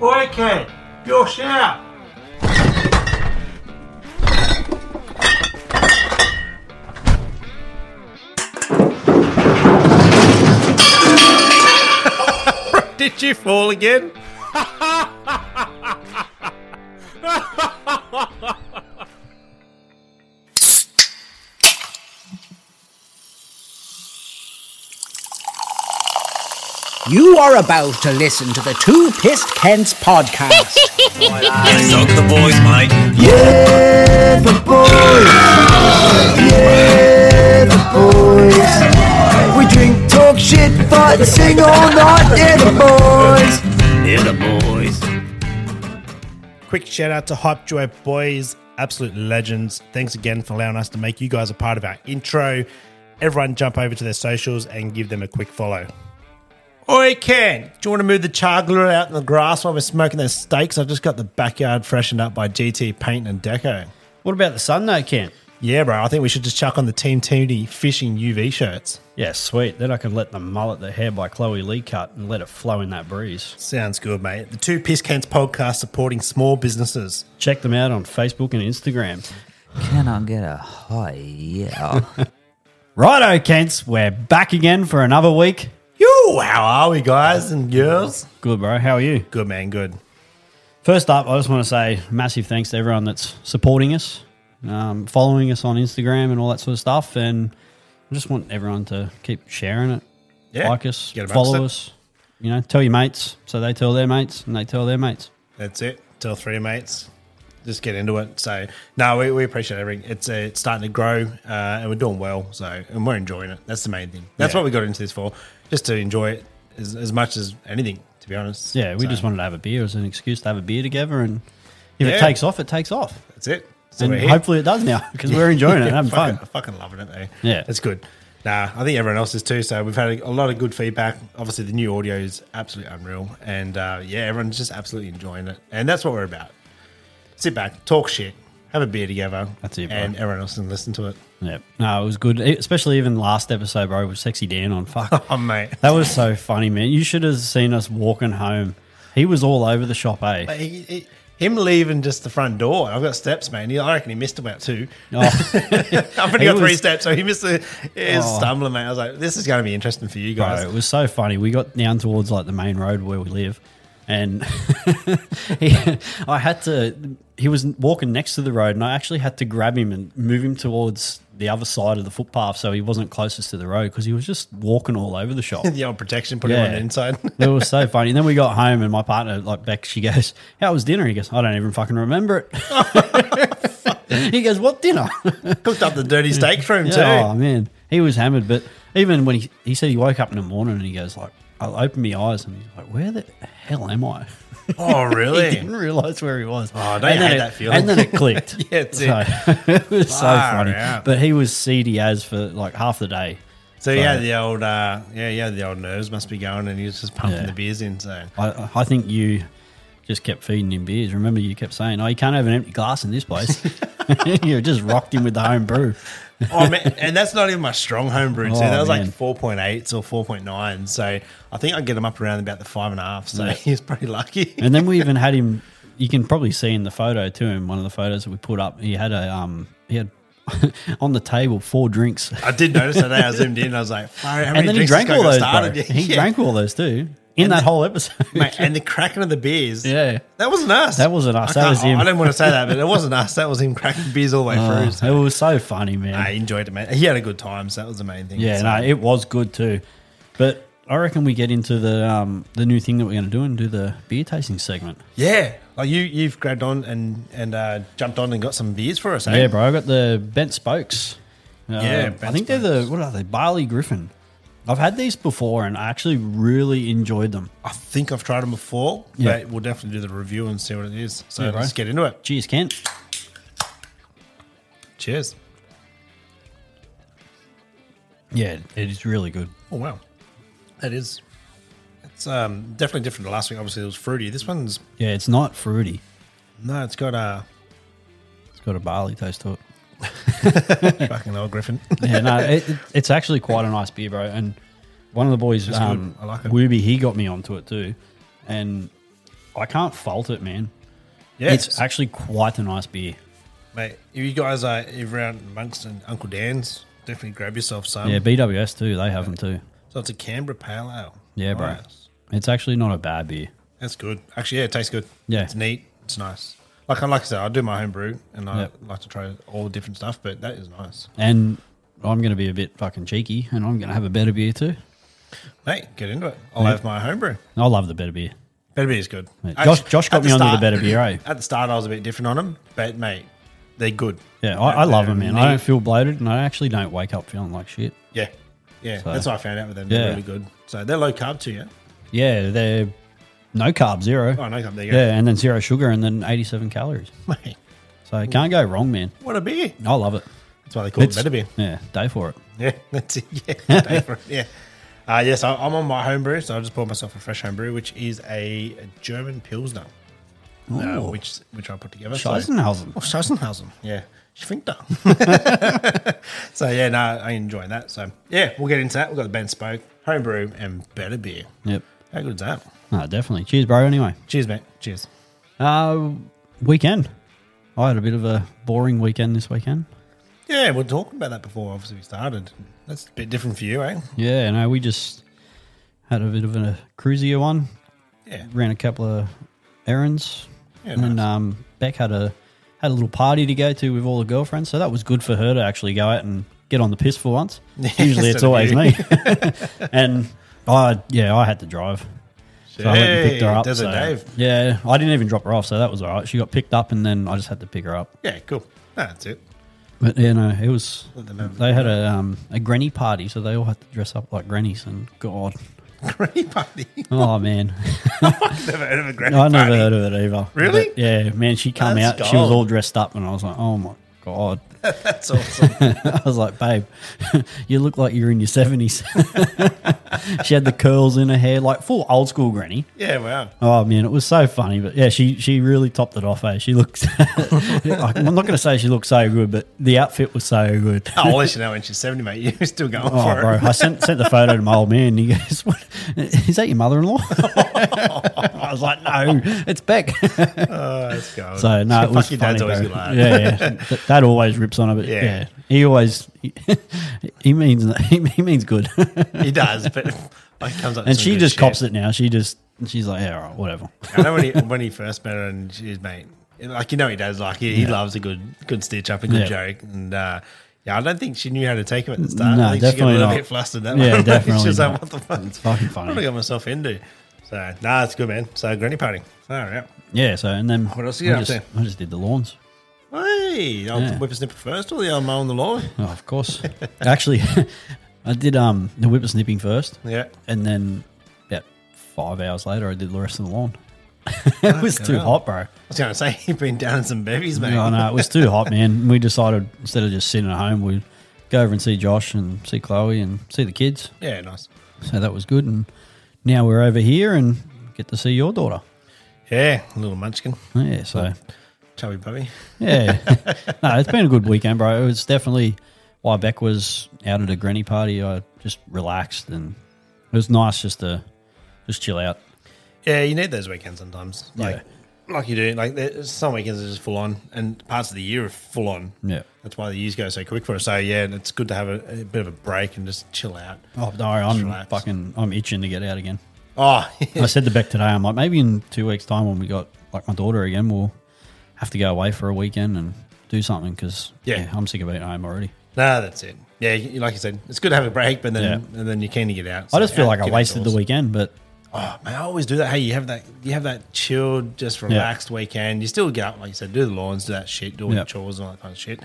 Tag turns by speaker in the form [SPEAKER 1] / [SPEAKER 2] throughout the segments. [SPEAKER 1] Oi, kid. Your share.
[SPEAKER 2] Did you fall again?
[SPEAKER 3] You are about to listen to the Two Pissed Kents podcast.
[SPEAKER 2] Dog the boys, mate.
[SPEAKER 4] boys. We drink, talk shit, fight, and sing all night. They're the boys.
[SPEAKER 2] They're the boys.
[SPEAKER 5] Quick shout out to Hype Joy Boys, absolute legends. Thanks again for allowing us to make you guys a part of our intro. Everyone jump over to their socials and give them a quick follow.
[SPEAKER 1] Oi, Ken. Do you want to move the char glue out in the grass while we're smoking those steaks? I've just got the backyard freshened up by GT Paint and Deco.
[SPEAKER 6] What about the sun though, Kent?
[SPEAKER 1] Yeah, bro. I think we should just chuck on the Team Toonie fishing UV shirts.
[SPEAKER 6] Yeah, sweet. Then I can let the mullet, the hair by Chloe Lee cut, and let it flow in that breeze.
[SPEAKER 1] Sounds good, mate. The Two Piss Cans podcast supporting small businesses.
[SPEAKER 6] Check them out on Facebook and Instagram.
[SPEAKER 7] Can I get a high? Yeah.
[SPEAKER 6] Righto, Kents, we're back again for another week.
[SPEAKER 1] Yo, how are we, guys and girls?
[SPEAKER 6] Good, bro. How are you?
[SPEAKER 1] Good, man. Good.
[SPEAKER 6] First up, I just want to say massive thanks to everyone that's supporting us, um, following us on Instagram and all that sort of stuff. And I just want everyone to keep sharing it,
[SPEAKER 1] Yeah.
[SPEAKER 6] like us,
[SPEAKER 1] Get amongst
[SPEAKER 6] follow
[SPEAKER 1] it.
[SPEAKER 6] us. You know, tell your mates so they tell their mates and they tell their mates.
[SPEAKER 1] That's it. Tell three mates. Just get into it. So no, we, we appreciate everything. It's uh, it's starting to grow, uh, and we're doing well. So and we're enjoying it. That's the main thing. That's what we got into this for, just to enjoy it as, as much as anything. To be honest.
[SPEAKER 6] Yeah, we
[SPEAKER 1] So,
[SPEAKER 6] just wanted to have a beer as an excuse to have a beer together. And if
[SPEAKER 1] Yeah.
[SPEAKER 6] it takes off, it takes off.
[SPEAKER 1] That's it. So
[SPEAKER 6] and
[SPEAKER 1] we're here.
[SPEAKER 6] hopefully it does now because we're enjoying it and having
[SPEAKER 1] fucking,
[SPEAKER 6] fun.
[SPEAKER 1] fucking loving it though.
[SPEAKER 6] Yeah.
[SPEAKER 1] it's good. Nah, I think everyone else is too. So we've had a, a lot of good feedback. Obviously, the new audio is absolutely unreal, and uh, yeah, everyone's just absolutely enjoying it, and that's what we're about. Sit back, talk shit, have a beer together.
[SPEAKER 6] That's it, bro.
[SPEAKER 1] and everyone else can listen to it.
[SPEAKER 6] Yeah. No, it was good. It- Especially even last episode, bro, with Sexy Dan on. Fuck.
[SPEAKER 1] Oh mate,
[SPEAKER 6] that was so funny, man. You should have seen us walking home. He was all over the shop, eh?
[SPEAKER 1] He- he- him leaving just the front door. I've got steps, man. He- I reckon he missed about two.
[SPEAKER 6] Oh,
[SPEAKER 1] I've only
[SPEAKER 6] He
[SPEAKER 1] got three
[SPEAKER 6] was-
[SPEAKER 1] steps, so he missed the he was
[SPEAKER 6] Oh.
[SPEAKER 1] stumbling, mate. I was like, this is going to be interesting for you
[SPEAKER 6] bro,
[SPEAKER 1] guys.
[SPEAKER 6] it was so funny. We got down towards like the main road where we live. And he, I had to, he was walking next to the road, and I actually had to grab him and move him towards the other side of the footpath so he wasn't closest to the road because he was just walking all over the shop.
[SPEAKER 1] the old protection put him on the inside.
[SPEAKER 6] it was so funny. And then we got home, and my partner, like Beck, she goes, "How was dinner?" He goes, "I don't even fucking remember it." he goes, "What dinner?"
[SPEAKER 1] Cooked up the dirty steak for him too.
[SPEAKER 6] oh man, he was hammered. But even when he he said he woke up in the morning and he goes like, "I opened my eyes," and he's like, "Where the hell am I?"
[SPEAKER 1] Oh,
[SPEAKER 6] he didn't
[SPEAKER 1] really?
[SPEAKER 6] realize where he was.
[SPEAKER 1] Oh, don't you
[SPEAKER 6] then
[SPEAKER 1] hate
[SPEAKER 6] it,
[SPEAKER 1] that feeling?
[SPEAKER 6] And then it clicked.
[SPEAKER 1] Yeah, it's
[SPEAKER 6] so, it was so
[SPEAKER 1] Far
[SPEAKER 6] funny.
[SPEAKER 1] out.
[SPEAKER 6] But he was seedy as for like half the day.
[SPEAKER 1] so yeah,
[SPEAKER 6] So-
[SPEAKER 1] the old uh, yeah, yeah, the old nerves must be going, and he was just pumping
[SPEAKER 6] Yeah.
[SPEAKER 1] the beers in. So
[SPEAKER 6] I, I think you just kept feeding him beers. Remember, you kept saying, "Oh, you can't have an empty glass in this place." you just rocked him with the home brew.
[SPEAKER 1] oh man, and that's not even my strong home brew too.
[SPEAKER 6] Oh,
[SPEAKER 1] that was
[SPEAKER 6] man.
[SPEAKER 1] like four point eight or four point nine. So I think I get him up around about the five and a half. So he's pretty lucky.
[SPEAKER 6] And then we even had him. You can probably see in the photo too. In one of the photos that we put up, he had a um, he had on the table four drinks,
[SPEAKER 1] I did notice that day I zoomed in. I was like, "Fire, how many
[SPEAKER 6] and then he
[SPEAKER 1] drinks
[SPEAKER 6] drank
[SPEAKER 1] this guy
[SPEAKER 6] all
[SPEAKER 1] got started?"
[SPEAKER 6] those. bro.
[SPEAKER 1] Yeah,
[SPEAKER 6] He
[SPEAKER 1] yeah.
[SPEAKER 6] drank all those too in that whole episode.
[SPEAKER 1] Mate, and the cracking of the beers.
[SPEAKER 6] Yeah.
[SPEAKER 1] that wasn't us.
[SPEAKER 6] That wasn't us.
[SPEAKER 1] I
[SPEAKER 6] That
[SPEAKER 1] can't-
[SPEAKER 6] was him.
[SPEAKER 1] I didn't want to say that, but it wasn't us. That was him cracking beers all the way through. So.
[SPEAKER 6] Uh, it was so funny, man.
[SPEAKER 1] I enjoyed it, man. He had a good time, so that was the main thing.
[SPEAKER 6] Yeah,
[SPEAKER 1] So-
[SPEAKER 6] no, it was good too. But I reckon we get into the um, the new thing that we're going to do and do the beer tasting segment.
[SPEAKER 1] Yeah, like you you've grabbed on and and uh, jumped on and got some beers for us. eh?
[SPEAKER 6] Yeah, bro, I got the bent spokes. Uh,
[SPEAKER 1] Yeah,
[SPEAKER 6] I
[SPEAKER 1] Bent
[SPEAKER 6] think they're the what are they? Barley Griffin. I've had these before, and I actually really enjoyed them.
[SPEAKER 1] I think I've tried them before,
[SPEAKER 6] Yeah.
[SPEAKER 1] but we'll definitely do the review and see what it is. So
[SPEAKER 6] Yeah, bro.
[SPEAKER 1] let's get into it.
[SPEAKER 6] Cheers, Kent.
[SPEAKER 1] Cheers.
[SPEAKER 6] Yeah, it is really good.
[SPEAKER 1] Oh wow, that is. It's um, definitely different to last week. Obviously, it was fruity. This one's
[SPEAKER 6] Yeah, it's not fruity.
[SPEAKER 1] no. It's got uh, a
[SPEAKER 6] It's got a barley taste to it.
[SPEAKER 1] fucking old Griffin.
[SPEAKER 6] Yeah, no, it, it- it's actually quite a nice beer, bro. And one of the boys,
[SPEAKER 1] good.
[SPEAKER 6] um,
[SPEAKER 1] I like it.
[SPEAKER 6] Wooby, he got me onto it too, and I can't fault it, man.
[SPEAKER 1] Yeah,
[SPEAKER 6] It's actually quite a nice beer.
[SPEAKER 1] mate. If you guys are around amongst and Uncle Dan's, definitely grab yourself some.
[SPEAKER 6] Yeah, BWS too. They have them too.
[SPEAKER 1] So it's a Canberra Pale Ale.
[SPEAKER 6] Yeah, bro.
[SPEAKER 1] Nice.
[SPEAKER 6] It's actually not a bad beer.
[SPEAKER 1] That's good. Actually, yeah, it tastes good.
[SPEAKER 6] Yeah.
[SPEAKER 1] it's neat. It's nice. Like, like I said, I do my home brew and I
[SPEAKER 6] Yep.
[SPEAKER 1] like to try all different stuff, but that is nice.
[SPEAKER 6] And I'm going to be a bit fucking cheeky and I'm going to have a better beer too.
[SPEAKER 1] Mate, get into it. I'll have my home brew.
[SPEAKER 6] I love the better beer.
[SPEAKER 1] Better beer is good.
[SPEAKER 6] Mate,
[SPEAKER 1] Actually,
[SPEAKER 6] Josh- Josh got
[SPEAKER 1] at
[SPEAKER 6] me onto the
[SPEAKER 1] start-
[SPEAKER 6] better beer, eh?
[SPEAKER 1] At the start, I was a bit different on them, but mate, they're good.
[SPEAKER 6] Yeah, I, I love
[SPEAKER 1] They're
[SPEAKER 6] them, man. I
[SPEAKER 1] neat.
[SPEAKER 6] don't feel bloated and I actually don't wake up feeling like shit.
[SPEAKER 1] Yeah, yeah.
[SPEAKER 6] So-
[SPEAKER 1] That's what I found out with them. They're
[SPEAKER 6] Yeah.
[SPEAKER 1] really good. So they're low carb too. Yeah.
[SPEAKER 6] Yeah, they're no carb, zero.
[SPEAKER 1] Oh no, carb. There you
[SPEAKER 6] Yeah, and then zero sugar and then 87 calories.
[SPEAKER 1] go. Mate,
[SPEAKER 6] So it can't go wrong, man.
[SPEAKER 1] what a beer.
[SPEAKER 6] I love it.
[SPEAKER 1] That's why they call
[SPEAKER 6] It's-
[SPEAKER 1] it better beer.
[SPEAKER 6] Yeah, day for it.
[SPEAKER 1] Yeah, that's it. Yeah, day for it. Yeah. Uh, yes, I, I'm on my home brew, so I just poured myself a fresh home brew, which is a, a German Pilsner, uh, which which I put together. so-
[SPEAKER 6] Scheisenhausen.
[SPEAKER 1] Oh, Schausenhausen. Yeah. Schwinkter. so, yeah, no, I enjoy that. So, yeah, we'll get into that. We've got the Ben Spoke, homebrew, and better beer.
[SPEAKER 6] Yep.
[SPEAKER 1] How good is that?
[SPEAKER 6] No, definitely. Cheers, bro. Anyway,
[SPEAKER 1] Cheers, mate. Cheers.
[SPEAKER 6] uh, weekend. I had a bit of a boring weekend this weekend.
[SPEAKER 1] Yeah, we are talking about that before, obviously, we started. That's a bit different for you, eh?
[SPEAKER 6] Yeah, no, we just had a bit of a cruisier one.
[SPEAKER 1] Yeah.
[SPEAKER 6] Ran a couple of errands,
[SPEAKER 1] Yeah,
[SPEAKER 6] and then
[SPEAKER 1] nice.
[SPEAKER 6] um, Beck had a had a little party to go to with all the girlfriends. So that was good for her to actually go out and get on the piss for once. Usually
[SPEAKER 1] instead
[SPEAKER 6] it's
[SPEAKER 1] of
[SPEAKER 6] always
[SPEAKER 1] you.
[SPEAKER 6] me. and I yeah, I had to drive. So I went and picked her
[SPEAKER 1] Hey,
[SPEAKER 6] up.
[SPEAKER 1] Desert
[SPEAKER 6] so-
[SPEAKER 1] Dave.
[SPEAKER 6] Yeah, I didn't even drop her off, so that was all right. She got picked up, and then I just had to pick her up.
[SPEAKER 1] Yeah, cool. No, that's it.
[SPEAKER 6] But yeah, no, it was.
[SPEAKER 1] them have a
[SPEAKER 6] They had a um, a granny party, so they all had to dress up like grannies. And God,
[SPEAKER 1] Granny party.
[SPEAKER 6] oh man,
[SPEAKER 1] Never heard of a granny
[SPEAKER 6] I
[SPEAKER 1] party.
[SPEAKER 6] never heard of it either.
[SPEAKER 1] Really?
[SPEAKER 6] But, yeah, man, she came
[SPEAKER 1] That's
[SPEAKER 6] out. She was
[SPEAKER 1] gold.
[SPEAKER 6] all dressed up, and I was like, oh my God.
[SPEAKER 1] That's awesome.
[SPEAKER 6] I was like, babe, you look like you're in your seventies. she had the curls in her hair, like full old school granny.
[SPEAKER 1] yeah, wow.
[SPEAKER 6] Oh man, it was so funny. But yeah, she she really topped it off. Eh? She looked. I'm not going to say she looked so good, but the outfit was so good.
[SPEAKER 1] I'll let Oh, you know when she's 70, mate. You're still going
[SPEAKER 6] Oh,
[SPEAKER 1] for
[SPEAKER 6] bro,
[SPEAKER 1] it.
[SPEAKER 6] I sent sent the photo to my old man. He goes, what, "Is that your mother-in-law?" I was like, "No, it's Beck."
[SPEAKER 1] Let's go.
[SPEAKER 6] So no, it was
[SPEAKER 1] Oh, Fuck your
[SPEAKER 6] funny,
[SPEAKER 1] dad's always
[SPEAKER 6] bro.
[SPEAKER 1] good like that.
[SPEAKER 6] yeah, yeah. Th- that always rips on it. But
[SPEAKER 1] Yeah.
[SPEAKER 6] yeah. he always he, he means he, he means good,
[SPEAKER 1] He does, but like, he comes up with some
[SPEAKER 6] and she
[SPEAKER 1] good
[SPEAKER 6] just
[SPEAKER 1] shit.
[SPEAKER 6] cops it now. She just she's like, "Yeah, all right, whatever."
[SPEAKER 1] I know when he when he first met her, and she's mate, like you know he does, like he, he loves a good good stitch up, a good
[SPEAKER 6] Yeah.
[SPEAKER 1] joke, and uh, yeah, I don't think she knew how to take him at the start.
[SPEAKER 6] No,
[SPEAKER 1] I think she got
[SPEAKER 6] definitely
[SPEAKER 1] a little
[SPEAKER 6] not.
[SPEAKER 1] bit flustered that
[SPEAKER 6] Yeah,
[SPEAKER 1] one.
[SPEAKER 6] definitely
[SPEAKER 1] she's
[SPEAKER 6] not.
[SPEAKER 1] like, what the fuck?
[SPEAKER 6] It's fucking
[SPEAKER 1] What did I
[SPEAKER 6] funny.
[SPEAKER 1] got myself into? So nah, it's good, man. So granny party. All right.
[SPEAKER 6] Yeah. So and then
[SPEAKER 1] What else you
[SPEAKER 6] I
[SPEAKER 1] got up
[SPEAKER 6] just, I just did the lawns.
[SPEAKER 1] Hey, I'll
[SPEAKER 6] Yeah.
[SPEAKER 1] whip a snipper first, or the old mow on the lawn.
[SPEAKER 6] Oh, of course. Actually, I did um the whippersnipping first.
[SPEAKER 1] Yeah.
[SPEAKER 6] And then about five hours later, I did the rest of the lawn. it was too
[SPEAKER 1] hell.
[SPEAKER 6] hot, bro.
[SPEAKER 1] I was going to say he'd been down in some bevies, mate.
[SPEAKER 6] No, no, it was too hot, man. We decided instead of just sitting at home, we'd go over and see Josh and see Chloe and see the kids.
[SPEAKER 1] Yeah, nice.
[SPEAKER 6] So that was good. And now we're over here and get to see your daughter.
[SPEAKER 1] Yeah, little munchkin,
[SPEAKER 6] Yeah, so
[SPEAKER 1] chubby puppy.
[SPEAKER 6] yeah, no, it's been a good weekend, bro. It was definitely while Beck was out at a granny party, I just relaxed and it was nice just to just chill out.
[SPEAKER 1] Yeah, you need those weekends sometimes. Like, like you do. Like there- some weekends are just full on, and parts of the year are full on.
[SPEAKER 6] Yeah.
[SPEAKER 1] that's why the years go so quick for us. So yeah, and it's good to have a, a bit of a break and just chill out.
[SPEAKER 6] Oh no, I'm
[SPEAKER 1] relax.
[SPEAKER 6] fucking, I'm itching to get out again.
[SPEAKER 1] Oh,
[SPEAKER 6] I said to Beck today, I'm like, maybe in two weeks' time when we got like my daughter again, we'll have to go away for a weekend and do something because
[SPEAKER 1] Yeah.
[SPEAKER 6] I'm sick of being at home already.
[SPEAKER 1] no, that's it. Yeah, you- like you said, it's good to have a break, but then
[SPEAKER 6] Yeah.
[SPEAKER 1] and then you can to get out.
[SPEAKER 6] I just
[SPEAKER 1] So,
[SPEAKER 6] feel
[SPEAKER 1] yeah,
[SPEAKER 6] like I
[SPEAKER 1] get
[SPEAKER 6] wasted the
[SPEAKER 1] outdoors.
[SPEAKER 6] weekend, but
[SPEAKER 1] Oh man, I always do that. Hey, you have that you have that chilled, just relaxed weekend. You still get up, like you said, do the lawns, do that shit, do all
[SPEAKER 6] Yeah.
[SPEAKER 1] the chores and all that kind of shit.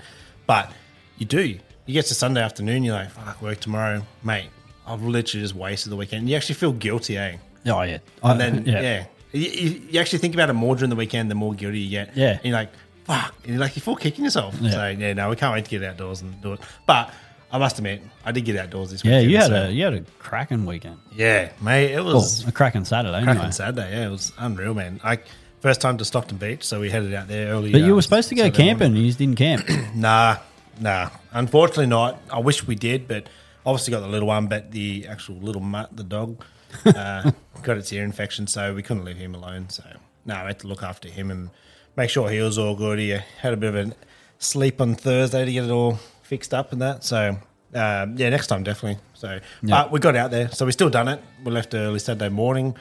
[SPEAKER 1] But you do. You get to Sunday afternoon, you're like, fuck, work tomorrow, mate. I've literally just wasted the weekend. You actually feel guilty, eh?
[SPEAKER 6] oh yeah,
[SPEAKER 1] And then yeah, You, you, you actually think about it more during the weekend, the more guilty you get.
[SPEAKER 6] Yeah.
[SPEAKER 1] and you're like, fuck, and you're like, you're full kicking yourself.
[SPEAKER 6] Yeah.
[SPEAKER 1] So yeah, no, we can't wait to get outdoors and do it. But I must admit, I did get outdoors this
[SPEAKER 6] yeah.
[SPEAKER 1] weekend.
[SPEAKER 6] You had
[SPEAKER 1] so-
[SPEAKER 6] a you had a cracking weekend,
[SPEAKER 1] yeah, mate. It
[SPEAKER 6] well,
[SPEAKER 1] was
[SPEAKER 6] a cracking Saturday,
[SPEAKER 1] cracking
[SPEAKER 6] anyway.
[SPEAKER 1] Saturday. Yeah, it was unreal, man. I first time to Stockton Beach, so we headed out there early.
[SPEAKER 6] But you
[SPEAKER 1] um,
[SPEAKER 6] were supposed to go
[SPEAKER 1] Saturday
[SPEAKER 6] camping, and you just didn't camp.
[SPEAKER 1] morning. Nah, nah. Unfortunately, not. I wish we did, but obviously got the little one, but the actual little mutt, the dog, uh, got its ear infection, so we couldn't leave him alone. So no, I had to look after him and make sure he was all good. He had a bit of a sleep on Thursday to get it all fixed up and that. So, um, yeah, next time definitely. So, but we got out there. So we still done it. We left early Saturday morning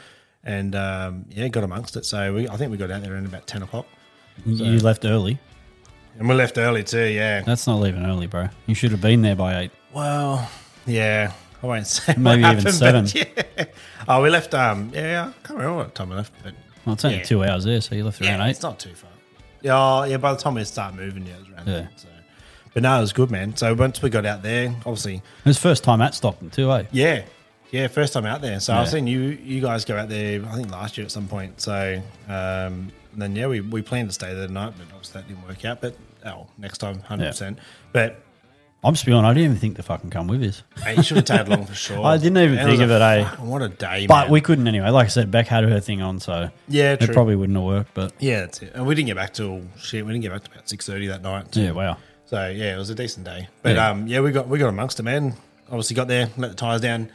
[SPEAKER 1] and, um, yeah, got amongst it. So we, I think we got out there around about 10 o'clock.
[SPEAKER 6] You left early.
[SPEAKER 1] And we left early too, yeah.
[SPEAKER 6] That's not leaving early, bro. You should have been there by eight.
[SPEAKER 1] Well, yeah. I won't say what
[SPEAKER 6] Maybe even
[SPEAKER 1] happened, but
[SPEAKER 6] seven.
[SPEAKER 1] yeah. Oh, we left. Um, yeah, I can't remember what time we left, but
[SPEAKER 6] Well, it's only
[SPEAKER 1] Yeah.
[SPEAKER 6] two hours there, so you left around
[SPEAKER 1] Yeah,
[SPEAKER 6] eight.
[SPEAKER 1] it's not too far. Yeah, oh, yeah. By the time we start moving, yeah, it was around.
[SPEAKER 6] Yeah.
[SPEAKER 1] then, so. But no, it was good, man. So once we got out there, obviously,
[SPEAKER 6] It was first time at Stockton too, eh?
[SPEAKER 1] yeah, yeah, first time out there. So I've
[SPEAKER 6] Yeah.
[SPEAKER 1] seen you, you guys go out there. I think last year at some point. So um, and then yeah, we we planned to stay there tonight, but obviously that didn't work out. But oh, next time, hundred percent. But
[SPEAKER 6] I'm spewing. I didn't even think to fucking come with us.
[SPEAKER 1] mate, you should have tagged along for sure.
[SPEAKER 6] I didn't even
[SPEAKER 1] And was
[SPEAKER 6] think of it, eh?
[SPEAKER 1] fuck, What a day,
[SPEAKER 6] But
[SPEAKER 1] man.
[SPEAKER 6] we couldn't anyway. Like I said, Beck had her thing on, so
[SPEAKER 1] Yeah,
[SPEAKER 6] it
[SPEAKER 1] true.
[SPEAKER 6] probably wouldn't have worked. But
[SPEAKER 1] yeah, that's it. And we didn't get back till shit. We didn't get back to about six thirty that night.
[SPEAKER 6] yeah, wow.
[SPEAKER 1] So yeah, it was a decent day. But
[SPEAKER 6] Yeah.
[SPEAKER 1] um, yeah, we got we got amongst it, man. Obviously got there, let the tires down,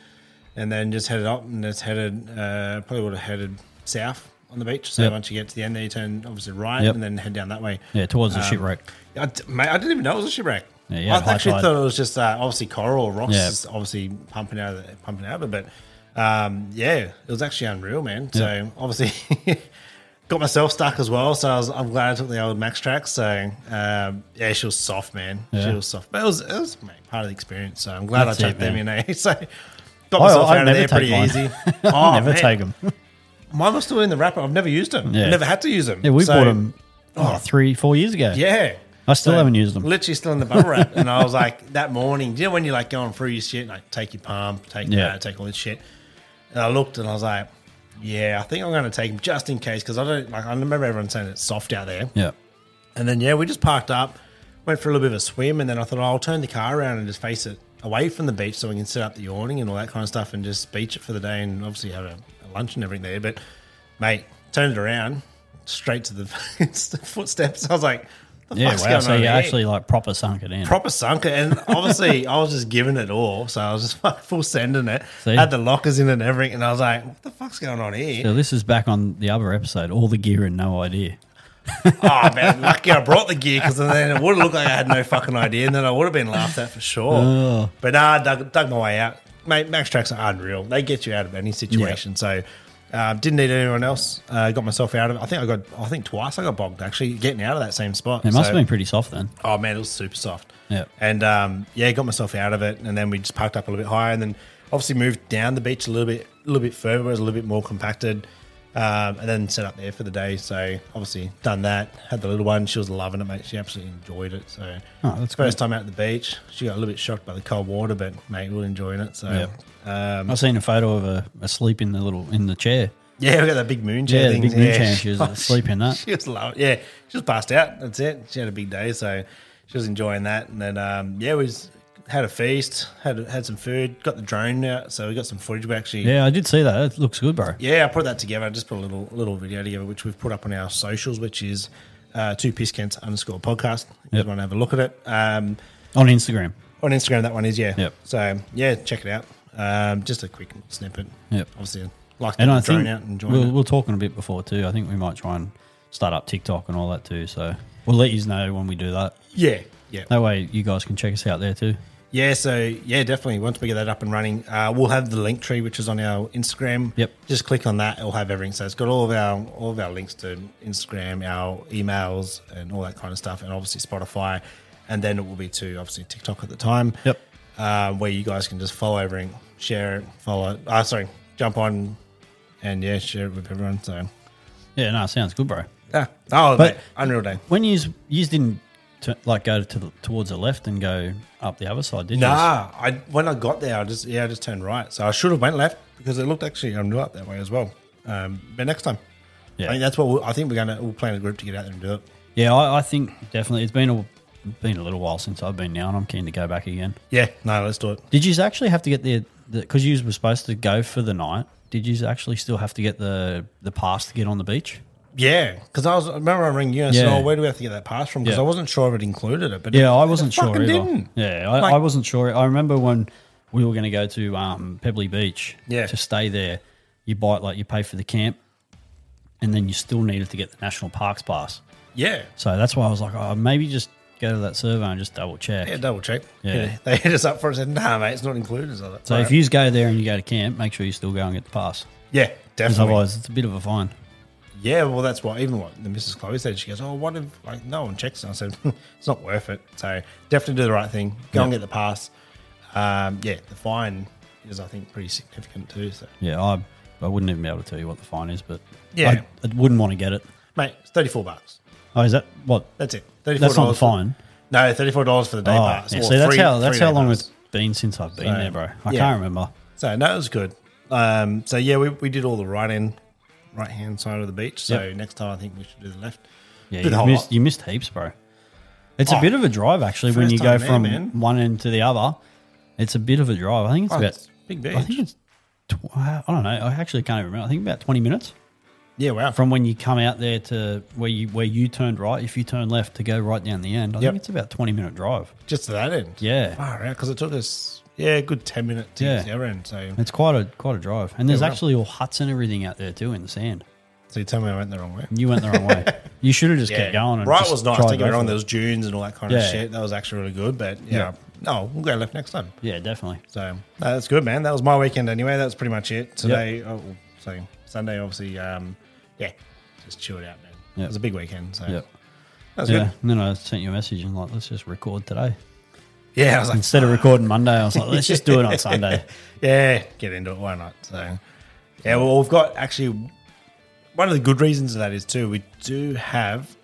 [SPEAKER 1] and then just headed up and just headed uh, probably would have headed south on the beach. So
[SPEAKER 6] Yep.
[SPEAKER 1] once you get to the end, there you turn obviously right
[SPEAKER 6] Yep.
[SPEAKER 1] and then head down that way.
[SPEAKER 6] Yeah, towards
[SPEAKER 1] Um,
[SPEAKER 6] the shipwreck.
[SPEAKER 1] I, d- mate, I didn't even know it was a shipwreck.
[SPEAKER 6] Yeah, you had
[SPEAKER 1] I
[SPEAKER 6] high
[SPEAKER 1] actually
[SPEAKER 6] tide.
[SPEAKER 1] thought it was just uh, obviously coral or rocks,
[SPEAKER 6] Yeah.
[SPEAKER 1] just obviously pumping out of the, pumping out of it. But um, yeah, it was actually unreal, man. So obviously. Got myself stuck as well, so I was, I'm glad I took the old Max track. So um, yeah, she was soft, man. She
[SPEAKER 6] Yeah.
[SPEAKER 1] was soft, but it was it was mate, part of the experience. So I'm glad
[SPEAKER 6] That's
[SPEAKER 1] I
[SPEAKER 6] it,
[SPEAKER 1] took them in.
[SPEAKER 6] man.
[SPEAKER 1] Eh? So got
[SPEAKER 6] I-
[SPEAKER 1] myself
[SPEAKER 6] I
[SPEAKER 1] out
[SPEAKER 6] never
[SPEAKER 1] of there pretty
[SPEAKER 6] take mine.
[SPEAKER 1] easy.
[SPEAKER 6] I
[SPEAKER 1] oh,
[SPEAKER 6] never
[SPEAKER 1] man.
[SPEAKER 6] take them.
[SPEAKER 1] Mine was still in the wrapper. I've never used them.
[SPEAKER 6] Yeah.
[SPEAKER 1] Never had to use them.
[SPEAKER 6] Yeah, we
[SPEAKER 1] So-
[SPEAKER 6] bought them oh, three, four years ago.
[SPEAKER 1] Yeah,
[SPEAKER 6] I still haven't used them.
[SPEAKER 1] Literally still in the bubble wrap. and I was like, that morning, do you know when you're like going through your shit, like take your pump, take
[SPEAKER 6] Yeah.
[SPEAKER 1] that, take all this shit. And I looked and I was like, yeah, I think I'm going to take them just in case because I don't like. I remember everyone saying it's soft out there.
[SPEAKER 6] Yeah,
[SPEAKER 1] And then yeah, we just parked up, went for a little bit of a swim, and then I thought oh, I'll turn the car around and just face it away from the beach so we can set up the awning and all that kind of stuff and just beach it for the day and obviously have a, a lunch and everything there. But mate, turned it around straight to the, footsteps. I was like, the
[SPEAKER 6] yeah.
[SPEAKER 1] fuck's
[SPEAKER 6] Wow.
[SPEAKER 1] going
[SPEAKER 6] So
[SPEAKER 1] on
[SPEAKER 6] you
[SPEAKER 1] here?
[SPEAKER 6] actually like proper sunk it in.
[SPEAKER 1] proper sunk it. And obviously, I was just giving it all. So I was just like full sending it.
[SPEAKER 6] See?
[SPEAKER 1] Had the lockers in and everything. And I was like, what the fuck's going on here?
[SPEAKER 6] so this is back on the other episode. All the gear and no idea.
[SPEAKER 1] oh, man, lucky I brought the gear because then it would have looked like I had no fucking idea. And then I would have been laughed at for sure.
[SPEAKER 6] Oh.
[SPEAKER 1] But nah, dug, dug my way out. Mate, Max Tracks are unreal. They get you out of any situation. So. Uh, didn't need anyone else. Uh, got myself out of it. I think I got. I think twice I got bogged actually getting out of that same spot.
[SPEAKER 6] It must
[SPEAKER 1] So-
[SPEAKER 6] have been pretty soft then.
[SPEAKER 1] Oh man, it was super soft.
[SPEAKER 6] Yeah.
[SPEAKER 1] And um, yeah, got myself out of it, and then we just parked up a little bit higher, and then obviously moved down the beach a little bit, a little bit further, where it was a little bit more compacted, um, and then set up there for the day. So obviously done that. Had the little one; she was loving it, mate. She absolutely enjoyed it. So
[SPEAKER 6] Oh, that's
[SPEAKER 1] first time out at the beach. She got a little bit shocked by the cold water, but mate, we were enjoying it. So um,
[SPEAKER 6] I've seen a photo of her asleep in the little in the chair.
[SPEAKER 1] yeah, we got that big moon chair.
[SPEAKER 6] Yeah, the
[SPEAKER 1] thing.
[SPEAKER 6] big moon chair, she was
[SPEAKER 1] Oh,
[SPEAKER 6] asleep in that.
[SPEAKER 1] She was low. Yeah, she was passed out. That's it. She had a big day, so she was enjoying that. And then um, yeah, we was, had a feast, had had some food, got the drone out, so we got some footage. We actually
[SPEAKER 6] Yeah, I did see that. It looks good, bro.
[SPEAKER 1] yeah, I put that together. I just put a little little video together, which we've put up on our socials, which is uh, two piscans underscore podcast. If
[SPEAKER 6] Yep.
[SPEAKER 1] you want to have a look at it um,
[SPEAKER 6] On Instagram.
[SPEAKER 1] on Instagram, that one is yeah.
[SPEAKER 6] Yep.
[SPEAKER 1] So yeah, check it out. Um, just a quick snippet.
[SPEAKER 6] Yep.
[SPEAKER 1] Obviously, like
[SPEAKER 6] And I
[SPEAKER 1] the drone
[SPEAKER 6] think
[SPEAKER 1] out and enjoying
[SPEAKER 6] we'll,
[SPEAKER 1] it.
[SPEAKER 6] we'll talking a bit before too. I think we might try and start up TikTok and all that too. So we'll let you know when we do that.
[SPEAKER 1] yeah. Yeah.
[SPEAKER 6] That way you guys can check us out there too.
[SPEAKER 1] Yeah, so yeah, definitely. Once we get that up and running, uh, we'll have the link tree, which is on our Instagram.
[SPEAKER 6] Yep.
[SPEAKER 1] Just click on that; it'll have everything. So it's got all of our all of our links to Instagram, our emails, and all that kind of stuff, and obviously Spotify, and then it will be to obviously TikTok at the time.
[SPEAKER 6] Yep.
[SPEAKER 1] Uh, where you guys can just follow everything, share it, follow. it. Ah, sorry, jump on, and yeah, share it with everyone. So
[SPEAKER 6] Yeah, no, sounds good, bro.
[SPEAKER 1] yeah, oh,
[SPEAKER 6] Ah. But-
[SPEAKER 1] but unreal day.
[SPEAKER 6] When you you didn't t- like go to the, towards the left and go up the other side, did you?
[SPEAKER 1] Nah, I when I got there, I just yeah, I just turned right. So I should have went left because it looked actually unreal up that way as well. Um, but next time,
[SPEAKER 6] Yeah.
[SPEAKER 1] I think that's what we'll, I think we're gonna we'll plan a group to get out there and do it.
[SPEAKER 6] Yeah, I, I think definitely it's been a been a little while since I've been now, and I'm keen to go back again.
[SPEAKER 1] Yeah, no, let's do it.
[SPEAKER 6] Did you actually have to get the because you were supposed to go for the night? Did you actually still have to get the the pass to get on the beach?
[SPEAKER 1] Yeah, because I was I remember I rang you and said,
[SPEAKER 6] Yeah.
[SPEAKER 1] "Oh, where do we have to get that pass from?" Because
[SPEAKER 6] Yeah.
[SPEAKER 1] I wasn't sure if it included it. But
[SPEAKER 6] Yeah,
[SPEAKER 1] it-
[SPEAKER 6] I
[SPEAKER 1] it
[SPEAKER 6] wasn't sure
[SPEAKER 1] fucking
[SPEAKER 6] either.
[SPEAKER 1] Didn't.
[SPEAKER 6] Yeah, I,
[SPEAKER 1] Like-
[SPEAKER 6] I wasn't sure. I remember when we were going to go to um, Pebbly Beach
[SPEAKER 1] Yeah.
[SPEAKER 6] to stay there. You buy like you pay for the camp, and then you still needed to get the national parks pass.
[SPEAKER 1] Yeah.
[SPEAKER 6] So that's why I was like, oh, maybe just go to that server and just double check.
[SPEAKER 1] Yeah, double check.
[SPEAKER 6] Yeah.
[SPEAKER 1] They hit us up for it and said, nah, mate, it's not included. So,
[SPEAKER 6] so if you go there and you go to camp, make sure you still go and get the pass.
[SPEAKER 1] Yeah,
[SPEAKER 6] Because
[SPEAKER 1] definitely.
[SPEAKER 6] otherwise, it's a bit of a fine.
[SPEAKER 1] Yeah, well, that's what even what the Mrs. Chloe said. She goes, "Oh, what if like no one checks?" And I said, "It's not worth it." So definitely do the right thing. Go and get the pass. Um, yeah, the fine is I think pretty significant too. So,
[SPEAKER 6] Yeah, I, I wouldn't even be able to tell you what the fine is, but
[SPEAKER 1] Yeah.
[SPEAKER 6] I, I wouldn't want to get it.
[SPEAKER 1] mate, it's thirty four bucks.
[SPEAKER 6] Oh, is that what?
[SPEAKER 1] That's it. $34
[SPEAKER 6] That's not the
[SPEAKER 1] for-
[SPEAKER 6] fine.
[SPEAKER 1] No, thirty four dollars for the day
[SPEAKER 6] Oh,
[SPEAKER 1] pass.
[SPEAKER 6] yeah,
[SPEAKER 1] or
[SPEAKER 6] see, that's
[SPEAKER 1] free-
[SPEAKER 6] how that's
[SPEAKER 1] free
[SPEAKER 6] how
[SPEAKER 1] day
[SPEAKER 6] long
[SPEAKER 1] pass.
[SPEAKER 6] it's been since I've been
[SPEAKER 1] So,
[SPEAKER 6] there, bro. I
[SPEAKER 1] yeah.
[SPEAKER 6] can't remember.
[SPEAKER 1] So no, it was good. Um, so yeah, we, we did all the right end, right hand side of the beach. So
[SPEAKER 6] Yep.
[SPEAKER 1] next time I think we should do the left.
[SPEAKER 6] Yeah,
[SPEAKER 1] Do the
[SPEAKER 6] you
[SPEAKER 1] whole
[SPEAKER 6] missed,
[SPEAKER 1] lot.
[SPEAKER 6] you missed heaps, bro. It's a
[SPEAKER 1] Oh,
[SPEAKER 6] bit of a drive actually when
[SPEAKER 1] first
[SPEAKER 6] you go
[SPEAKER 1] time there,
[SPEAKER 6] from
[SPEAKER 1] man.
[SPEAKER 6] one end to the other. It's a bit of a drive. I think it's
[SPEAKER 1] Oh,
[SPEAKER 6] about
[SPEAKER 1] it's a big
[SPEAKER 6] I think it's tw- uh, I don't know. I actually can't even remember. I think about twenty minutes
[SPEAKER 1] Yeah, wow.
[SPEAKER 6] from when you come out there to where you where you turned right. If you turn left to go right down the end, I
[SPEAKER 1] Yep.
[SPEAKER 6] think it's about twenty minute drive.
[SPEAKER 1] just to that end.
[SPEAKER 6] Yeah.
[SPEAKER 1] Far out because it took us yeah a good ten minute to
[SPEAKER 6] Yeah.
[SPEAKER 1] get to the other end. So
[SPEAKER 6] It's quite a quite a drive, and there's
[SPEAKER 1] wow.
[SPEAKER 6] actually all huts and everything out there too in the sand.
[SPEAKER 1] so you tell me I went the wrong way.
[SPEAKER 6] You went the wrong way. You should have just kept going. And
[SPEAKER 1] right
[SPEAKER 6] just
[SPEAKER 1] was nice.
[SPEAKER 6] tried
[SPEAKER 1] Don't get
[SPEAKER 6] go
[SPEAKER 1] me wrong.
[SPEAKER 6] for
[SPEAKER 1] There
[SPEAKER 6] it.
[SPEAKER 1] was dunes and all that kind of
[SPEAKER 6] Yeah.
[SPEAKER 1] shit. That was actually really good. But yeah,
[SPEAKER 6] Yeah.
[SPEAKER 1] no, we'll go left next time.
[SPEAKER 6] Yeah, definitely.
[SPEAKER 1] So no, that's good, man. That was my weekend anyway. That's pretty much it today. Oh, so Sunday, obviously, um, yeah, just chilled out, man.
[SPEAKER 6] Yep.
[SPEAKER 1] It was a big weekend. So
[SPEAKER 6] Yep.
[SPEAKER 1] that was
[SPEAKER 6] Yeah,
[SPEAKER 1] good.
[SPEAKER 6] and then I sent you a message and like, let's just record today
[SPEAKER 1] Yeah, I was like,
[SPEAKER 6] instead of recording Monday. I was like, let's just do it on Sunday.
[SPEAKER 1] Yeah, get into it. Why not? So, yeah, well, we've got actually one of the good reasons of that is too we do have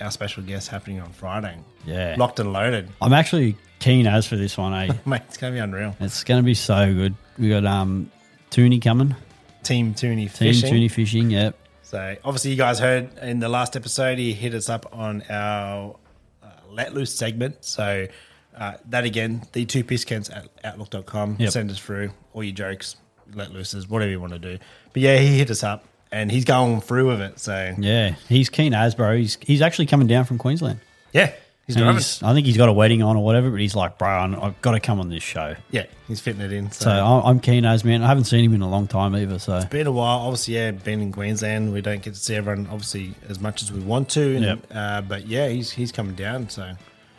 [SPEAKER 1] our special guest happening on Friday.
[SPEAKER 6] Yeah.
[SPEAKER 1] locked and loaded.
[SPEAKER 6] I'm actually keen as for this one. Eh?
[SPEAKER 1] Mate, it's gonna be unreal.
[SPEAKER 6] It's going to be so good. We got um Tooney coming,
[SPEAKER 1] Team Tooney
[SPEAKER 6] Team
[SPEAKER 1] fishing.
[SPEAKER 6] Tooney fishing. Yep.
[SPEAKER 1] So obviously, you guys heard in the last episode, he hit us up on our uh, let loose segment. So uh, that again, the two piscans at outlook.com.
[SPEAKER 6] Yep.
[SPEAKER 1] Send us through all your jokes, let looses, whatever you want to do. But yeah, he hit us up and he's going through with it. So
[SPEAKER 6] Yeah, he's keen as bro. He's he's actually coming down from Queensland.
[SPEAKER 1] yeah, he's
[SPEAKER 6] And
[SPEAKER 1] driving.
[SPEAKER 6] he's, I think he's got a wedding on or whatever, but he's like, bro, I'm- I've got to come on this show.
[SPEAKER 1] yeah, he's fitting it in. So,
[SPEAKER 6] So I'm I'm keen as man. I haven't seen him in a long time either. So
[SPEAKER 1] been a while. Obviously, yeah, been in Queensland. We don't get to see everyone obviously as much as we want to. And,
[SPEAKER 6] Yep.
[SPEAKER 1] uh, but yeah, he's he's coming down. So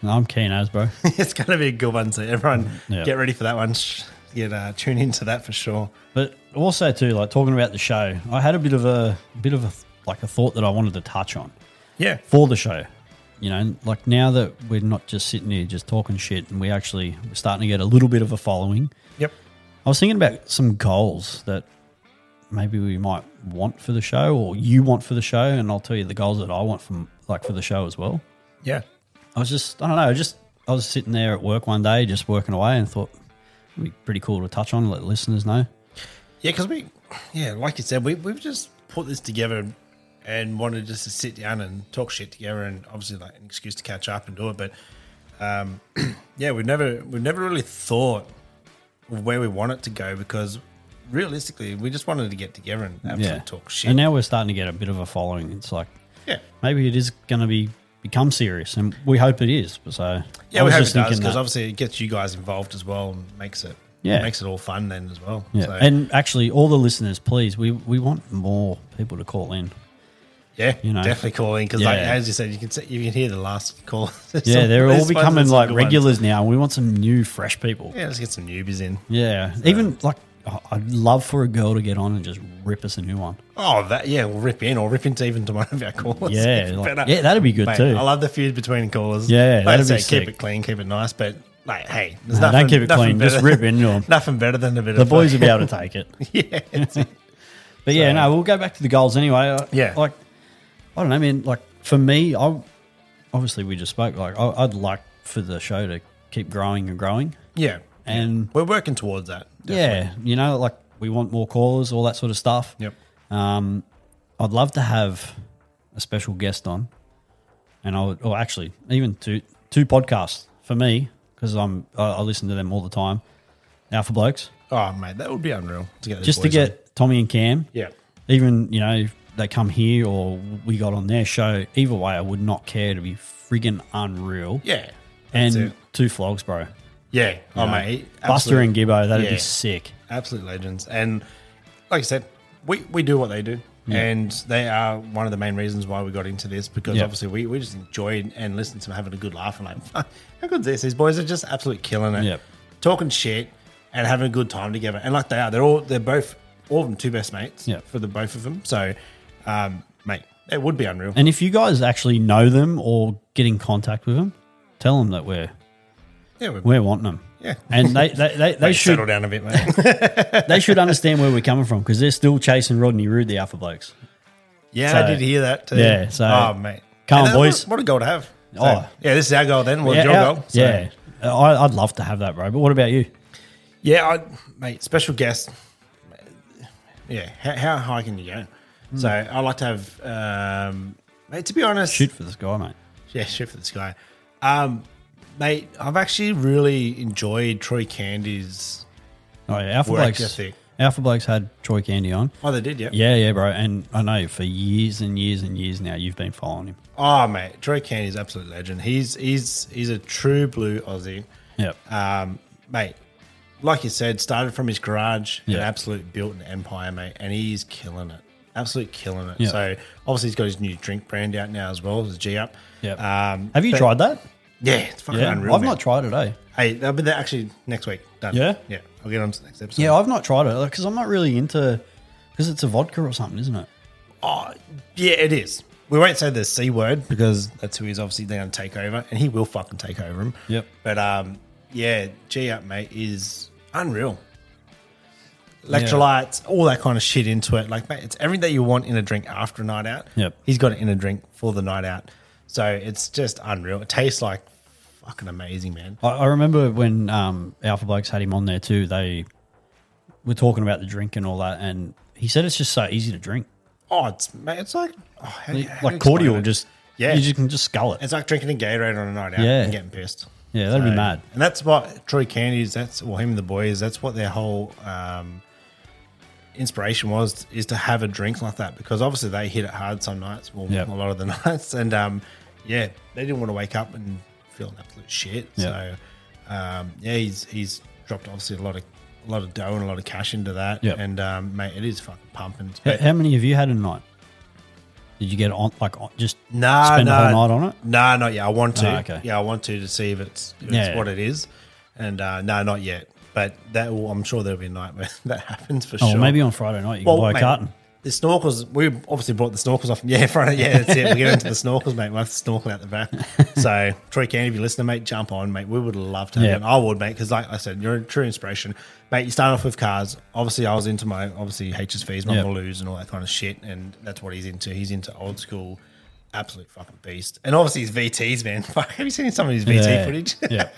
[SPEAKER 6] no, I'm keen as bro.
[SPEAKER 1] it's going to be a good one. So everyone,
[SPEAKER 6] Yeah.
[SPEAKER 1] get ready for that one. Sh- Get uh, tune into that for sure.
[SPEAKER 6] But also too, like talking about the show, I had a bit of a bit of a like a thought that I wanted to touch on
[SPEAKER 1] Yeah,
[SPEAKER 6] for the show. You know, like now that we're not just sitting here just talking shit, and we actually we're starting to get a little bit of a following.
[SPEAKER 1] Yep.
[SPEAKER 6] I was thinking about some goals that maybe we might want for the show, or you want for the show, and I'll tell you the goals that I want from like for the show as well.
[SPEAKER 1] yeah,
[SPEAKER 6] I was just, I don't know, just I was sitting there at work one day, just working away, and thought it'd be pretty cool to touch on, let listeners know.
[SPEAKER 1] yeah. Because we, yeah, like you said, we we've just put this together and wanted just to sit down and talk shit together, and obviously like an excuse to catch up and do it. But um, yeah, we've never we've never really thought of where we want it to go because realistically, we just wanted to get together and absolutely talk shit.
[SPEAKER 6] And now we're starting to get a bit of a following. It's like
[SPEAKER 1] yeah.
[SPEAKER 6] maybe it is going to be become serious, and we hope it is. So
[SPEAKER 1] Yeah,
[SPEAKER 6] I
[SPEAKER 1] we
[SPEAKER 6] was
[SPEAKER 1] hope it does
[SPEAKER 6] just thinking
[SPEAKER 1] because
[SPEAKER 6] that.
[SPEAKER 1] obviously it gets you guys involved as well and makes it
[SPEAKER 6] Yeah.
[SPEAKER 1] makes it all fun then as well.
[SPEAKER 6] yeah.
[SPEAKER 1] So,
[SPEAKER 6] and actually, all the listeners, please, we we want more people to call in.
[SPEAKER 1] yeah,
[SPEAKER 6] you know.
[SPEAKER 1] definitely call in because
[SPEAKER 6] Yeah.
[SPEAKER 1] like as you said, you can see, you can hear the last call.
[SPEAKER 6] Yeah, they're all becoming like
[SPEAKER 1] regulars.
[SPEAKER 6] regulars now, and we want some new, fresh people.
[SPEAKER 1] Yeah, let's get some newbies in.
[SPEAKER 6] Yeah, even like I- I'd love for a girl to get on and just rip us a new one.
[SPEAKER 1] Oh, that yeah, we'll rip in or rip into even to one of our callers.
[SPEAKER 6] Yeah,
[SPEAKER 1] Even
[SPEAKER 6] like-
[SPEAKER 1] better.
[SPEAKER 6] yeah, that'd be good
[SPEAKER 1] Mate,
[SPEAKER 6] too.
[SPEAKER 1] I love the feud between callers.
[SPEAKER 6] Yeah,
[SPEAKER 1] like I
[SPEAKER 6] that'd be
[SPEAKER 1] say, keep
[SPEAKER 6] sick.
[SPEAKER 1] it clean, keep it nice, but like, hey, there's
[SPEAKER 6] No,
[SPEAKER 1] nothing.
[SPEAKER 6] don't keep it
[SPEAKER 1] nothing
[SPEAKER 6] clean,
[SPEAKER 1] Better,
[SPEAKER 6] just rip into 'em.
[SPEAKER 1] nothing better than a bit
[SPEAKER 6] The
[SPEAKER 1] of
[SPEAKER 6] boys will be able to take it.
[SPEAKER 1] yeah,
[SPEAKER 6] But yeah, no, we'll go back to the goals anyway. I-
[SPEAKER 1] Yeah.
[SPEAKER 6] like I don't know, man. Like for me, I obviously we just spoke. Like I, I'd like for the show to keep growing and growing,
[SPEAKER 1] yeah.
[SPEAKER 6] and
[SPEAKER 1] We're working towards that.
[SPEAKER 6] yeah, you know, like we want more callers, all that sort of stuff.
[SPEAKER 1] Yep.
[SPEAKER 6] Um, I'd love to have a special guest on, and I would, or actually, even two two podcasts for me because I'm I, I listen to them all the time. Alpha blokes,
[SPEAKER 1] Oh mate, that would be unreal to get those
[SPEAKER 6] just to
[SPEAKER 1] boys
[SPEAKER 6] get
[SPEAKER 1] on.
[SPEAKER 6] Tommy and Cam.
[SPEAKER 1] yeah.
[SPEAKER 6] even you know if they come here or we got on their show either way i would not care to be friggin unreal
[SPEAKER 1] Yeah.
[SPEAKER 6] and
[SPEAKER 1] that's it.
[SPEAKER 6] two flogs bro
[SPEAKER 1] yeah. Oh,
[SPEAKER 6] You know,
[SPEAKER 1] mate.
[SPEAKER 6] buster
[SPEAKER 1] absolute-
[SPEAKER 6] and gibbo that'd
[SPEAKER 1] Yeah.
[SPEAKER 6] be sick
[SPEAKER 1] Absolute legends. And like I said, we, we do what they do. And they are one of the main reasons why we got into this because
[SPEAKER 6] Yeah.
[SPEAKER 1] obviously we, we just enjoyed and listened to them having a good laugh and like, "Fuck, how good's this? These boys are just absolutely killing it.
[SPEAKER 6] Yep.
[SPEAKER 1] Talking shit and having a good time together. And like they are, they're all, they're both, all of them two best mates
[SPEAKER 6] Yeah.
[SPEAKER 1] for the both of them. So, um, mate, it would be unreal.
[SPEAKER 6] And if you guys actually know them or get in contact with them, tell them that we're
[SPEAKER 1] yeah, we're,
[SPEAKER 6] we're wanting them.
[SPEAKER 1] Yeah.
[SPEAKER 6] and they they, they, they
[SPEAKER 1] mate, settle
[SPEAKER 6] should
[SPEAKER 1] down a bit, mate.
[SPEAKER 6] they should understand where we're coming from because they're still chasing Rodney Rude, the Alpha Blokes.
[SPEAKER 1] Yeah,
[SPEAKER 6] So-
[SPEAKER 1] I did hear that too.
[SPEAKER 6] Yeah, so-
[SPEAKER 1] oh mate,
[SPEAKER 6] Come on,
[SPEAKER 1] And that- what a-
[SPEAKER 6] boys.
[SPEAKER 1] What a goal to have! So,
[SPEAKER 6] Oh.
[SPEAKER 1] yeah, this is our goal then. Well,
[SPEAKER 6] yeah,
[SPEAKER 1] your
[SPEAKER 6] our-
[SPEAKER 1] goal. So-
[SPEAKER 6] yeah. Uh, I, I'd love to have that, bro. But what about you?
[SPEAKER 1] yeah, I, mate. Special guest. Yeah, how, how high can you go?
[SPEAKER 6] Hmm.
[SPEAKER 1] So I like to have, um, mate. To be honest,
[SPEAKER 6] Shoot for the sky, mate.
[SPEAKER 1] yeah, shoot for the sky, um, mate. I've actually really enjoyed Troy Candy's.
[SPEAKER 6] Oh yeah, Alpha
[SPEAKER 1] Work
[SPEAKER 6] Blokes.
[SPEAKER 1] ethic.
[SPEAKER 6] Alpha Blokes had Troy Candy on.
[SPEAKER 1] Oh, they did, yeah.
[SPEAKER 6] Yeah, yeah, bro. And I know for years and years and years now you've been following him.
[SPEAKER 1] Oh, mate, Troy Candy's absolute legend. He's he's he's a true blue Aussie.
[SPEAKER 6] Yep.
[SPEAKER 1] um, mate, like you said, started from his garage
[SPEAKER 6] Yeah.
[SPEAKER 1] and absolute built an empire, mate, and he's killing it. Absolute killing it.
[SPEAKER 6] Yeah.
[SPEAKER 1] So obviously he's got his new drink brand out now as well, his G Up.
[SPEAKER 6] Yep.
[SPEAKER 1] Um,
[SPEAKER 6] have you
[SPEAKER 1] but-
[SPEAKER 6] tried that?
[SPEAKER 1] Yeah, it's fucking
[SPEAKER 6] Yeah,
[SPEAKER 1] unreal.
[SPEAKER 6] I've
[SPEAKER 1] man.
[SPEAKER 6] not tried it, eh?
[SPEAKER 1] Hey, that'll be that actually next week. Done.
[SPEAKER 6] Yeah?
[SPEAKER 1] yeah. I'll get on to the next episode.
[SPEAKER 6] Yeah, I've not tried it because I'm not really into because it's a vodka or something, isn't it?
[SPEAKER 1] Oh, yeah, it is. We won't say the c word because that's who he's obviously going to take over, and he will fucking take over him.
[SPEAKER 6] Yep.
[SPEAKER 1] But um, yeah, G up, mate, is unreal. Electrolytes, all that kind of shit into it. Like, mate, it's everything that you want in a drink after a night out.
[SPEAKER 6] Yep.
[SPEAKER 1] He's got it in a drink for the night out, so it's just unreal. It tastes like fucking amazing, man.
[SPEAKER 6] I, I remember when um, Alpha Blokes had him on there too. They were talking about the drink and all that, and he said it's just so easy to drink,
[SPEAKER 1] Oh, it's mate, it's like oh, how do you- how do you
[SPEAKER 6] like
[SPEAKER 1] explain
[SPEAKER 6] cordial.
[SPEAKER 1] it?
[SPEAKER 6] Just
[SPEAKER 1] Yeah.
[SPEAKER 6] you just can just scull it.
[SPEAKER 1] It's like drinking a Gatorade on a night out
[SPEAKER 6] Yeah.
[SPEAKER 1] and getting pissed.
[SPEAKER 6] Yeah, that'd be mad.
[SPEAKER 1] And that's what Troy Candy's, that's, well, him and the boys, that's what their whole um, inspiration was, is to have a drink like that because obviously they hit it hard some nights, well,
[SPEAKER 6] Yep.
[SPEAKER 1] a lot of the nights. And um, yeah, they didn't want to wake up and feel an absolute shit.
[SPEAKER 6] Yep.
[SPEAKER 1] So um, yeah, he's, he's dropped obviously a lot of. A lot of dough and a lot of cash into that,
[SPEAKER 6] Yep.
[SPEAKER 1] and um, mate, it is fucking pumping.
[SPEAKER 6] H- How many have you had in a night? Did you get it on like on, just
[SPEAKER 1] No,
[SPEAKER 6] spend
[SPEAKER 1] no,
[SPEAKER 6] the whole night on it?
[SPEAKER 1] No, not yet. I want to.
[SPEAKER 6] Oh, okay.
[SPEAKER 1] Yeah, I want to to see if it's, if
[SPEAKER 6] Yeah.
[SPEAKER 1] it's what it is. And uh, no, not yet. But that will, I'm sure there'll be a night where that happens for
[SPEAKER 6] Oh,
[SPEAKER 1] sure.
[SPEAKER 6] maybe on Friday night you can
[SPEAKER 1] Well,
[SPEAKER 6] buy a
[SPEAKER 1] mate,
[SPEAKER 6] carton.
[SPEAKER 1] The snorkels. We obviously brought the snorkels off. Yeah, Friday. Yeah, that's it. We get into the snorkels, mate. We have to snorkel out the back. So Troy Candy, if you listen, mate, jump on, mate. We would love to. Have
[SPEAKER 6] Yeah.
[SPEAKER 1] you. And I would, mate, because like I said, you're a true inspiration, mate. You start off with cars. Obviously, I was into my obviously HSVs, my
[SPEAKER 6] Yeah.
[SPEAKER 1] Malus, and all that kind of shit, and that's what he's into. He's into old school. Absolute fucking beast, and obviously his VTs, man. Fuck, have you seen some of his VT
[SPEAKER 6] Yeah.
[SPEAKER 1] footage?
[SPEAKER 6] yeah.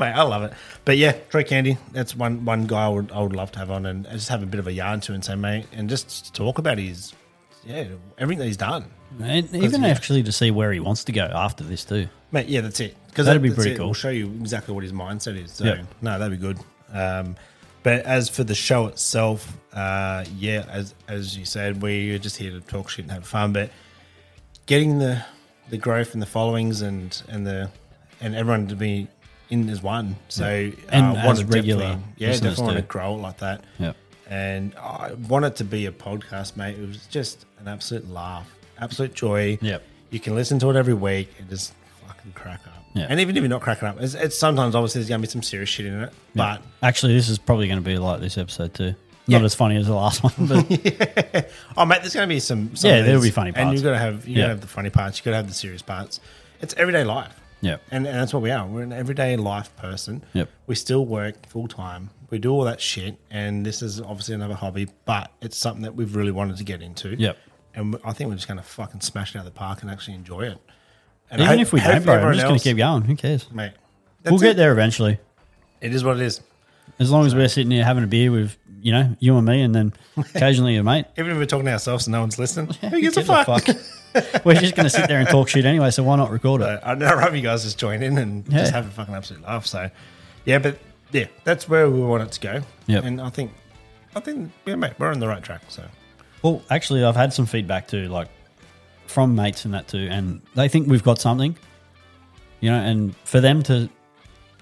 [SPEAKER 1] Mate, I love it. But yeah, Troy Candy, that's one one guy I would I would love to have on and just have a bit of a yarn to and say, mate, and just talk about his yeah, everything that he's done.
[SPEAKER 6] And even
[SPEAKER 1] yeah.
[SPEAKER 6] actually to see where he wants to go after this too.
[SPEAKER 1] Mate, yeah, that's it. Because
[SPEAKER 6] That'd be pretty cool.
[SPEAKER 1] We'll show you exactly what his mindset is. So
[SPEAKER 6] Yeah.
[SPEAKER 1] no, that'd be good. Um, but as for the show itself, uh, yeah, as as you said, we're just here to talk shit and have fun. But getting the the growth and the followings and and the and everyone to be in as one. So
[SPEAKER 6] And
[SPEAKER 1] uh,
[SPEAKER 6] as
[SPEAKER 1] wanna
[SPEAKER 6] regular
[SPEAKER 1] definitely- yeah,
[SPEAKER 6] listeners
[SPEAKER 1] definitely want to
[SPEAKER 6] do.
[SPEAKER 1] grow it like that.
[SPEAKER 6] Yeah.
[SPEAKER 1] And I want it to be a podcast, mate. It was just an absolute laugh, absolute joy.
[SPEAKER 6] Yep.
[SPEAKER 1] You can listen to it every week and just fucking crack up.
[SPEAKER 6] Yeah.
[SPEAKER 1] And even if you're not cracking up, it's, it's sometimes obviously there's gonna be some serious shit in it, but
[SPEAKER 6] Actually, this is probably going to be like this episode too.
[SPEAKER 1] Yeah.
[SPEAKER 6] Not as funny as the last one, but
[SPEAKER 1] Oh, mate, there's going to be some. some
[SPEAKER 6] Yeah,
[SPEAKER 1] of
[SPEAKER 6] there'll
[SPEAKER 1] these.
[SPEAKER 6] be funny
[SPEAKER 1] And
[SPEAKER 6] parts.
[SPEAKER 1] you've got to have you
[SPEAKER 6] Yeah.
[SPEAKER 1] got to have the funny parts. You've got to have the serious parts. It's everyday life.
[SPEAKER 6] Yeah.
[SPEAKER 1] and, and that's what we are. We're an everyday life person.
[SPEAKER 6] Yep.
[SPEAKER 1] We still work full time. We do all that shit, and this is obviously another hobby, but it's something that we've really wanted to get into.
[SPEAKER 6] Yep.
[SPEAKER 1] And I think we're just going to fucking smash it out of the park and actually enjoy it. And
[SPEAKER 6] even
[SPEAKER 1] hope-
[SPEAKER 6] if we
[SPEAKER 1] hope
[SPEAKER 6] don't, bro, I'm
[SPEAKER 1] everyone
[SPEAKER 6] just going
[SPEAKER 1] else-
[SPEAKER 6] to keep going. Who cares?
[SPEAKER 1] Mate,
[SPEAKER 6] we'll
[SPEAKER 1] that's
[SPEAKER 6] get
[SPEAKER 1] it.
[SPEAKER 6] there eventually.
[SPEAKER 1] It is what it is.
[SPEAKER 6] As long as we're sitting here having a beer with, you know, you and me and then occasionally your mate.
[SPEAKER 1] Even if we're talking to ourselves and no one's listening, who gives
[SPEAKER 6] Who
[SPEAKER 1] a
[SPEAKER 6] gives a
[SPEAKER 1] fuck?
[SPEAKER 6] fuck? we're just going to sit there and talk shit anyway, so why not record it?
[SPEAKER 1] But Uh, I'd I'd rather you guys just join in and
[SPEAKER 6] Yeah.
[SPEAKER 1] just have a fucking absolute laugh. So, yeah, but yeah, that's where we want it to go.
[SPEAKER 6] Yep.
[SPEAKER 1] And I think, I think, yeah, mate, we're on the right track. So,
[SPEAKER 6] Well, actually, I've had some feedback too, like from mates and that too, and they think we've got something, you know, and for them to,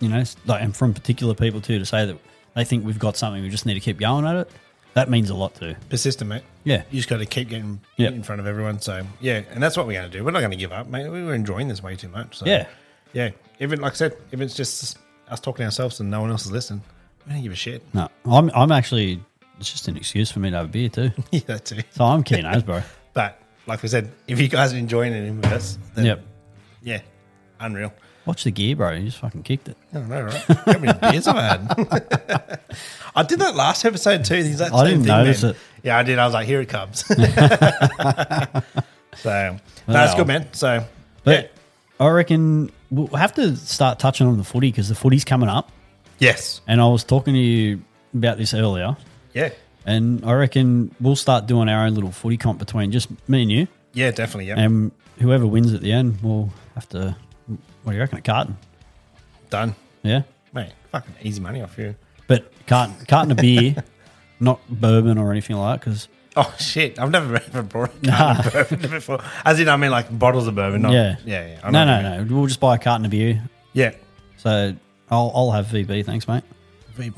[SPEAKER 6] you know, s- like, and from particular people too, to say that they think we've got something, we just need to keep going at it. That means a lot too.
[SPEAKER 1] Persistent, mate.
[SPEAKER 6] Yeah.
[SPEAKER 1] You just got to keep getting
[SPEAKER 6] Yeah.
[SPEAKER 1] in front of everyone. So, yeah. And that's what we're going to do. We're not going to give up, mate. We were enjoying this way too much. So,
[SPEAKER 6] Yeah.
[SPEAKER 1] Yeah. Even, like I said, if it's just us talking to ourselves and no one else is listening, we don't give a shit.
[SPEAKER 6] No, I'm, I'm actually, it's just an excuse for me to have a beer too.
[SPEAKER 1] yeah, that too.
[SPEAKER 6] So I'm keen as, bro.
[SPEAKER 1] But, like we said, if you guys are enjoying it in with us, then
[SPEAKER 6] Yep.
[SPEAKER 1] yeah, unreal.
[SPEAKER 6] Watch the gear, bro. You just fucking kicked it.
[SPEAKER 1] I don't know, right? Look How many beers I've had? I did that last episode too. The exact
[SPEAKER 6] I
[SPEAKER 1] same
[SPEAKER 6] didn't
[SPEAKER 1] thing,
[SPEAKER 6] notice
[SPEAKER 1] man.
[SPEAKER 6] it.
[SPEAKER 1] Yeah, I did. I was like, here it comes. so no, that's
[SPEAKER 6] Wow.
[SPEAKER 1] good, man. So
[SPEAKER 6] But I reckon we'll have to start touching on the footy because the footy's coming up.
[SPEAKER 1] yeah, yes,
[SPEAKER 6] And I was talking to you about this earlier.
[SPEAKER 1] yeah,
[SPEAKER 6] And I reckon we'll start doing our own little footy comp between just me and you.
[SPEAKER 1] yeah, definitely. Yeah,
[SPEAKER 6] And whoever wins at the end, we'll have to, what do you reckon, a carton?
[SPEAKER 1] done,
[SPEAKER 6] Yeah.
[SPEAKER 1] mate. Fucking easy money off you.
[SPEAKER 6] But carton, carton of beer, not bourbon or anything like that because
[SPEAKER 1] Oh shit! I've never ever brought a carton of bourbon before. As in, I mean, like bottles of bourbon. Not,
[SPEAKER 6] yeah,
[SPEAKER 1] yeah, yeah. I
[SPEAKER 6] no,
[SPEAKER 1] know what you
[SPEAKER 6] no, no. We'll just buy a carton of beer.
[SPEAKER 1] mean. Yeah.
[SPEAKER 6] So I'll, I'll have VB, thanks, mate.
[SPEAKER 1] We-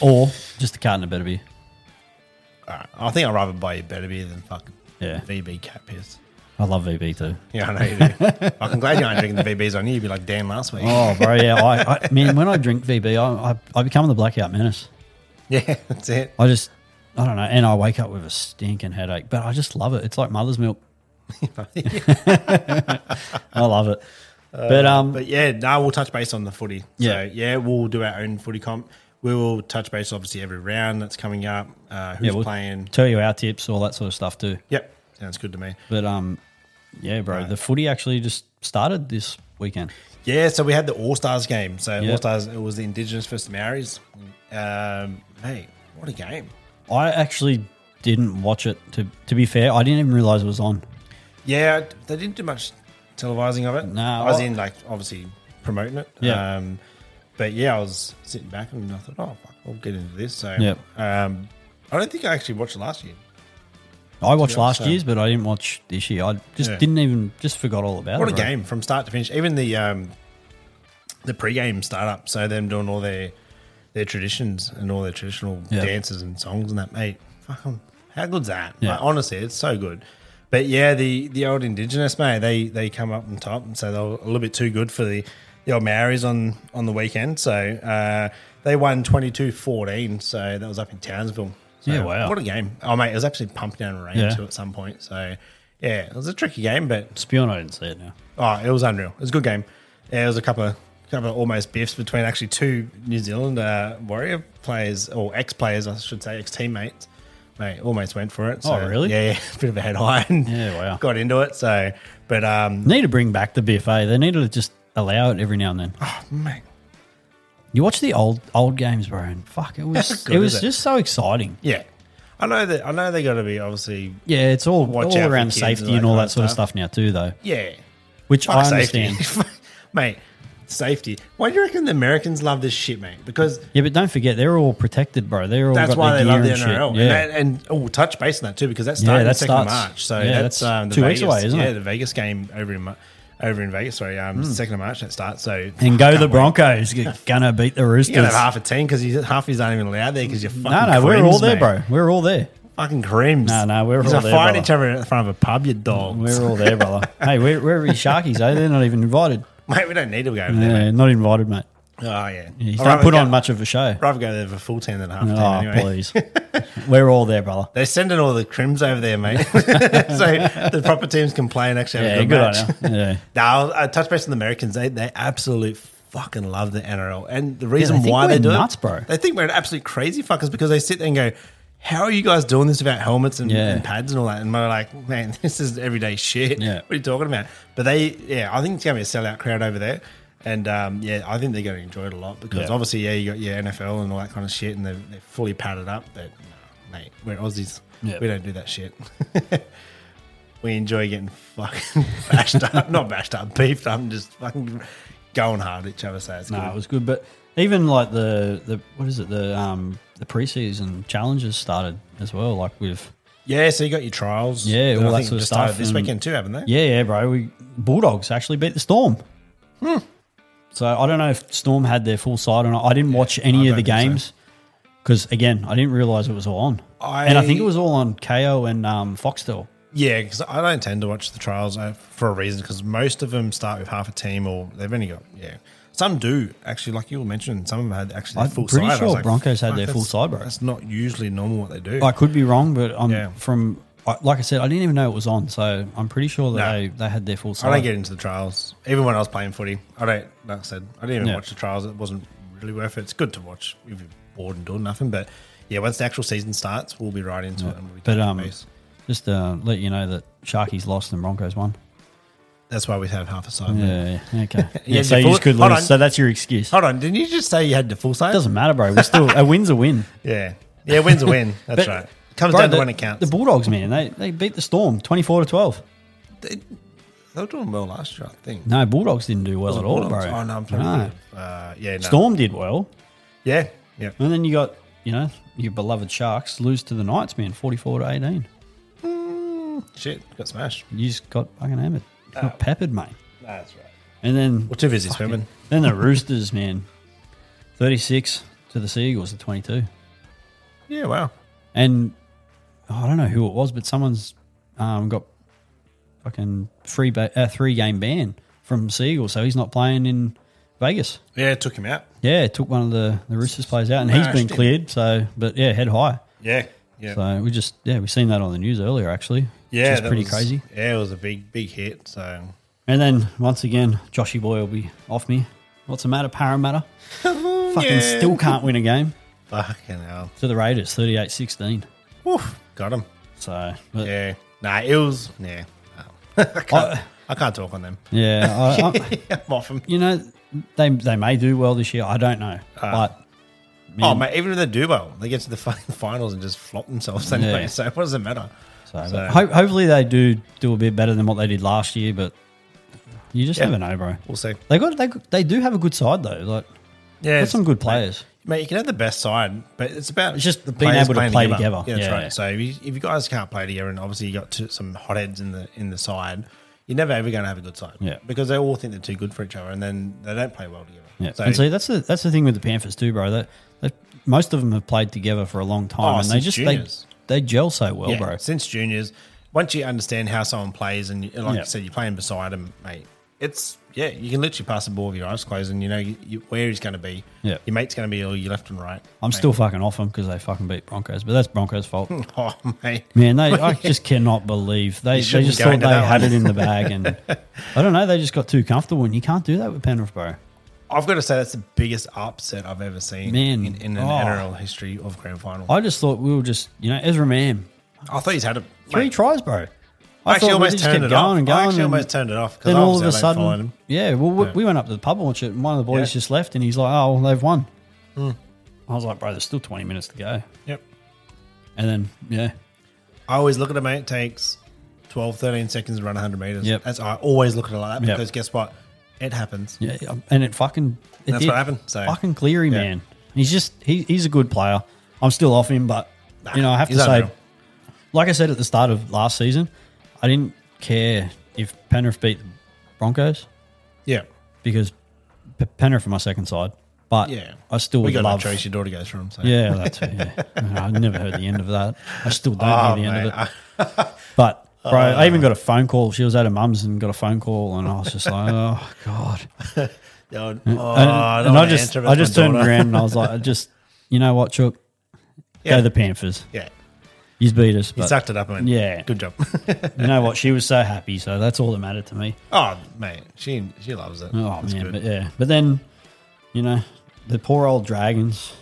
[SPEAKER 6] Or just a carton of better beer.
[SPEAKER 1] I think I'd rather buy you better beer than fucking
[SPEAKER 6] Yeah.
[SPEAKER 1] VB cat piss.
[SPEAKER 6] I love VB too.
[SPEAKER 1] Yeah, I know you do. I'm glad you aren't drinking the VBs on you. You'd be like Dan last week.
[SPEAKER 6] Oh, bro, yeah. I, I man, when I drink VB, I, I I become the blackout menace.
[SPEAKER 1] Yeah, that's it.
[SPEAKER 6] I just I don't know, and I wake up with a stinking headache, but I just love it. It's like mother's milk. I love it. But um,
[SPEAKER 1] Uh, But yeah, now we'll touch base on the footy.
[SPEAKER 6] Yeah.
[SPEAKER 1] So yeah, we'll do our own footy comp. We will touch base obviously every round that's coming up. Uh, who's
[SPEAKER 6] yeah, we'll
[SPEAKER 1] playing?
[SPEAKER 6] tell you our tips, all that sort of stuff too.
[SPEAKER 1] Yep, sounds good to me.
[SPEAKER 6] But um, yeah, bro, the footy actually just started this weekend.
[SPEAKER 1] Yeah, so we had the All Stars game. So
[SPEAKER 6] Yep.
[SPEAKER 1] All Stars, it was the Indigenous versus the Maoris. Um, hey, what a game!
[SPEAKER 6] I actually didn't watch it. To to be fair, I didn't even realize it was on.
[SPEAKER 1] Yeah, they didn't do much televising of it.
[SPEAKER 6] No,
[SPEAKER 1] I was
[SPEAKER 6] I-
[SPEAKER 1] in like obviously promoting it.
[SPEAKER 6] Yeah.
[SPEAKER 1] Um, but yeah, I was sitting back and I thought, oh, fuck, I'll get into this. So
[SPEAKER 6] Yep.
[SPEAKER 1] um, I don't think I actually watched it last year.
[SPEAKER 6] I watched
[SPEAKER 1] Yeah,
[SPEAKER 6] last
[SPEAKER 1] so-
[SPEAKER 6] year's, but I didn't watch this year. I just
[SPEAKER 1] Yeah.
[SPEAKER 6] didn't even just forgot all about
[SPEAKER 1] What
[SPEAKER 6] it.
[SPEAKER 1] a
[SPEAKER 6] bro.
[SPEAKER 1] game from start to finish. Even the um, the pregame startup. So them doing all their their traditions and all their traditional
[SPEAKER 6] Yeah.
[SPEAKER 1] dances and songs and that, mate. Fucking, how good's that?
[SPEAKER 6] Yeah.
[SPEAKER 1] Like, honestly, it's so good. But yeah, the the old indigenous mate, they they come up on top, and so they were a little bit too good for the the old Maoris on on the weekend. So uh, they won 22-14, So that was up in Townsville. So
[SPEAKER 6] Yeah, wow.
[SPEAKER 1] What a game! Oh mate, it was actually pumped down rain
[SPEAKER 6] Yeah.
[SPEAKER 1] too at some point. So yeah, it was a tricky game, but
[SPEAKER 6] Spion, I didn't see it now.
[SPEAKER 1] Oh, it was unreal. It was a good game. Yeah, it was a couple of couple of almost biffs between actually two New Zealand uh, Warrior players or ex players, I should say, ex teammates. Mate, almost went for it.
[SPEAKER 6] Oh, really?
[SPEAKER 1] Yeah, yeah. Bit of a head high. And
[SPEAKER 6] Yeah, wow.
[SPEAKER 1] Got into it. So, but um,
[SPEAKER 6] Need to bring back the BFA. They need to just allow it every now and then.
[SPEAKER 1] mate,
[SPEAKER 6] You watch the old old games, bro, and fuck, it was
[SPEAKER 1] good,
[SPEAKER 6] it was
[SPEAKER 1] is it?
[SPEAKER 6] just so exciting.
[SPEAKER 1] yeah, I know that. I know they got to be obviously.
[SPEAKER 6] Yeah, it's all
[SPEAKER 1] Watch out
[SPEAKER 6] all
[SPEAKER 1] for
[SPEAKER 6] around
[SPEAKER 1] kids
[SPEAKER 6] safety
[SPEAKER 1] and
[SPEAKER 6] and
[SPEAKER 1] that
[SPEAKER 6] all
[SPEAKER 1] kind
[SPEAKER 6] that
[SPEAKER 1] of
[SPEAKER 6] sort of
[SPEAKER 1] stuff.
[SPEAKER 6] stuff now too, though.
[SPEAKER 1] Yeah,
[SPEAKER 6] Which
[SPEAKER 1] Fuck
[SPEAKER 6] I
[SPEAKER 1] safety.
[SPEAKER 6] understand.
[SPEAKER 1] mate. Safety. Why do you reckon the Americans love this shit, mate? Because
[SPEAKER 6] yeah, but don't forget they're all protected, bro. They're all
[SPEAKER 1] That's
[SPEAKER 6] got
[SPEAKER 1] why
[SPEAKER 6] their
[SPEAKER 1] they love the
[SPEAKER 6] gear and
[SPEAKER 1] NRL,
[SPEAKER 6] Shit. Yeah.
[SPEAKER 1] and, that, and oh, we'll touch base on that too because that started
[SPEAKER 6] that
[SPEAKER 1] the second of
[SPEAKER 6] starts-
[SPEAKER 1] March. So
[SPEAKER 6] yeah,
[SPEAKER 1] that's,
[SPEAKER 6] that's
[SPEAKER 1] um, the
[SPEAKER 6] two
[SPEAKER 1] Vegas,
[SPEAKER 6] weeks away, isn't
[SPEAKER 1] yeah,
[SPEAKER 6] it? Hmm.
[SPEAKER 1] the Vegas game over in Ma- over in Vegas. Sorry, um, second of March that starts. So
[SPEAKER 6] and go the
[SPEAKER 1] Broncos.
[SPEAKER 6] Broncos. You're gonna beat the Roosters.
[SPEAKER 1] You gotta have half a team because half of yous aren't even allowed there because you're fucking.
[SPEAKER 6] no, no, we're
[SPEAKER 1] crims,
[SPEAKER 6] all there,
[SPEAKER 1] mate.
[SPEAKER 6] bro. We're all there.
[SPEAKER 1] Fucking creams.
[SPEAKER 6] No, no, we're all there,
[SPEAKER 1] fighting
[SPEAKER 6] brother.
[SPEAKER 1] each other in front of a pub, you dog.
[SPEAKER 6] We're all there, brother. hey, where, where are your Sharkies? Eh? They're not even invited.
[SPEAKER 1] Mate, we don't need to go over there.
[SPEAKER 6] Yeah, not invited, mate.
[SPEAKER 1] Oh yeah,
[SPEAKER 6] You
[SPEAKER 1] I'd
[SPEAKER 6] don't
[SPEAKER 1] rather
[SPEAKER 6] put
[SPEAKER 1] go-
[SPEAKER 6] on much of a show.
[SPEAKER 1] I'd rather go there with a full team than a half team.
[SPEAKER 6] Oh,
[SPEAKER 1] anyway.
[SPEAKER 6] please. We're all there, brother.
[SPEAKER 1] They're sending all the crims over there, mate. so the proper teams can play and actually have
[SPEAKER 6] Yeah,
[SPEAKER 1] a good,
[SPEAKER 6] good on
[SPEAKER 1] match.
[SPEAKER 6] you. Yeah.
[SPEAKER 1] now, I touch base on the Americans. They they absolutely fucking love the NRL, and the reason
[SPEAKER 6] think
[SPEAKER 1] why
[SPEAKER 6] we're
[SPEAKER 1] they do
[SPEAKER 6] nuts,
[SPEAKER 1] it,
[SPEAKER 6] bro.
[SPEAKER 1] They think we're absolute crazy fuckers because they sit there and go, "How are you guys doing this without helmets and,
[SPEAKER 6] Yeah.
[SPEAKER 1] and pads and all that?" And we're like, "Man, this is everyday shit.
[SPEAKER 6] Yeah.
[SPEAKER 1] What are you talking about?" But they, yeah, I think it's gonna be a sellout crowd over there. And um, yeah, I think they're going to enjoy it a lot because
[SPEAKER 6] Yeah.
[SPEAKER 1] obviously, yeah, you got your NFL and all that kind of shit, and they're, they're fully padded up. But nah, mate, we're Aussies.
[SPEAKER 6] Yeah.
[SPEAKER 1] We don't do that shit. we enjoy getting fucking bashed up, not bashed up, beefed up, and just fucking going hard at each other. So it's
[SPEAKER 6] No, it
[SPEAKER 1] good.
[SPEAKER 6] was good. But even like the the what is it the um the preseason challenges started as well. Like with
[SPEAKER 1] Yeah, so you got your trials.
[SPEAKER 6] Yeah,
[SPEAKER 1] and
[SPEAKER 6] all
[SPEAKER 1] I
[SPEAKER 6] that
[SPEAKER 1] think
[SPEAKER 6] sort of
[SPEAKER 1] just started
[SPEAKER 6] stuff,
[SPEAKER 1] This
[SPEAKER 6] and-
[SPEAKER 1] weekend too, haven't they?
[SPEAKER 6] yeah, yeah, bro. We Bulldogs actually beat the Storm. Hmm. So I don't know if Storm had their full side or not. I didn't watch any
[SPEAKER 1] I
[SPEAKER 6] of the
[SPEAKER 1] don't think so.
[SPEAKER 6] games. Because again, I didn't realize it was all on, and I think it was all on KO and um, Foxtel.
[SPEAKER 1] Yeah, because I don't tend to watch the trials uh, for a reason. Because most of them start with half a team, or they've only got yeah. Some do actually, like you mentioned, some of them had actually their
[SPEAKER 6] I'm
[SPEAKER 1] full
[SPEAKER 6] pretty
[SPEAKER 1] side. I was
[SPEAKER 6] sure
[SPEAKER 1] like,
[SPEAKER 6] Broncos had
[SPEAKER 1] "Fuck,
[SPEAKER 6] their full
[SPEAKER 1] that's-
[SPEAKER 6] side, bro."
[SPEAKER 1] That's not usually normal what they do.
[SPEAKER 6] I could be wrong, but I'm
[SPEAKER 1] Yeah.
[SPEAKER 6] from I- like I said, I didn't even know it was on, so I'm pretty sure that
[SPEAKER 1] No.
[SPEAKER 6] they, they had their full
[SPEAKER 1] I
[SPEAKER 6] side.
[SPEAKER 1] don't get into the trials. Even when I was playing footy, I don't. Like I said, I didn't even
[SPEAKER 6] Yeah.
[SPEAKER 1] watch the trials. It wasn't really worth it. It's good to watch if you're bored and doing nothing. But yeah, once the actual season starts, we'll be right into it. And we'll be
[SPEAKER 6] but
[SPEAKER 1] touching
[SPEAKER 6] um,
[SPEAKER 1] base.
[SPEAKER 6] just to let you know that Sharkies lost and Broncos won.
[SPEAKER 1] that's why we have half a side. man.
[SPEAKER 6] Yeah, yeah, okay. yeah,
[SPEAKER 1] Yeah,
[SPEAKER 6] so
[SPEAKER 1] you
[SPEAKER 6] you
[SPEAKER 1] thought-
[SPEAKER 6] just could
[SPEAKER 1] hold
[SPEAKER 6] lose.
[SPEAKER 1] on.
[SPEAKER 6] So that's your excuse. It
[SPEAKER 1] Hold on, didn't you just say you had the full side?
[SPEAKER 6] doesn't matter, bro. We're still a win's a win.
[SPEAKER 1] Yeah, yeah, win's a win. That's
[SPEAKER 6] But-
[SPEAKER 1] right. Comes
[SPEAKER 6] Bro,
[SPEAKER 1] down
[SPEAKER 6] the,
[SPEAKER 1] to when it counts.
[SPEAKER 6] The Bulldogs, man, they, they beat the Storm twenty four to twelve.
[SPEAKER 1] They were doing well last year, I think.
[SPEAKER 6] No, Bulldogs didn't do well at all,
[SPEAKER 1] Bulldogs.
[SPEAKER 6] bro.
[SPEAKER 1] Oh no, I'm sorry. Uh, yeah, no.
[SPEAKER 6] Storm did well,
[SPEAKER 1] Yeah, yeah.
[SPEAKER 6] and then you got you know your beloved Sharks lose to the Knights, man, forty four to eighteen.
[SPEAKER 1] Shit, got smashed.
[SPEAKER 6] You just got fucking hammered,
[SPEAKER 1] Ah.
[SPEAKER 6] You got peppered, mate.
[SPEAKER 1] That's right.
[SPEAKER 6] And then
[SPEAKER 1] Well, two visits, women.
[SPEAKER 6] then the Roosters, man, thirty six to the Seagulls at twenty two.
[SPEAKER 1] Yeah, wow.
[SPEAKER 6] And oh, I don't know who it was, but someone's um, got fucking free ba- uh, three game ban from Seagull, so he's not playing in Vegas.
[SPEAKER 1] Yeah, took him out.
[SPEAKER 6] Yeah, it took one of the, the Roosters players out, and he's
[SPEAKER 1] Smashed
[SPEAKER 6] been
[SPEAKER 1] him.
[SPEAKER 6] cleared. So, but yeah, head high.
[SPEAKER 1] Yeah, yeah,
[SPEAKER 6] So we just yeah we seen that on the news earlier actually.
[SPEAKER 1] yeah.
[SPEAKER 6] which is
[SPEAKER 1] that
[SPEAKER 6] pretty
[SPEAKER 1] was-
[SPEAKER 6] crazy.
[SPEAKER 1] Yeah, it was a big, big hit. So
[SPEAKER 6] And then once again, Joshy boy will be off me. What's the matter, Parramatta? Fucking still can't win a game
[SPEAKER 1] fucking hell.
[SPEAKER 6] to the Raiders, 38-16.
[SPEAKER 1] Woof, got him.
[SPEAKER 6] So but
[SPEAKER 1] Yeah. Nah, it was. Yeah. I, can't, I, can't talk on them.
[SPEAKER 6] Oh. yeah, I, I,
[SPEAKER 1] I'm off them.
[SPEAKER 6] you know, they they may do well this year. I don't know,
[SPEAKER 1] Ah,
[SPEAKER 6] but
[SPEAKER 1] Oh, mate, even if they do well, they get to the fucking finals and just flop themselves anyway.
[SPEAKER 6] Yeah.
[SPEAKER 1] So what does it matter?
[SPEAKER 6] so,
[SPEAKER 1] So-
[SPEAKER 6] but ho- hopefully they do do a bit better than what they did last year. But you just
[SPEAKER 1] Yeah.
[SPEAKER 6] never know, bro.
[SPEAKER 1] We'll see.
[SPEAKER 6] They got they they do have a good side though. Like
[SPEAKER 1] Yeah,
[SPEAKER 6] got some good
[SPEAKER 1] players.
[SPEAKER 6] players.
[SPEAKER 1] Mate, you can have the best side, but it's about
[SPEAKER 6] It's just being
[SPEAKER 1] players
[SPEAKER 6] able to
[SPEAKER 1] playing
[SPEAKER 6] play together.
[SPEAKER 1] Yeah, that's
[SPEAKER 6] Yeah.
[SPEAKER 1] right. So if you, if you guys can't play together, and obviously you got two, some hotheads in the in the side, you're never ever going to have a good side.
[SPEAKER 6] Yeah.
[SPEAKER 1] because they all think they're too good for each other, and then they don't play well together.
[SPEAKER 6] Yeah,
[SPEAKER 1] So,
[SPEAKER 6] and see that's the that's the thing with the Panthers too, bro. That, that most of them have played together for a long time,
[SPEAKER 1] Oh,
[SPEAKER 6] and they
[SPEAKER 1] since
[SPEAKER 6] just
[SPEAKER 1] juniors.
[SPEAKER 6] they they gel so well,
[SPEAKER 1] yeah,
[SPEAKER 6] bro.
[SPEAKER 1] since juniors, once you understand how someone plays, and you, like
[SPEAKER 6] Yeah.
[SPEAKER 1] I said, you're playing beside him, mate. It's yeah, you can literally pass the ball with your eyes closed, and you know you, you, where he's going to be.
[SPEAKER 6] Yeah.
[SPEAKER 1] your mate's going to be all your left and right.
[SPEAKER 6] I'm still fucking off them because they fucking beat Broncos, but that's Broncos' fault.
[SPEAKER 1] Oh mate,
[SPEAKER 6] Man, they I just cannot believe they, they
[SPEAKER 1] shouldn't
[SPEAKER 6] just
[SPEAKER 1] go
[SPEAKER 6] thought
[SPEAKER 1] into
[SPEAKER 6] they
[SPEAKER 1] that
[SPEAKER 6] had
[SPEAKER 1] one.
[SPEAKER 6] it in the bag, and I don't know, they just got too comfortable, and you can't do that with Penrith, bro.
[SPEAKER 1] I've got to say that's the biggest upset I've ever seen
[SPEAKER 6] Man,
[SPEAKER 1] in, in an
[SPEAKER 6] oh.
[SPEAKER 1] NRL history of grand final.
[SPEAKER 6] I just thought we were just, you know, Ezra Mam,
[SPEAKER 1] I thought he's had a
[SPEAKER 6] three
[SPEAKER 1] mate,
[SPEAKER 6] tries, bro.
[SPEAKER 1] I actually
[SPEAKER 6] thought we
[SPEAKER 1] almost
[SPEAKER 6] just
[SPEAKER 1] turned
[SPEAKER 6] kept
[SPEAKER 1] it off.
[SPEAKER 6] going and
[SPEAKER 1] I actually
[SPEAKER 6] going and
[SPEAKER 1] almost turned it off because
[SPEAKER 6] Then all of a
[SPEAKER 1] followed
[SPEAKER 6] sudden,
[SPEAKER 1] him.
[SPEAKER 6] yeah, well, we, we went up to the pub and watched it, and one of the boys
[SPEAKER 1] Yeah. Hmm.
[SPEAKER 6] just left, and he's like, "Oh, well, they've won." I was like, "Bro, there's still 20 minutes to go,"
[SPEAKER 1] Yep.
[SPEAKER 6] and then yeah,
[SPEAKER 1] I always look at a mate. It takes 12, 13 seconds to run 100 meters.
[SPEAKER 6] Yep.
[SPEAKER 1] That's I always look at it like that
[SPEAKER 6] Yep.
[SPEAKER 1] because guess what? It happens.
[SPEAKER 6] yeah, and it fucking it
[SPEAKER 1] That's
[SPEAKER 6] did.
[SPEAKER 1] what happened, so-
[SPEAKER 6] fucking Cleary, man, he's just he, he's a good player. I'm still off him, but you know, I have to
[SPEAKER 1] he's
[SPEAKER 6] say,
[SPEAKER 1] unreal.
[SPEAKER 6] like I said at the start of last season, I didn't care if Penrith beat the Broncos
[SPEAKER 1] Yeah.
[SPEAKER 6] because P- Penrith are my second side, but
[SPEAKER 1] Yeah.
[SPEAKER 6] I still
[SPEAKER 1] We
[SPEAKER 6] would
[SPEAKER 1] got
[SPEAKER 6] love.
[SPEAKER 1] no choice. Your daughter goes for him. So.
[SPEAKER 6] Yeah, that's it. Yeah. I never heard the end of that. I still don't
[SPEAKER 1] Oh,
[SPEAKER 6] hear the end
[SPEAKER 1] mate. Ah.
[SPEAKER 6] of it. But bro, I even got a phone call. She was at her mum's and got a phone call, and I was just like, oh god.
[SPEAKER 1] Oh,
[SPEAKER 6] And,
[SPEAKER 1] I don't
[SPEAKER 6] and I
[SPEAKER 1] wanna
[SPEAKER 6] just
[SPEAKER 1] answer,
[SPEAKER 6] I
[SPEAKER 1] that's
[SPEAKER 6] just
[SPEAKER 1] my
[SPEAKER 6] turned
[SPEAKER 1] daughter.
[SPEAKER 6] around and I was like, I just you know what, Chuck,
[SPEAKER 1] Yeah.
[SPEAKER 6] go the Panthers.
[SPEAKER 1] Yeah.
[SPEAKER 6] You beat us.
[SPEAKER 1] He
[SPEAKER 6] but
[SPEAKER 1] sucked it up and
[SPEAKER 6] Yeah.
[SPEAKER 1] Good job.
[SPEAKER 6] you know what? She was so happy, so that's all that mattered to me.
[SPEAKER 1] oh, mate. She she loves it.
[SPEAKER 6] Oh
[SPEAKER 1] It's
[SPEAKER 6] man,
[SPEAKER 1] good.
[SPEAKER 6] but yeah, but then you know the poor old Dragons.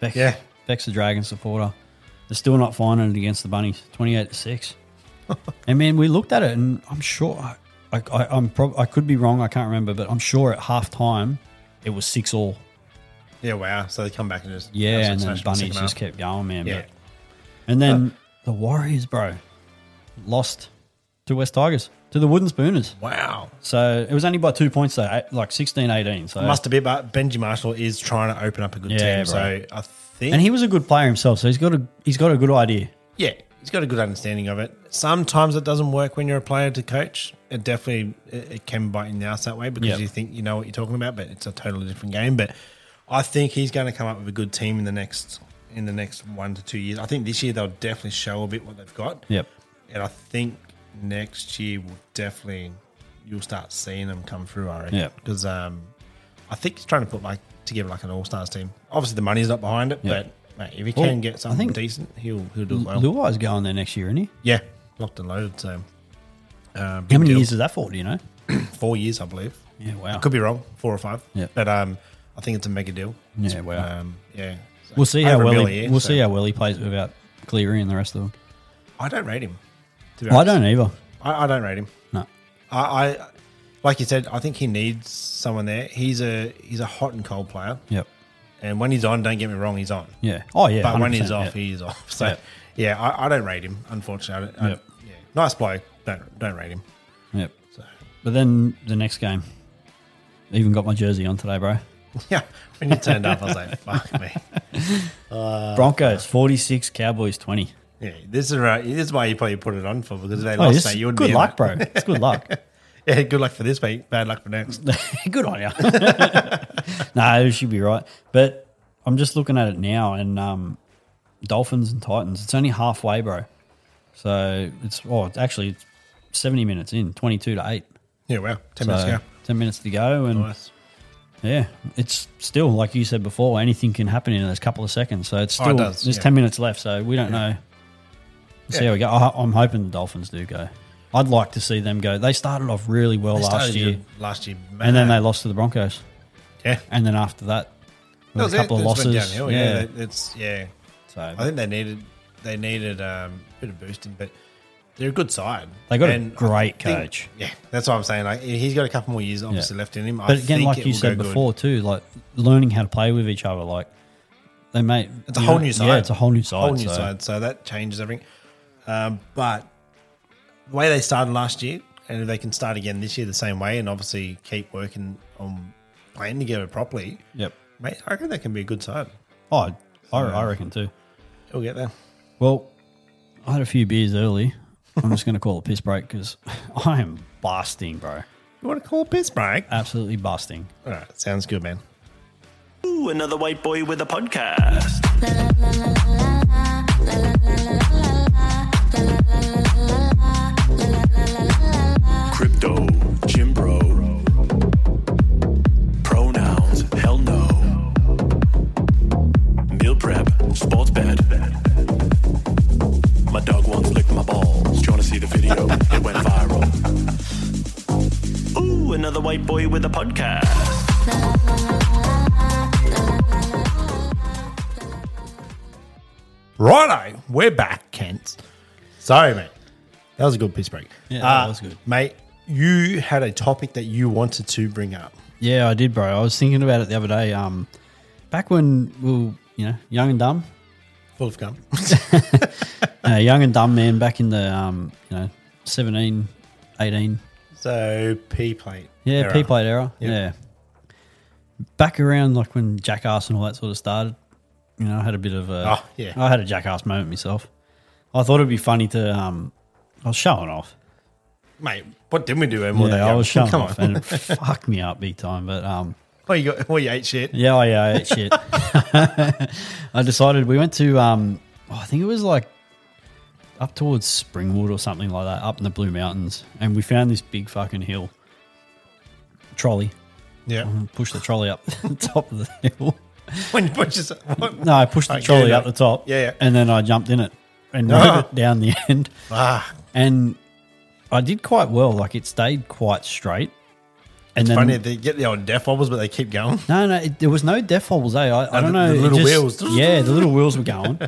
[SPEAKER 6] Beck's,
[SPEAKER 1] Yeah.
[SPEAKER 6] Beck's a Dragon supporter. They're still not finding it against the Bunnies, twenty-eight to six. and man, we looked at it, and I'm sure I, I, I I'm prob- I could be wrong. I can't remember, but I'm sure at halftime it was six all.
[SPEAKER 1] Yeah, wow. So they come back and just.
[SPEAKER 6] Yeah,
[SPEAKER 1] absolutely
[SPEAKER 6] and
[SPEAKER 1] smash
[SPEAKER 6] then
[SPEAKER 1] them in the
[SPEAKER 6] Bunnies
[SPEAKER 1] second
[SPEAKER 6] just
[SPEAKER 1] half.
[SPEAKER 6] kept going, man.
[SPEAKER 1] Yeah.
[SPEAKER 6] But, and then the Warriors, bro, lost to West Tigers to the Wooden Spooners.
[SPEAKER 1] Wow.
[SPEAKER 6] So it was only by two points though, eight- like 16-18. So
[SPEAKER 1] Must have been, but Benji Marshall is trying to open up a good
[SPEAKER 6] Yeah,
[SPEAKER 1] team.
[SPEAKER 6] bro.
[SPEAKER 1] So I think.
[SPEAKER 6] And he was a good player himself, so he's got a he's got a good idea.
[SPEAKER 1] Yeah, he's got a good understanding of it. Sometimes it doesn't work when you're a player to coach. It definitely it, it can bite in the ass that way because
[SPEAKER 6] Yep.
[SPEAKER 1] you think you know what you're talking about, but it's a totally different game. But I think he's going to come up with a good team in the next in the next one to two years. I think this year they'll definitely show a bit what they've got.
[SPEAKER 6] Yep.
[SPEAKER 1] And I think next year will definitely you'll start seeing them come through. I reckon.
[SPEAKER 6] Yeah.
[SPEAKER 1] Because um, I think he's trying to put like together like an all stars team. Obviously the money's not behind it,
[SPEAKER 6] Yeah.
[SPEAKER 1] but mate, if he
[SPEAKER 6] Well,
[SPEAKER 1] can get something
[SPEAKER 6] think-
[SPEAKER 1] decent, he'll he'll do well.
[SPEAKER 6] Luai's going there next year, isn't he?
[SPEAKER 1] yeah, locked and loaded. So uh, big
[SPEAKER 6] How many
[SPEAKER 1] deal.
[SPEAKER 6] years is that for? Do you know?
[SPEAKER 1] Four years, I believe.
[SPEAKER 6] Yeah, wow.
[SPEAKER 1] I could be wrong, four or five.
[SPEAKER 6] Yeah.
[SPEAKER 1] But um, I think it's a mega deal.
[SPEAKER 6] Yeah,
[SPEAKER 1] It's,
[SPEAKER 6] wow.
[SPEAKER 1] Um, yeah. So
[SPEAKER 6] We'll see how
[SPEAKER 1] over a
[SPEAKER 6] well
[SPEAKER 1] mil a
[SPEAKER 6] he,
[SPEAKER 1] year,
[SPEAKER 6] we'll
[SPEAKER 1] so-
[SPEAKER 6] see how well he plays without Cleary and the rest of them.
[SPEAKER 1] I don't rate him. to be
[SPEAKER 6] I
[SPEAKER 1] honest.
[SPEAKER 6] don't either.
[SPEAKER 1] I, I don't rate him.
[SPEAKER 6] No.
[SPEAKER 1] I, I like you said, I think he needs someone there. He's a he's a hot and cold player.
[SPEAKER 6] Yep.
[SPEAKER 1] And when he's on, don't get me wrong, he's on.
[SPEAKER 6] Yeah. Oh yeah.
[SPEAKER 1] But when he's
[SPEAKER 6] 100%,
[SPEAKER 1] off,
[SPEAKER 6] yeah.
[SPEAKER 1] he's off. So
[SPEAKER 6] Yeah.
[SPEAKER 1] yeah, I, I don't rate him, unfortunately. I, don't- I,
[SPEAKER 6] Yep.
[SPEAKER 1] yeah. Nice bloke. Don't don't rate him.
[SPEAKER 6] Yep. But then the next game, I even got my jersey on today, bro.
[SPEAKER 1] Yeah. When you turned up, I was like, fuck me. Uh,
[SPEAKER 6] Broncos forty six, Cowboys twenty.
[SPEAKER 1] Yeah. This is right. This is why you probably put it on for because if they
[SPEAKER 6] Oh,
[SPEAKER 1] lost
[SPEAKER 6] this,
[SPEAKER 1] that you would
[SPEAKER 6] good
[SPEAKER 1] be in
[SPEAKER 6] luck,
[SPEAKER 1] it.
[SPEAKER 6] bro. It's good luck.
[SPEAKER 1] Yeah, good luck for this week. Bad luck for next.
[SPEAKER 6] good on you. no, it should be right. But I'm just looking at it now, and um, Dolphins and Titans. It's only halfway, bro. So it's oh, it's actually it's 70 minutes in, 22 to eight.
[SPEAKER 1] Yeah, well, ten
[SPEAKER 6] So
[SPEAKER 1] minutes ago.
[SPEAKER 6] 10 minutes to go, and
[SPEAKER 1] Nice.
[SPEAKER 6] yeah, it's still like you said before. Anything can happen in those couple of seconds. So it's
[SPEAKER 1] Oh, it
[SPEAKER 6] still
[SPEAKER 1] does,
[SPEAKER 6] there's
[SPEAKER 1] yeah.
[SPEAKER 6] 10 minutes left. So we don't know. Let's See
[SPEAKER 1] Yeah.
[SPEAKER 6] how we go. I, I'm hoping the Dolphins do go. I'd like to see them go. They started off really well last
[SPEAKER 1] Started
[SPEAKER 6] year,
[SPEAKER 1] good Last year,
[SPEAKER 6] and then they
[SPEAKER 1] man.
[SPEAKER 6] lost to the Broncos.
[SPEAKER 1] yeah,
[SPEAKER 6] And then after that, there was a couple of
[SPEAKER 1] It's
[SPEAKER 6] losses.
[SPEAKER 1] been downhill, yeah,
[SPEAKER 6] yeah.
[SPEAKER 1] That- it's yeah.
[SPEAKER 6] So
[SPEAKER 1] I think they needed they needed um, a bit of boosting, but they're a good side.
[SPEAKER 6] They got a
[SPEAKER 1] And I
[SPEAKER 6] great
[SPEAKER 1] think-
[SPEAKER 6] coach.
[SPEAKER 1] Yeah, that's what I'm saying. Like he's got a couple more years obviously
[SPEAKER 6] Yeah.
[SPEAKER 1] left in him. I
[SPEAKER 6] but again,
[SPEAKER 1] think
[SPEAKER 6] like
[SPEAKER 1] it
[SPEAKER 6] you
[SPEAKER 1] will
[SPEAKER 6] said
[SPEAKER 1] go good.
[SPEAKER 6] before too, like learning how to play with each other, like they made
[SPEAKER 1] it's a
[SPEAKER 6] you
[SPEAKER 1] whole
[SPEAKER 6] know,
[SPEAKER 1] new side.
[SPEAKER 6] Yeah, it's a whole new side.
[SPEAKER 1] Whole new
[SPEAKER 6] so-
[SPEAKER 1] side. So that changes everything. Um, but the way they started last year, and if they can start again this year the same way, and obviously keep working on playing together properly,
[SPEAKER 6] Yep.
[SPEAKER 1] mate, I reckon they can be a good side.
[SPEAKER 6] Oh, I, I reckon too.
[SPEAKER 1] We'll get there.
[SPEAKER 6] Well, I had a few beers early. I'm just going to call it piss break because I am busting, bro.
[SPEAKER 1] You want to call a piss break?
[SPEAKER 6] Absolutely busting.
[SPEAKER 1] All right, sounds good, man.
[SPEAKER 2] Ooh, another white boy with a podcast. Crypto, Jim Bro. Pronouns, hell no. Meal prep, sports bed. My dog once licked my balls. Do you want to see the video? it went viral. Ooh, another white boy with a podcast.
[SPEAKER 1] Righto, we're back, Kent. Sorry, mate. That was a good piss break. Uh,
[SPEAKER 6] Yeah, that was good.
[SPEAKER 1] Mate, you had a topic that you wanted to bring up.
[SPEAKER 6] Yeah, I did, bro. I was thinking about it the other day. Um, back when we were, you know, young and dumb,
[SPEAKER 1] Full of gum.
[SPEAKER 6] uh, young and dumb man back in the um, you know 17 18
[SPEAKER 1] so, P plate.
[SPEAKER 6] yeah
[SPEAKER 1] era.
[SPEAKER 6] p plate era
[SPEAKER 1] Yeah.
[SPEAKER 6] yeah back around like when jackass and all that sort of started you know i had a bit of a
[SPEAKER 1] Oh, yeah.
[SPEAKER 6] i had a jackass moment myself i thought it'd be funny to um i was showing off
[SPEAKER 1] Mate, what didn't we do when we were
[SPEAKER 6] yeah,
[SPEAKER 1] that
[SPEAKER 6] I
[SPEAKER 1] young?
[SPEAKER 6] was showing
[SPEAKER 1] Come
[SPEAKER 6] off,
[SPEAKER 1] on.
[SPEAKER 6] and it fucked me up big time. But um,
[SPEAKER 1] Oh, you, got, oh, you ate shit.
[SPEAKER 6] yeah, I, I ate shit. I decided we went to um, oh, I think it was like up towards Springwood or something like that, up in the Blue Mountains, and we found this big fucking hill trolley.
[SPEAKER 1] Yeah.
[SPEAKER 6] Push the trolley up the top of the hill.
[SPEAKER 1] when you put yourself. What?
[SPEAKER 6] No, I pushed the
[SPEAKER 1] Like,
[SPEAKER 6] trolley
[SPEAKER 1] yeah,
[SPEAKER 6] up the top.
[SPEAKER 1] yeah, yeah.
[SPEAKER 6] and then I jumped in it and
[SPEAKER 1] Ah.
[SPEAKER 6] rode it down the end,
[SPEAKER 1] Ah,
[SPEAKER 6] and I did quite well. Like it stayed quite straight. And then
[SPEAKER 1] funny, they get the old death wobbles, but they keep going.
[SPEAKER 6] No, no, it, there was no death wobbles. Eh? I,
[SPEAKER 1] No,
[SPEAKER 6] I
[SPEAKER 1] the-
[SPEAKER 6] don't know.
[SPEAKER 1] the
[SPEAKER 6] it
[SPEAKER 1] little wheels.
[SPEAKER 6] Yeah, the little wheels were going,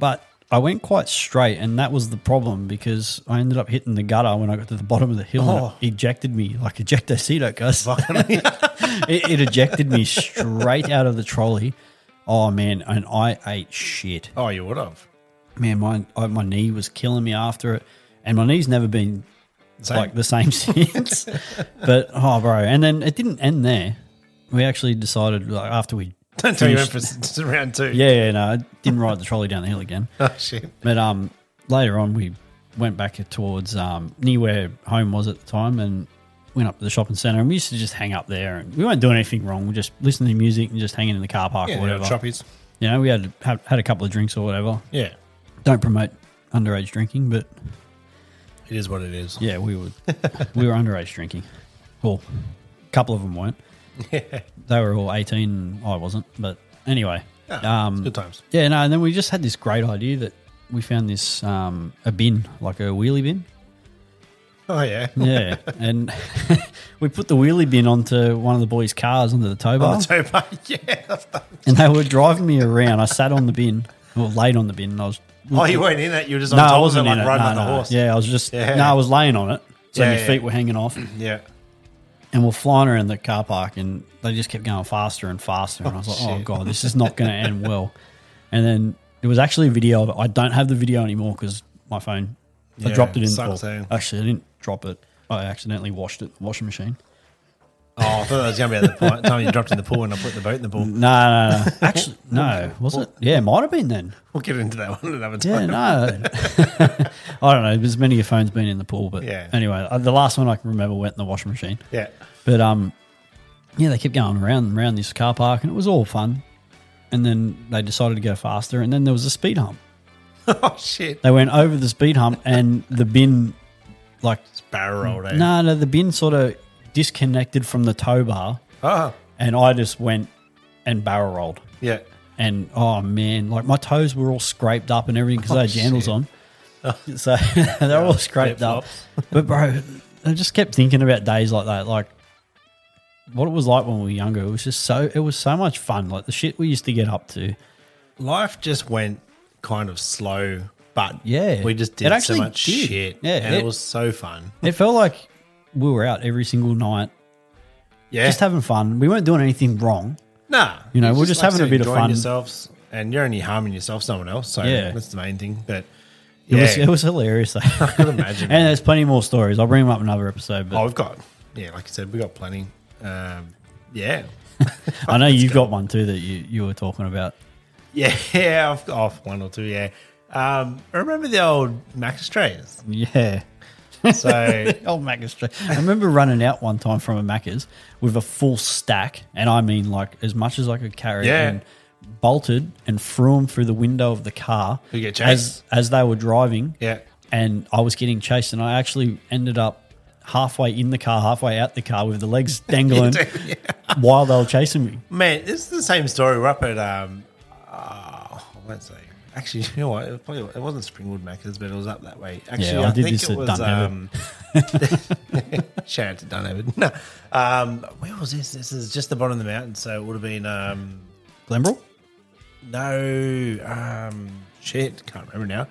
[SPEAKER 6] but I went quite straight, and that was the problem because I ended up hitting the gutter when I got to the bottom of the hill.
[SPEAKER 1] Oh.
[SPEAKER 6] And it ejected me like ejecto seat, guys. it, it ejected me straight out of the trolley. Oh man, and I ate shit
[SPEAKER 1] Oh, you would have.
[SPEAKER 6] man, my I, my knee was killing me after it, and my knee's never been like the same since. but oh, bro, and then it didn't end there. We actually decided like, after we
[SPEAKER 1] Don't tell you went
[SPEAKER 6] finished-
[SPEAKER 1] for s- round two.
[SPEAKER 6] yeah, yeah, no, I didn't ride the trolley down the hill again.
[SPEAKER 1] Oh, shit.
[SPEAKER 6] But um, later on, we went back towards um, near where home was at the time and went up to the shopping centre. And we used to just hang up there and we weren't doing anything wrong. We just listening to music and just hanging in the car park
[SPEAKER 1] Yeah,
[SPEAKER 6] or whatever.
[SPEAKER 1] choppies.
[SPEAKER 6] You know, we had had had a couple of drinks or whatever.
[SPEAKER 1] Yeah,
[SPEAKER 6] Don't promote underage drinking, but
[SPEAKER 1] it is what it is.
[SPEAKER 6] yeah, we were we were underage drinking. Well, a couple of them weren't. They were all eighteen. I wasn't, but anyway.
[SPEAKER 1] Yeah,
[SPEAKER 6] um,
[SPEAKER 1] Ah, it's good times.
[SPEAKER 6] Yeah, no, and then we just had this great idea that we found this um, a bin, like a wheelie bin.
[SPEAKER 1] Oh yeah,
[SPEAKER 6] Yeah, and we put the wheelie bin onto one of the boys' cars onto the
[SPEAKER 1] Oh,
[SPEAKER 6] tow bar,
[SPEAKER 1] so but yeah. that's the-
[SPEAKER 6] and they were driving me around. I sat on the bin, or laid on the bin, and I was.
[SPEAKER 1] Oh, you weren't in it. You were just on
[SPEAKER 6] no,
[SPEAKER 1] top
[SPEAKER 6] I
[SPEAKER 1] of it,
[SPEAKER 6] wasn't
[SPEAKER 1] like
[SPEAKER 6] in it.
[SPEAKER 1] riding
[SPEAKER 6] no,
[SPEAKER 1] on the
[SPEAKER 6] no.
[SPEAKER 1] horse.
[SPEAKER 6] Yeah, I was just
[SPEAKER 1] Yeah.
[SPEAKER 6] no, I was laying on it, so
[SPEAKER 1] Yeah,
[SPEAKER 6] my
[SPEAKER 1] yeah.
[SPEAKER 6] feet were hanging off.
[SPEAKER 1] yeah.
[SPEAKER 6] and we're flying around the car park and they just kept going faster and faster and i was like oh god this is not going to end well and then there was actually a video of it i don't have the video anymore because my phone i
[SPEAKER 1] Yeah,
[SPEAKER 6] dropped it in the
[SPEAKER 1] sucks, eh?
[SPEAKER 6] well, actually i didn't drop it i accidentally washed it in the washing machine
[SPEAKER 1] Oh, I thought that was gonna be at the point time you dropped in the pool and I put the boat in the pool.
[SPEAKER 6] no no no actually no was it yeah it might have been then
[SPEAKER 1] We'll get into that one another
[SPEAKER 6] yeah
[SPEAKER 1] time.
[SPEAKER 6] no i don't know there's many of your phone's been in the pool but
[SPEAKER 1] Yeah.
[SPEAKER 6] anyway uh, the last one i can remember went in the washing machine
[SPEAKER 1] Yeah.
[SPEAKER 6] But um, yeah, they kept going around and around this car park, and it was all fun. And then they decided to go faster, and then there was a speed hump.
[SPEAKER 1] Oh shit.
[SPEAKER 6] They went over the speed hump, and the bin, like,
[SPEAKER 1] Barrel rolled. Eh?
[SPEAKER 6] no, no, the bin sort of disconnected from the tow bar,
[SPEAKER 1] Oh
[SPEAKER 6] and I just went and barrel rolled.
[SPEAKER 1] yeah.
[SPEAKER 6] And oh man, like my toes were all scraped up and everything because I
[SPEAKER 1] Oh,
[SPEAKER 6] had jandals on. So they're all scraped up. But bro, I just kept thinking about days like that, like what it was like when we were younger. It was just so it was so much fun. Like the shit we used to get up to.
[SPEAKER 1] Life just went kind of slow, but
[SPEAKER 6] Yeah.
[SPEAKER 1] we just
[SPEAKER 6] It
[SPEAKER 1] did so
[SPEAKER 6] actually
[SPEAKER 1] much
[SPEAKER 6] did.
[SPEAKER 1] shit.
[SPEAKER 6] Yeah,
[SPEAKER 1] and it,
[SPEAKER 6] it-
[SPEAKER 1] was so fun.
[SPEAKER 6] It felt like we were out every single night,
[SPEAKER 1] Yeah,
[SPEAKER 6] just having fun. We weren't doing anything wrong.
[SPEAKER 1] nah.
[SPEAKER 6] you know,
[SPEAKER 1] It's
[SPEAKER 6] we're just having a
[SPEAKER 1] to
[SPEAKER 6] bit of
[SPEAKER 1] enjoying
[SPEAKER 6] fun.
[SPEAKER 1] yourselves, and you're only harming yourself, someone else. So
[SPEAKER 6] Yeah.
[SPEAKER 1] that's the main thing. But
[SPEAKER 6] It,
[SPEAKER 1] yeah,
[SPEAKER 6] was, it was hilarious. Though. I
[SPEAKER 1] could imagine.
[SPEAKER 6] and there's plenty more stories. I'll bring them up in another episode. But
[SPEAKER 1] oh, we've got yeah, like I said, we've got plenty. Um, yeah,
[SPEAKER 6] I know you've got one too that you, you were talking about.
[SPEAKER 1] yeah, yeah. I've got off one or two. Yeah, um, remember the old Mac Australians?
[SPEAKER 6] Yeah.
[SPEAKER 1] So
[SPEAKER 6] old Macca's tray. I remember running out one time from a Macca's with a full stack, and I mean like as much as I could carry.
[SPEAKER 1] Yeah.
[SPEAKER 6] And bolted and threw them through the window of the car.
[SPEAKER 1] You get
[SPEAKER 6] as
[SPEAKER 1] chased.
[SPEAKER 6] as they were driving.
[SPEAKER 1] Yeah.
[SPEAKER 6] And I was getting chased, and I actually ended up halfway in the car, halfway out the car with the legs dangling while they were chasing me.
[SPEAKER 1] Man, this is the same story. We're up at um, oh, I won't say. Actually, you know what? It, was probably, it wasn't Springwood Macca's, but it was up that way. Actually,
[SPEAKER 6] Yeah, I
[SPEAKER 1] I,
[SPEAKER 6] did
[SPEAKER 1] think
[SPEAKER 6] this
[SPEAKER 1] it
[SPEAKER 6] at
[SPEAKER 1] was.
[SPEAKER 6] Dunhaven.
[SPEAKER 1] Um, shout out to Dunhaven. No, um, where was this? This is just the bottom of the mountain, so it would have been um,
[SPEAKER 6] Glenbrel?
[SPEAKER 1] no um, shit. Can't remember now.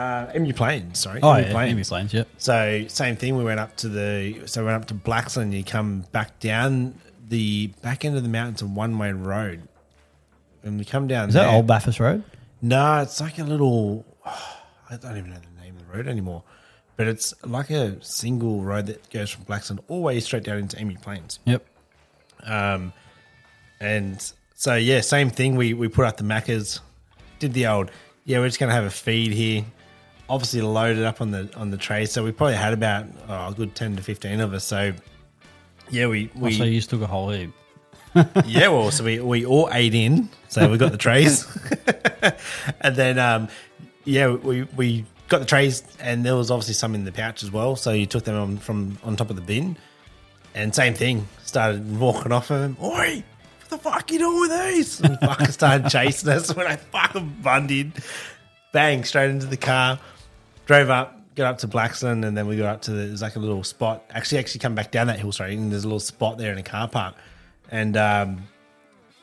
[SPEAKER 1] Uh, Emu Plains, sorry.
[SPEAKER 6] Oh,
[SPEAKER 1] Emu
[SPEAKER 6] yeah, Emu Plains, yep.
[SPEAKER 1] So same thing. We went up to the so we went up to Blacksland. You come back down the back end of the mountains a one way road, and we come down.
[SPEAKER 6] Is that
[SPEAKER 1] there.
[SPEAKER 6] Old Bathurst Road?
[SPEAKER 1] No, it's like a little. I don't even know the name of the road anymore, but it's like a single road that goes from Blacksand all the way straight down into Emu Plains.
[SPEAKER 6] Yep.
[SPEAKER 1] And so yeah, same thing. We we put up the Maccas, did the old yeah. We're just gonna have a feed here. Obviously loaded up on the on the tray, so we probably had about oh, a good ten to fifteen of us. So yeah, we we
[SPEAKER 6] Oh, so you took a whole heap.
[SPEAKER 1] yeah, well, so we, we all ate in, so we got the trays, and then um, yeah, we we got the trays, and there was obviously some in the pouch as well. So you took them on from on top of the bin, and same thing. Started walking off of them. Oi, what the fuck you doing with these? And fucking started chasing us when I fucking bundied, bang straight into the car drove up, got up to Blacksland, and then we got up to the, there's like a little spot. Actually, actually come back down that hill straight, and there's a little spot there in a car park. And um,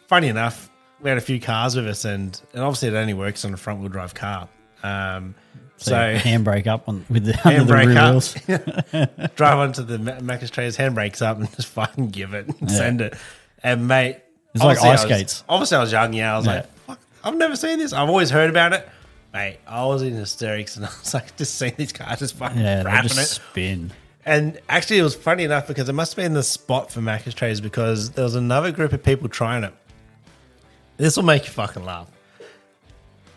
[SPEAKER 1] funny enough, we had a few cars with us, and and obviously it only works on a front wheel drive car. Um,
[SPEAKER 6] So,
[SPEAKER 1] so
[SPEAKER 6] handbrake up on with the under the
[SPEAKER 1] Handbrake
[SPEAKER 6] rear
[SPEAKER 1] up.
[SPEAKER 6] wheels.
[SPEAKER 1] drive onto the Ma- Macca's Trays, handbrakes up, and just fucking give it and send it. And mate,
[SPEAKER 6] It's like
[SPEAKER 1] obviously I
[SPEAKER 6] ice
[SPEAKER 1] was-
[SPEAKER 6] skates.
[SPEAKER 1] Obviously, I was young. Yeah, I was
[SPEAKER 6] Yeah.
[SPEAKER 1] like, fuck, I've never seen this. I've always heard about it. Mate, I was in hysterics, and I was like, just seeing these cars just fucking
[SPEAKER 6] Yeah, they
[SPEAKER 1] wrapping
[SPEAKER 6] just
[SPEAKER 1] it.
[SPEAKER 6] spin.
[SPEAKER 1] And actually, it was funny enough because it must have been the spot for Macca's Trays because there was another group of people trying it. This will make you fucking laugh.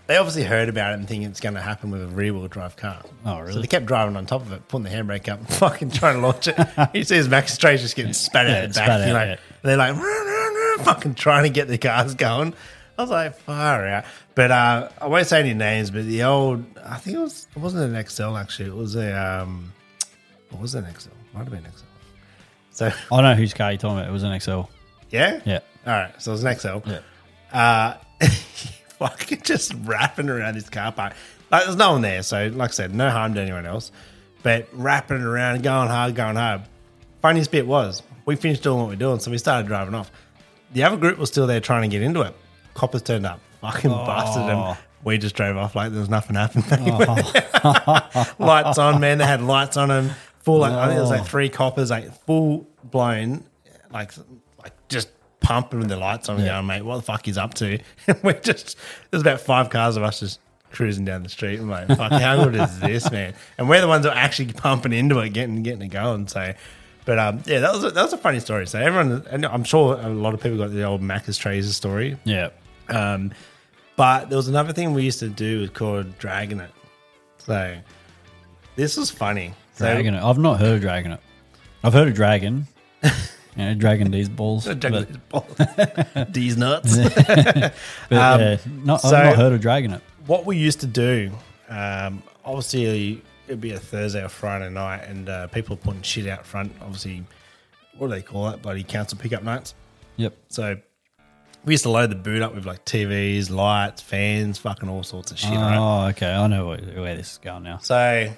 [SPEAKER 1] They obviously heard about it and think it's going to happen with a rear wheel drive car.
[SPEAKER 6] Oh, really?
[SPEAKER 1] So they kept driving on top of it, putting the handbrake up, and fucking trying to launch it. he sees Macca's Trays just getting spat
[SPEAKER 6] Yeah,
[SPEAKER 1] out the
[SPEAKER 6] spat
[SPEAKER 1] back. you
[SPEAKER 6] out,
[SPEAKER 1] know.
[SPEAKER 6] yeah.
[SPEAKER 1] They're like, "Roo, roo, roo," fucking trying to get the cars going. I was like, far out. But uh, I won't say any names, but the old, I think it was, it wasn't an XL actually. It was a, um, what was an XL? Might have been XL. So,
[SPEAKER 6] I know whose car you're talking about. It was an XL.
[SPEAKER 1] yeah?
[SPEAKER 6] Yeah.
[SPEAKER 1] All right. So it was an XL.
[SPEAKER 6] Yeah.
[SPEAKER 1] Uh, fucking just wrapping around this car park. Like, there's no one there. So, like I said, no harm to anyone else. But wrapping around, going hard, going hard. Funniest bit was we finished doing what we're doing. So we started driving off. The other group was still there trying to get into it. Coppers turned up, fucking busted them. We just drove off like there was nothing happened. They went- lights on, man. They had lights on them. Full, like, I think there was like three coppers, like full blown, like, like just pumping with the lights on, going, mate, what the fuck is up to? And we're just, there's about five cars of us just cruising down the street. I'm like, fuck, how good is this, man? And we're the ones that are actually pumping into it, getting getting it going. So, but um, yeah, that was a, that was a funny story. So everyone, and I'm sure a lot of people got the old Macca's Trazer story.
[SPEAKER 6] Yeah.
[SPEAKER 1] Um, but there was another thing we used to do was called dragging it. So this was funny. So-
[SPEAKER 6] Dragon it. I've not heard of Dragon it. I've heard of Dragon. you know, Dragon these balls.
[SPEAKER 1] Dragging
[SPEAKER 6] but
[SPEAKER 1] his balls. These nuts.
[SPEAKER 6] but,
[SPEAKER 1] Um,
[SPEAKER 6] yeah, not,
[SPEAKER 1] so-
[SPEAKER 6] I've not heard of Dragon it.
[SPEAKER 1] what we used to do, um, obviously it'd be a Thursday or Friday night, and uh, people are putting shit out front. Obviously, what do they call that? Bloody council pickup nights.
[SPEAKER 6] Yep.
[SPEAKER 1] So we used to load the boot up with like TVs, lights, fans, fucking all sorts of shit. Right?
[SPEAKER 6] Oh, okay. I know where, where this is going now.
[SPEAKER 1] So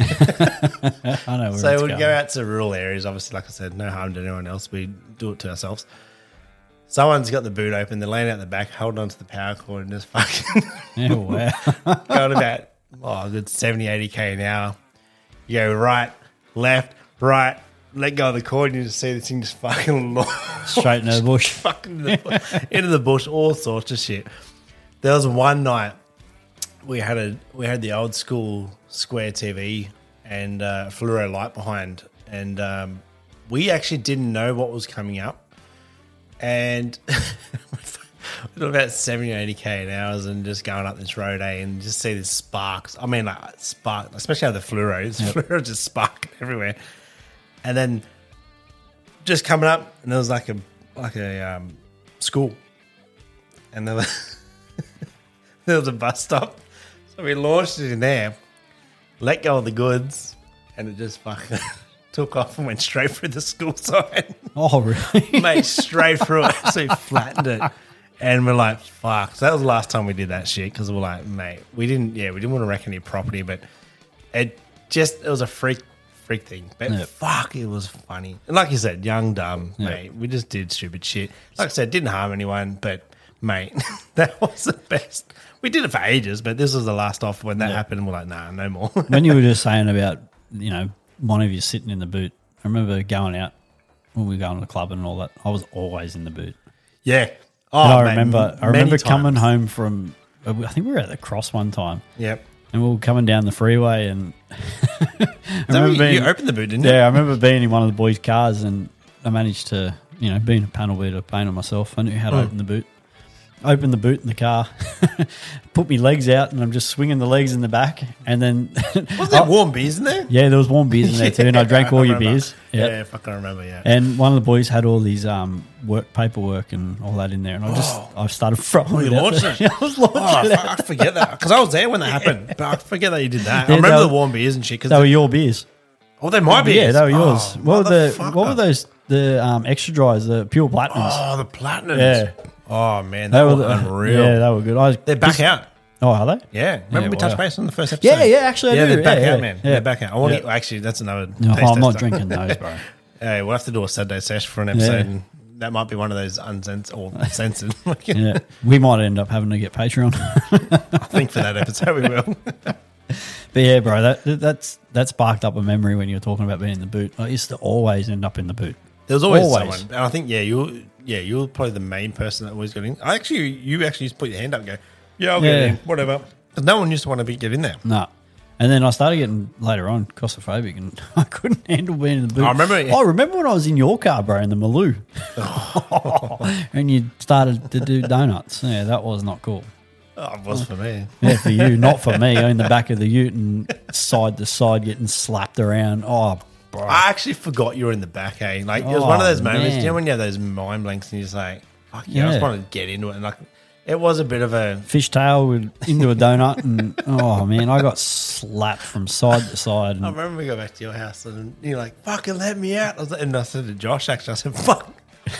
[SPEAKER 6] I know where
[SPEAKER 1] So
[SPEAKER 6] it's
[SPEAKER 1] we'd
[SPEAKER 6] going.
[SPEAKER 1] go out to rural areas. Obviously, like I said, no harm to anyone else. We do it to ourselves. Someone's got the boot open. They're laying out the back, holding onto the power cord, and just fucking
[SPEAKER 6] Yeah, wow.
[SPEAKER 1] going about oh, a good 70, 80 k an hour. You go right, left, right, let go of the cord, and you just see this thing just fucking launch
[SPEAKER 6] Straight into the bush.
[SPEAKER 1] fucking in the, into the bush, all sorts of shit. There was one night we had a we had the old school square TV and uh, fluoro light behind, and um, we actually didn't know what was coming up, and. we were About 70 80 k an hour, and just going up this road, eh? And just see these sparks. I mean, like spark, especially how the fluoros, fluoro just sparking everywhere. And then just coming up, and there was like a like a um, school, and there was there was a bus stop, so we launched it in there, let go of the goods, and it just fucking took off and went straight through the school sign,
[SPEAKER 6] Oh, really?
[SPEAKER 1] mate, straight through it, so it flattened it. And we're like, fuck. So that was the last time we did that shit because we're like, mate, we didn't, yeah, we didn't want to wreck any property, but it just, it was a freak, freak thing. But
[SPEAKER 6] Yep.
[SPEAKER 1] fuck, it was funny. And like you said, young, dumb,
[SPEAKER 6] Yep.
[SPEAKER 1] mate, we just did stupid shit. Like I said, didn't harm anyone, but mate, that was the best. We did it for ages, but this was the last off when that happened. We're like, nah, no more.
[SPEAKER 6] when you were just saying about, you know, one of you sitting in the boot, I remember going out when we were going to the club and all that. I was always in the boot.
[SPEAKER 1] yeah. Oh,
[SPEAKER 6] And I
[SPEAKER 1] mate,
[SPEAKER 6] remember, I
[SPEAKER 1] many
[SPEAKER 6] remember
[SPEAKER 1] times.
[SPEAKER 6] coming home from, uh, I think we were at the cross one time.
[SPEAKER 1] Yep.
[SPEAKER 6] and we were coming down the freeway and I remember
[SPEAKER 1] you,
[SPEAKER 6] being,
[SPEAKER 1] you opened the boot, didn't you?
[SPEAKER 6] yeah, I remember being in one of the boys' cars and I managed to, you know, being a panel beater, pain on myself. I knew how to
[SPEAKER 1] Oh.
[SPEAKER 6] open the boot. Opened the boot in the car, put my legs out, and I'm just swinging the legs in the back. And then, Oh,
[SPEAKER 1] Wasn't there warm beers in there?
[SPEAKER 6] yeah, there was warm beers in there too, and I drank all your
[SPEAKER 1] remember.
[SPEAKER 6] beers.
[SPEAKER 1] Yeah,
[SPEAKER 6] Yeah.
[SPEAKER 1] yeah, fucking remember. Yeah,
[SPEAKER 6] And one of the boys had all these um, work paperwork and all that in there, and I just I started throwing.
[SPEAKER 1] you
[SPEAKER 6] it out
[SPEAKER 1] launched
[SPEAKER 6] there.
[SPEAKER 1] it.
[SPEAKER 6] Yeah, I was launching
[SPEAKER 1] Oh,
[SPEAKER 6] it.
[SPEAKER 1] fuck, I forget that because I was there when that happened. But I forget that you did that.
[SPEAKER 6] Yeah,
[SPEAKER 1] I remember
[SPEAKER 6] they
[SPEAKER 1] the
[SPEAKER 6] were-
[SPEAKER 1] warm beers and shit. Because
[SPEAKER 6] They were your beers.
[SPEAKER 1] oh, they might be.
[SPEAKER 6] Yeah, they were yours.
[SPEAKER 1] Oh,
[SPEAKER 6] what were the
[SPEAKER 1] motherfucker.
[SPEAKER 6] what were those the um, extra dries, the pure platinums?
[SPEAKER 1] Oh, the platinums.
[SPEAKER 6] Yeah.
[SPEAKER 1] Oh man, they, were, unreal.
[SPEAKER 6] Yeah, they were good. I was,
[SPEAKER 1] they're back out.
[SPEAKER 6] Oh, are they?
[SPEAKER 1] Yeah, remember
[SPEAKER 6] Yeah,
[SPEAKER 1] we touched
[SPEAKER 6] wow.
[SPEAKER 1] base on the first episode.
[SPEAKER 6] Yeah, yeah, actually, I
[SPEAKER 1] yeah,
[SPEAKER 6] do.
[SPEAKER 1] they're back
[SPEAKER 6] Yeah,
[SPEAKER 1] out,
[SPEAKER 6] yeah,
[SPEAKER 1] man.
[SPEAKER 6] yeah.
[SPEAKER 1] They're back out. I want
[SPEAKER 6] Yeah.
[SPEAKER 1] to actually. That's another.
[SPEAKER 6] No,
[SPEAKER 1] taste
[SPEAKER 6] I'm not
[SPEAKER 1] tester.
[SPEAKER 6] drinking those, bro.
[SPEAKER 1] Hey, we'll have to do a Saturday sesh for an episode.
[SPEAKER 6] Yeah.
[SPEAKER 1] And that might be one of those uncensored or censored.
[SPEAKER 6] Yeah, we might end up having to get Patreon,
[SPEAKER 1] I think for that episode we will.
[SPEAKER 6] but yeah, bro, that that- that's that sparked up a memory when you were talking about being in the boot. I used to always end up in the boot.
[SPEAKER 1] There was always,
[SPEAKER 6] Always.
[SPEAKER 1] someone, and I think yeah, you yeah you were probably the main person that always got in. I actually you actually used to put your hand up, and go yeah, I'll
[SPEAKER 6] Yeah.
[SPEAKER 1] get in, whatever, because no one used to want to be, get in there.
[SPEAKER 6] No. And then I started getting later on claustrophobic, and I couldn't handle being in the boot.
[SPEAKER 1] I remember-
[SPEAKER 6] I remember when I was in your car, bro, in the Maloo, and you started to do donuts. Yeah, that was not cool.
[SPEAKER 1] Oh, it
[SPEAKER 6] Mm.
[SPEAKER 1] was for me.
[SPEAKER 6] Yeah, for you, not for me. In the back of the Ute and side to side, getting slapped around. Oh, bro.
[SPEAKER 1] I actually forgot you were in the back. Eh, like it was one of
[SPEAKER 6] Oh,
[SPEAKER 1] those moments.
[SPEAKER 6] man.
[SPEAKER 1] You know when you have those mind blanks and you're just like, fuck yeah, I just
[SPEAKER 6] Yeah.
[SPEAKER 1] wanted to get into it. And like, it was a bit of a
[SPEAKER 6] Fishtail with into a donut, and oh man, I got slapped from side to side.
[SPEAKER 1] I
[SPEAKER 6] And,
[SPEAKER 1] remember we go back to your house and you're like, fucking let me out. I was like, and I said to Josh, actually, I said, fuck.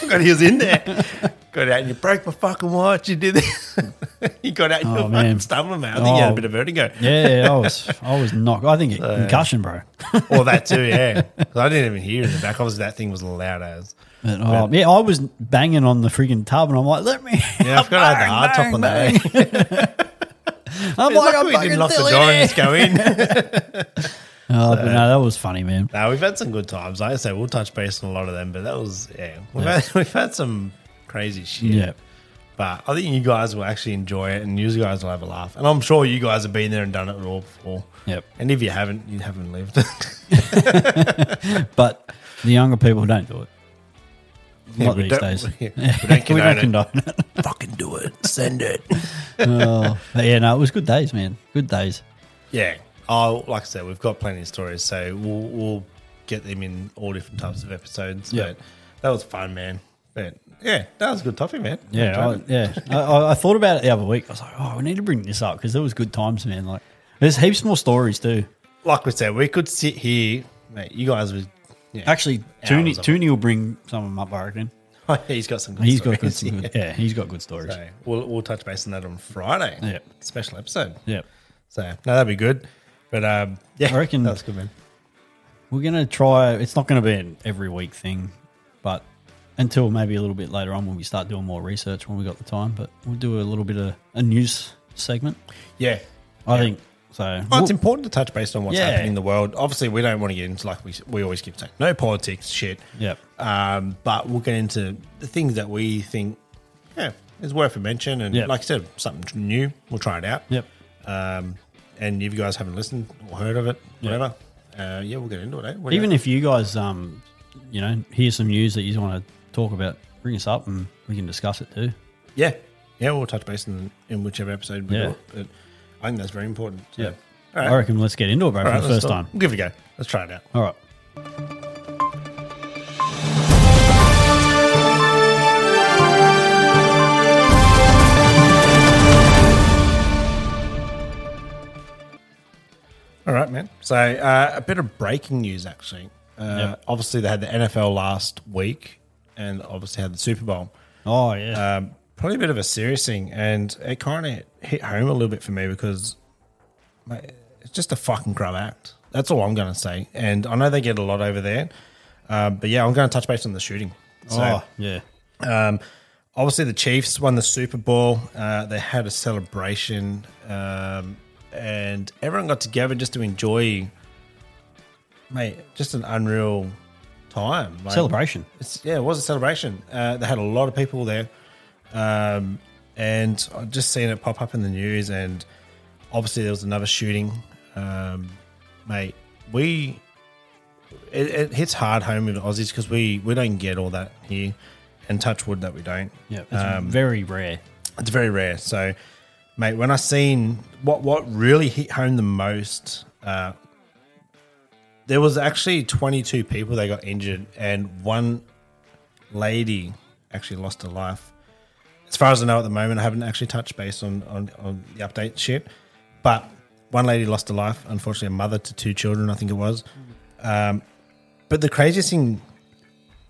[SPEAKER 1] I got he was in there. got out and you broke my fucking watch. You did this. you got out and you
[SPEAKER 6] Oh,
[SPEAKER 1] were fucking
[SPEAKER 6] man.
[SPEAKER 1] stumbling, man. I think you had a
[SPEAKER 6] Oh.
[SPEAKER 1] bit of vertigo.
[SPEAKER 6] yeah, I was, I was knocked. I think it, concussion, bro.
[SPEAKER 1] or that too, yeah. 'Cause I didn't even hear it in the back. Obviously, that thing was loud as.
[SPEAKER 6] But, oh, yeah, I was banging on the friggin' tub, and I'm like, "Let me!"
[SPEAKER 1] Yeah, I forgot I had the hard top on that. eh?
[SPEAKER 6] I'm
[SPEAKER 1] Lucky
[SPEAKER 6] like, "I'm
[SPEAKER 1] we didn't
[SPEAKER 6] fucking
[SPEAKER 1] lock the
[SPEAKER 6] still
[SPEAKER 1] door
[SPEAKER 6] in
[SPEAKER 1] and
[SPEAKER 6] here."
[SPEAKER 1] just go in.
[SPEAKER 6] Oh, but no, that was funny, man.
[SPEAKER 1] No, we've had some good times. Like I say, we'll touch base on a lot of them, but that was yeah. We've, Had, we've had some crazy shit.
[SPEAKER 6] Yeah.
[SPEAKER 1] But I think you guys will actually enjoy it, and you guys will have a laugh. And I'm sure you guys have been there and done it all before.
[SPEAKER 6] Yep.
[SPEAKER 1] And if you haven't, you haven't lived.
[SPEAKER 6] But the younger people don't do it. Not
[SPEAKER 1] we
[SPEAKER 6] these
[SPEAKER 1] don't-
[SPEAKER 6] days.
[SPEAKER 1] yeah, we don't
[SPEAKER 6] we
[SPEAKER 1] condone
[SPEAKER 6] don't
[SPEAKER 1] it.
[SPEAKER 6] condone it.
[SPEAKER 1] Fucking do it. Send it.
[SPEAKER 6] Oh, but yeah, no, it was good days, man. Good days.
[SPEAKER 1] yeah. Oh, like I said, we've got plenty of stories, so we'll, we'll get them in all different types of episodes.
[SPEAKER 6] Yeah.
[SPEAKER 1] But that was fun, man. But yeah, that was a good topic, man.
[SPEAKER 6] Yeah, I,
[SPEAKER 1] Enjoyed it.
[SPEAKER 6] yeah. I- I, I thought about it the other week. I was like, oh, we need to bring this up because there was good times, man. Like, there's heaps more stories too.
[SPEAKER 1] like we said, we could sit here, mate. You guys would. Yeah.
[SPEAKER 6] Actually, Tooney,
[SPEAKER 1] Hours of
[SPEAKER 6] Tooney will bring some of them up, I reckon.
[SPEAKER 1] he's got some. Good
[SPEAKER 6] He's got good,
[SPEAKER 1] stories,
[SPEAKER 6] some good- yeah. he's got good stories.
[SPEAKER 1] So we'll, we'll touch base on that on Friday.
[SPEAKER 6] Yep.
[SPEAKER 1] Special episode.
[SPEAKER 6] Yep.
[SPEAKER 1] So no, that'd be good. But um, yeah,
[SPEAKER 6] I reckon-
[SPEAKER 1] that's good, man.
[SPEAKER 6] We're gonna try. It's not gonna be an every week thing, but until maybe a little bit later on when we start doing more research when we got the time. But we'll do a little bit of a news segment.
[SPEAKER 1] Yeah.
[SPEAKER 6] I think so.
[SPEAKER 1] Well, it's
[SPEAKER 6] We'll-
[SPEAKER 1] important to touch base on what's
[SPEAKER 6] Yeah.
[SPEAKER 1] happening in the world. Obviously, we don't want to get into like we, we always keep saying no politics shit.
[SPEAKER 6] Yep.
[SPEAKER 1] Um, but we'll get into the things that we think yeah is worth a mention, and
[SPEAKER 6] Yep.
[SPEAKER 1] like I said, something new. We'll try it out.
[SPEAKER 6] Yep.
[SPEAKER 1] Um, and if you guys haven't listened or heard of it, whatever, uh, yeah, we'll get into it. Eh? What do you
[SPEAKER 6] Even if you guys, um, you know, hear some news that you want to talk about, bring us up and we can discuss it too.
[SPEAKER 1] Yeah. Yeah, we'll touch base in, in whichever episode we
[SPEAKER 6] Yeah.
[SPEAKER 1] do. it, But I think that's very important. So.
[SPEAKER 6] Yeah.
[SPEAKER 1] All right.
[SPEAKER 6] I reckon let's get into it, bro,
[SPEAKER 1] All right,
[SPEAKER 6] for the
[SPEAKER 1] let's
[SPEAKER 6] first
[SPEAKER 1] do it.
[SPEAKER 6] time.
[SPEAKER 1] We'll give it a go. Let's try it out.
[SPEAKER 6] All right.
[SPEAKER 1] All right, man. So uh, a bit of breaking news, actually. Uh,
[SPEAKER 6] Yep.
[SPEAKER 1] Obviously, they had the NFL last week and obviously had the Super Bowl.
[SPEAKER 6] Oh, yeah.
[SPEAKER 1] Um, probably a bit of a serious thing. And it kind of hit home a little bit for me because mate, it's just a fucking grub act. That's all I'm going to say. And I know they get a lot over there. Um, but yeah, I'm going to touch base on the shooting. So,
[SPEAKER 6] oh, yeah.
[SPEAKER 1] Um, obviously, the Chiefs won the Super Bowl. Uh, they had a celebration, um, and everyone got together just to enjoy, mate, just an unreal time. Like,
[SPEAKER 6] Celebration.
[SPEAKER 1] It's, yeah, it was a celebration. Uh, they had a lot of people there, um, and I just seen it pop up in the news. And obviously, there was another shooting, um, mate. We it, it hits hard home with Aussies because we we don't get all that here, and touch wood that we don't.
[SPEAKER 6] Yeah. It's
[SPEAKER 1] um,
[SPEAKER 6] very rare.
[SPEAKER 1] It's very rare. So, mate, when I seen what what really hit home the most, uh, there was actually 22 people that got injured, and one lady actually lost her life. As far as I know at the moment, I haven't actually touched base on on, on the update shit, but one lady lost her life. Unfortunately, a mother to two children, I think it was. Um, but the craziest thing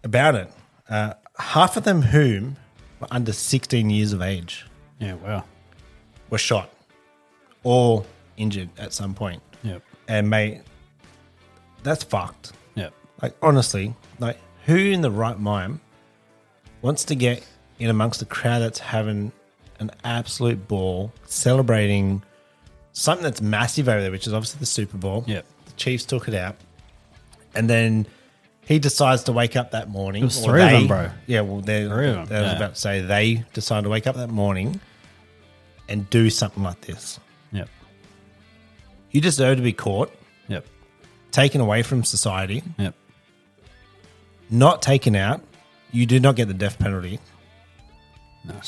[SPEAKER 1] about it, uh, half of them whom were under 16 years of age
[SPEAKER 6] Yeah, wow.
[SPEAKER 1] were shot or injured at some point.
[SPEAKER 6] Yep.
[SPEAKER 1] And mate, that's fucked.
[SPEAKER 6] Yep.
[SPEAKER 1] Like honestly, like who in the right mind wants to get in amongst the crowd that's having an absolute ball celebrating something that's massive over there, which is obviously the Super Bowl.
[SPEAKER 6] Yep.
[SPEAKER 1] The Chiefs took it out. And then he decides to wake up that morning. It
[SPEAKER 6] was three of them, bro.
[SPEAKER 1] Yeah, well, they
[SPEAKER 6] Three of them,
[SPEAKER 1] I was
[SPEAKER 6] yeah.
[SPEAKER 1] about to say they decide to wake up that morning and do something like this.
[SPEAKER 6] Yep.
[SPEAKER 1] You deserve to be caught,
[SPEAKER 6] Yep.
[SPEAKER 1] taken away from society,
[SPEAKER 6] Yep.
[SPEAKER 1] not taken out, you do not get the death penalty.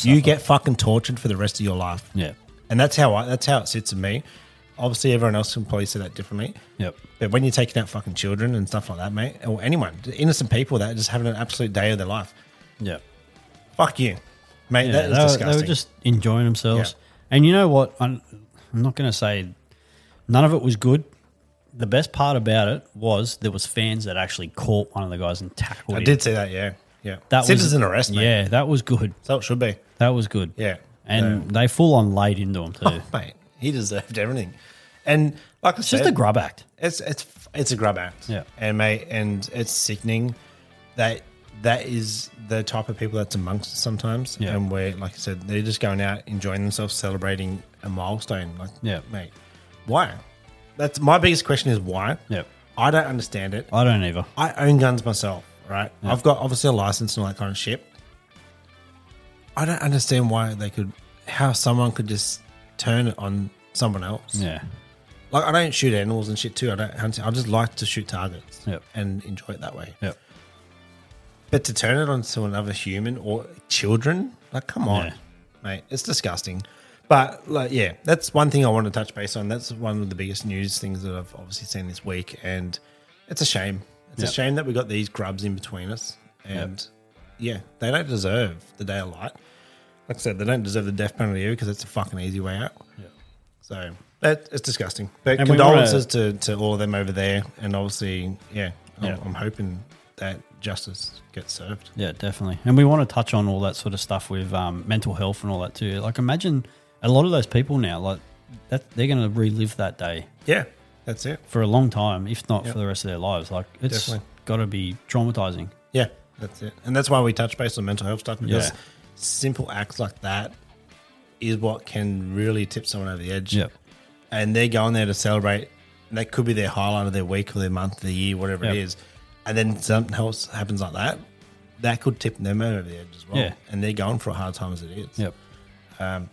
[SPEAKER 1] you get fucking tortured for the rest of your life.
[SPEAKER 6] Yep.
[SPEAKER 1] And that's how I, that's how it sits in me. Obviously, everyone else can probably say that differently.
[SPEAKER 6] Yep.
[SPEAKER 1] But when you're taking out fucking children and stuff like that, mate, or anyone, innocent people that are just having an absolute day of their life,
[SPEAKER 6] Yep.
[SPEAKER 1] fuck you. Mate,
[SPEAKER 6] Yeah,
[SPEAKER 1] that is
[SPEAKER 6] they, were,
[SPEAKER 1] disgusting.
[SPEAKER 6] they were just enjoying themselves.
[SPEAKER 1] Yeah.
[SPEAKER 6] And you know what? I'm, I'm not going to say none of it was good. The best part about it was there was fans that actually caught one of the guys and tackled
[SPEAKER 1] I
[SPEAKER 6] him.
[SPEAKER 1] did see that, yeah. Yeah.
[SPEAKER 6] That
[SPEAKER 1] Citizen
[SPEAKER 6] was,
[SPEAKER 1] arrest, mate.
[SPEAKER 6] Yeah, that was good.
[SPEAKER 1] So it should be.
[SPEAKER 6] That was good.
[SPEAKER 1] Yeah.
[SPEAKER 6] And they full on laid into him too.
[SPEAKER 1] Mate, he deserved everything. And like I
[SPEAKER 6] it's
[SPEAKER 1] said,
[SPEAKER 6] just a grub act.
[SPEAKER 1] It's it's it's a grub act.
[SPEAKER 6] Yeah.
[SPEAKER 1] And mate, and it's sickening that that is the type of people that's amongst us sometimes.
[SPEAKER 6] Yeah.
[SPEAKER 1] And where, like I said, they're just going out, enjoying themselves, celebrating a milestone. Like,
[SPEAKER 6] Yeah.
[SPEAKER 1] mate, why? That's my biggest question is why.
[SPEAKER 6] Yep.
[SPEAKER 1] I don't understand it.
[SPEAKER 6] I don't either.
[SPEAKER 1] I own guns myself, right? I've got obviously a license and all that kind of shit. I don't understand why they could, how someone could just turn it on someone else.
[SPEAKER 6] Yeah.
[SPEAKER 1] Like I don't shoot animals and shit too. I don't hunt. I just like to shoot targets
[SPEAKER 6] Yep.
[SPEAKER 1] and enjoy it that way.
[SPEAKER 6] Yep.
[SPEAKER 1] But to turn it onto another human or children, like come on,
[SPEAKER 6] Yeah.
[SPEAKER 1] mate, it's disgusting. But like, yeah, that's one thing I want to touch base on. That's one of the biggest news things that I've obviously seen this week, and it's a shame. It's
[SPEAKER 6] Yep.
[SPEAKER 1] a shame that we got these grubs in between us, and yeah, they don't deserve the day of light. Like I said, they don't deserve the death penalty because it's a fucking easy way out. So that it's disgusting. But
[SPEAKER 6] And we
[SPEAKER 1] condolences to, to all of them over there, and obviously, yeah, I'm,
[SPEAKER 6] Yeah.
[SPEAKER 1] I'm hoping that justice gets served.
[SPEAKER 6] Yeah, definitely. And we want to touch on all that sort of stuff with um, mental health and all that too. Like, imagine a lot of those people now, like, that they're going to relive that day
[SPEAKER 1] Yeah, that's it.
[SPEAKER 6] for a long time, if not
[SPEAKER 1] Yep.
[SPEAKER 6] for the rest of their lives. Like, it's
[SPEAKER 1] Definitely.
[SPEAKER 6] got to be traumatizing.
[SPEAKER 1] Yeah, that's it. And that's why we touch base on mental health stuff because
[SPEAKER 6] Yeah.
[SPEAKER 1] simple acts like that is what can really tip someone over the edge.
[SPEAKER 6] Yep.
[SPEAKER 1] And they're going there to celebrate. And that could be their highlight of their week or their month of the year, whatever it
[SPEAKER 6] Yep.
[SPEAKER 1] is. And then something else happens like that. That could tip them over the edge as well.
[SPEAKER 6] Yeah.
[SPEAKER 1] And they're going for a hard time as it is.
[SPEAKER 6] Yep.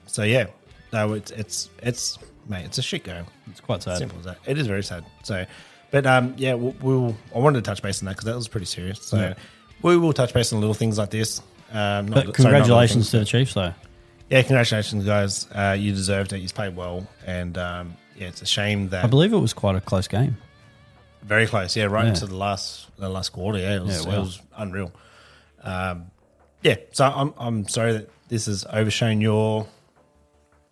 [SPEAKER 1] So yeah, no, it's it's it's mate, it's a shit go.
[SPEAKER 6] It's quite sad.
[SPEAKER 1] Simple as that. It is very sad. So, but um, yeah, we'll, we'll I wanted to touch base on that because that was pretty serious. So
[SPEAKER 6] Yeah.
[SPEAKER 1] we will touch base on little things like this. Um, not- sorry,
[SPEAKER 6] But
[SPEAKER 1] not
[SPEAKER 6] congratulations
[SPEAKER 1] little
[SPEAKER 6] to the Chiefs, though.
[SPEAKER 1] things. yeah, congratulations, guys. Uh, you deserved it. You played well, and um, yeah, it's a shame that
[SPEAKER 6] I believe it was quite a close game.
[SPEAKER 1] very close. Yeah, right
[SPEAKER 6] Yeah.
[SPEAKER 1] into the last the last quarter. Yeah, it was,
[SPEAKER 6] Yeah, wow.
[SPEAKER 1] it was unreal. Um, yeah, so I'm I'm sorry that this has overshown your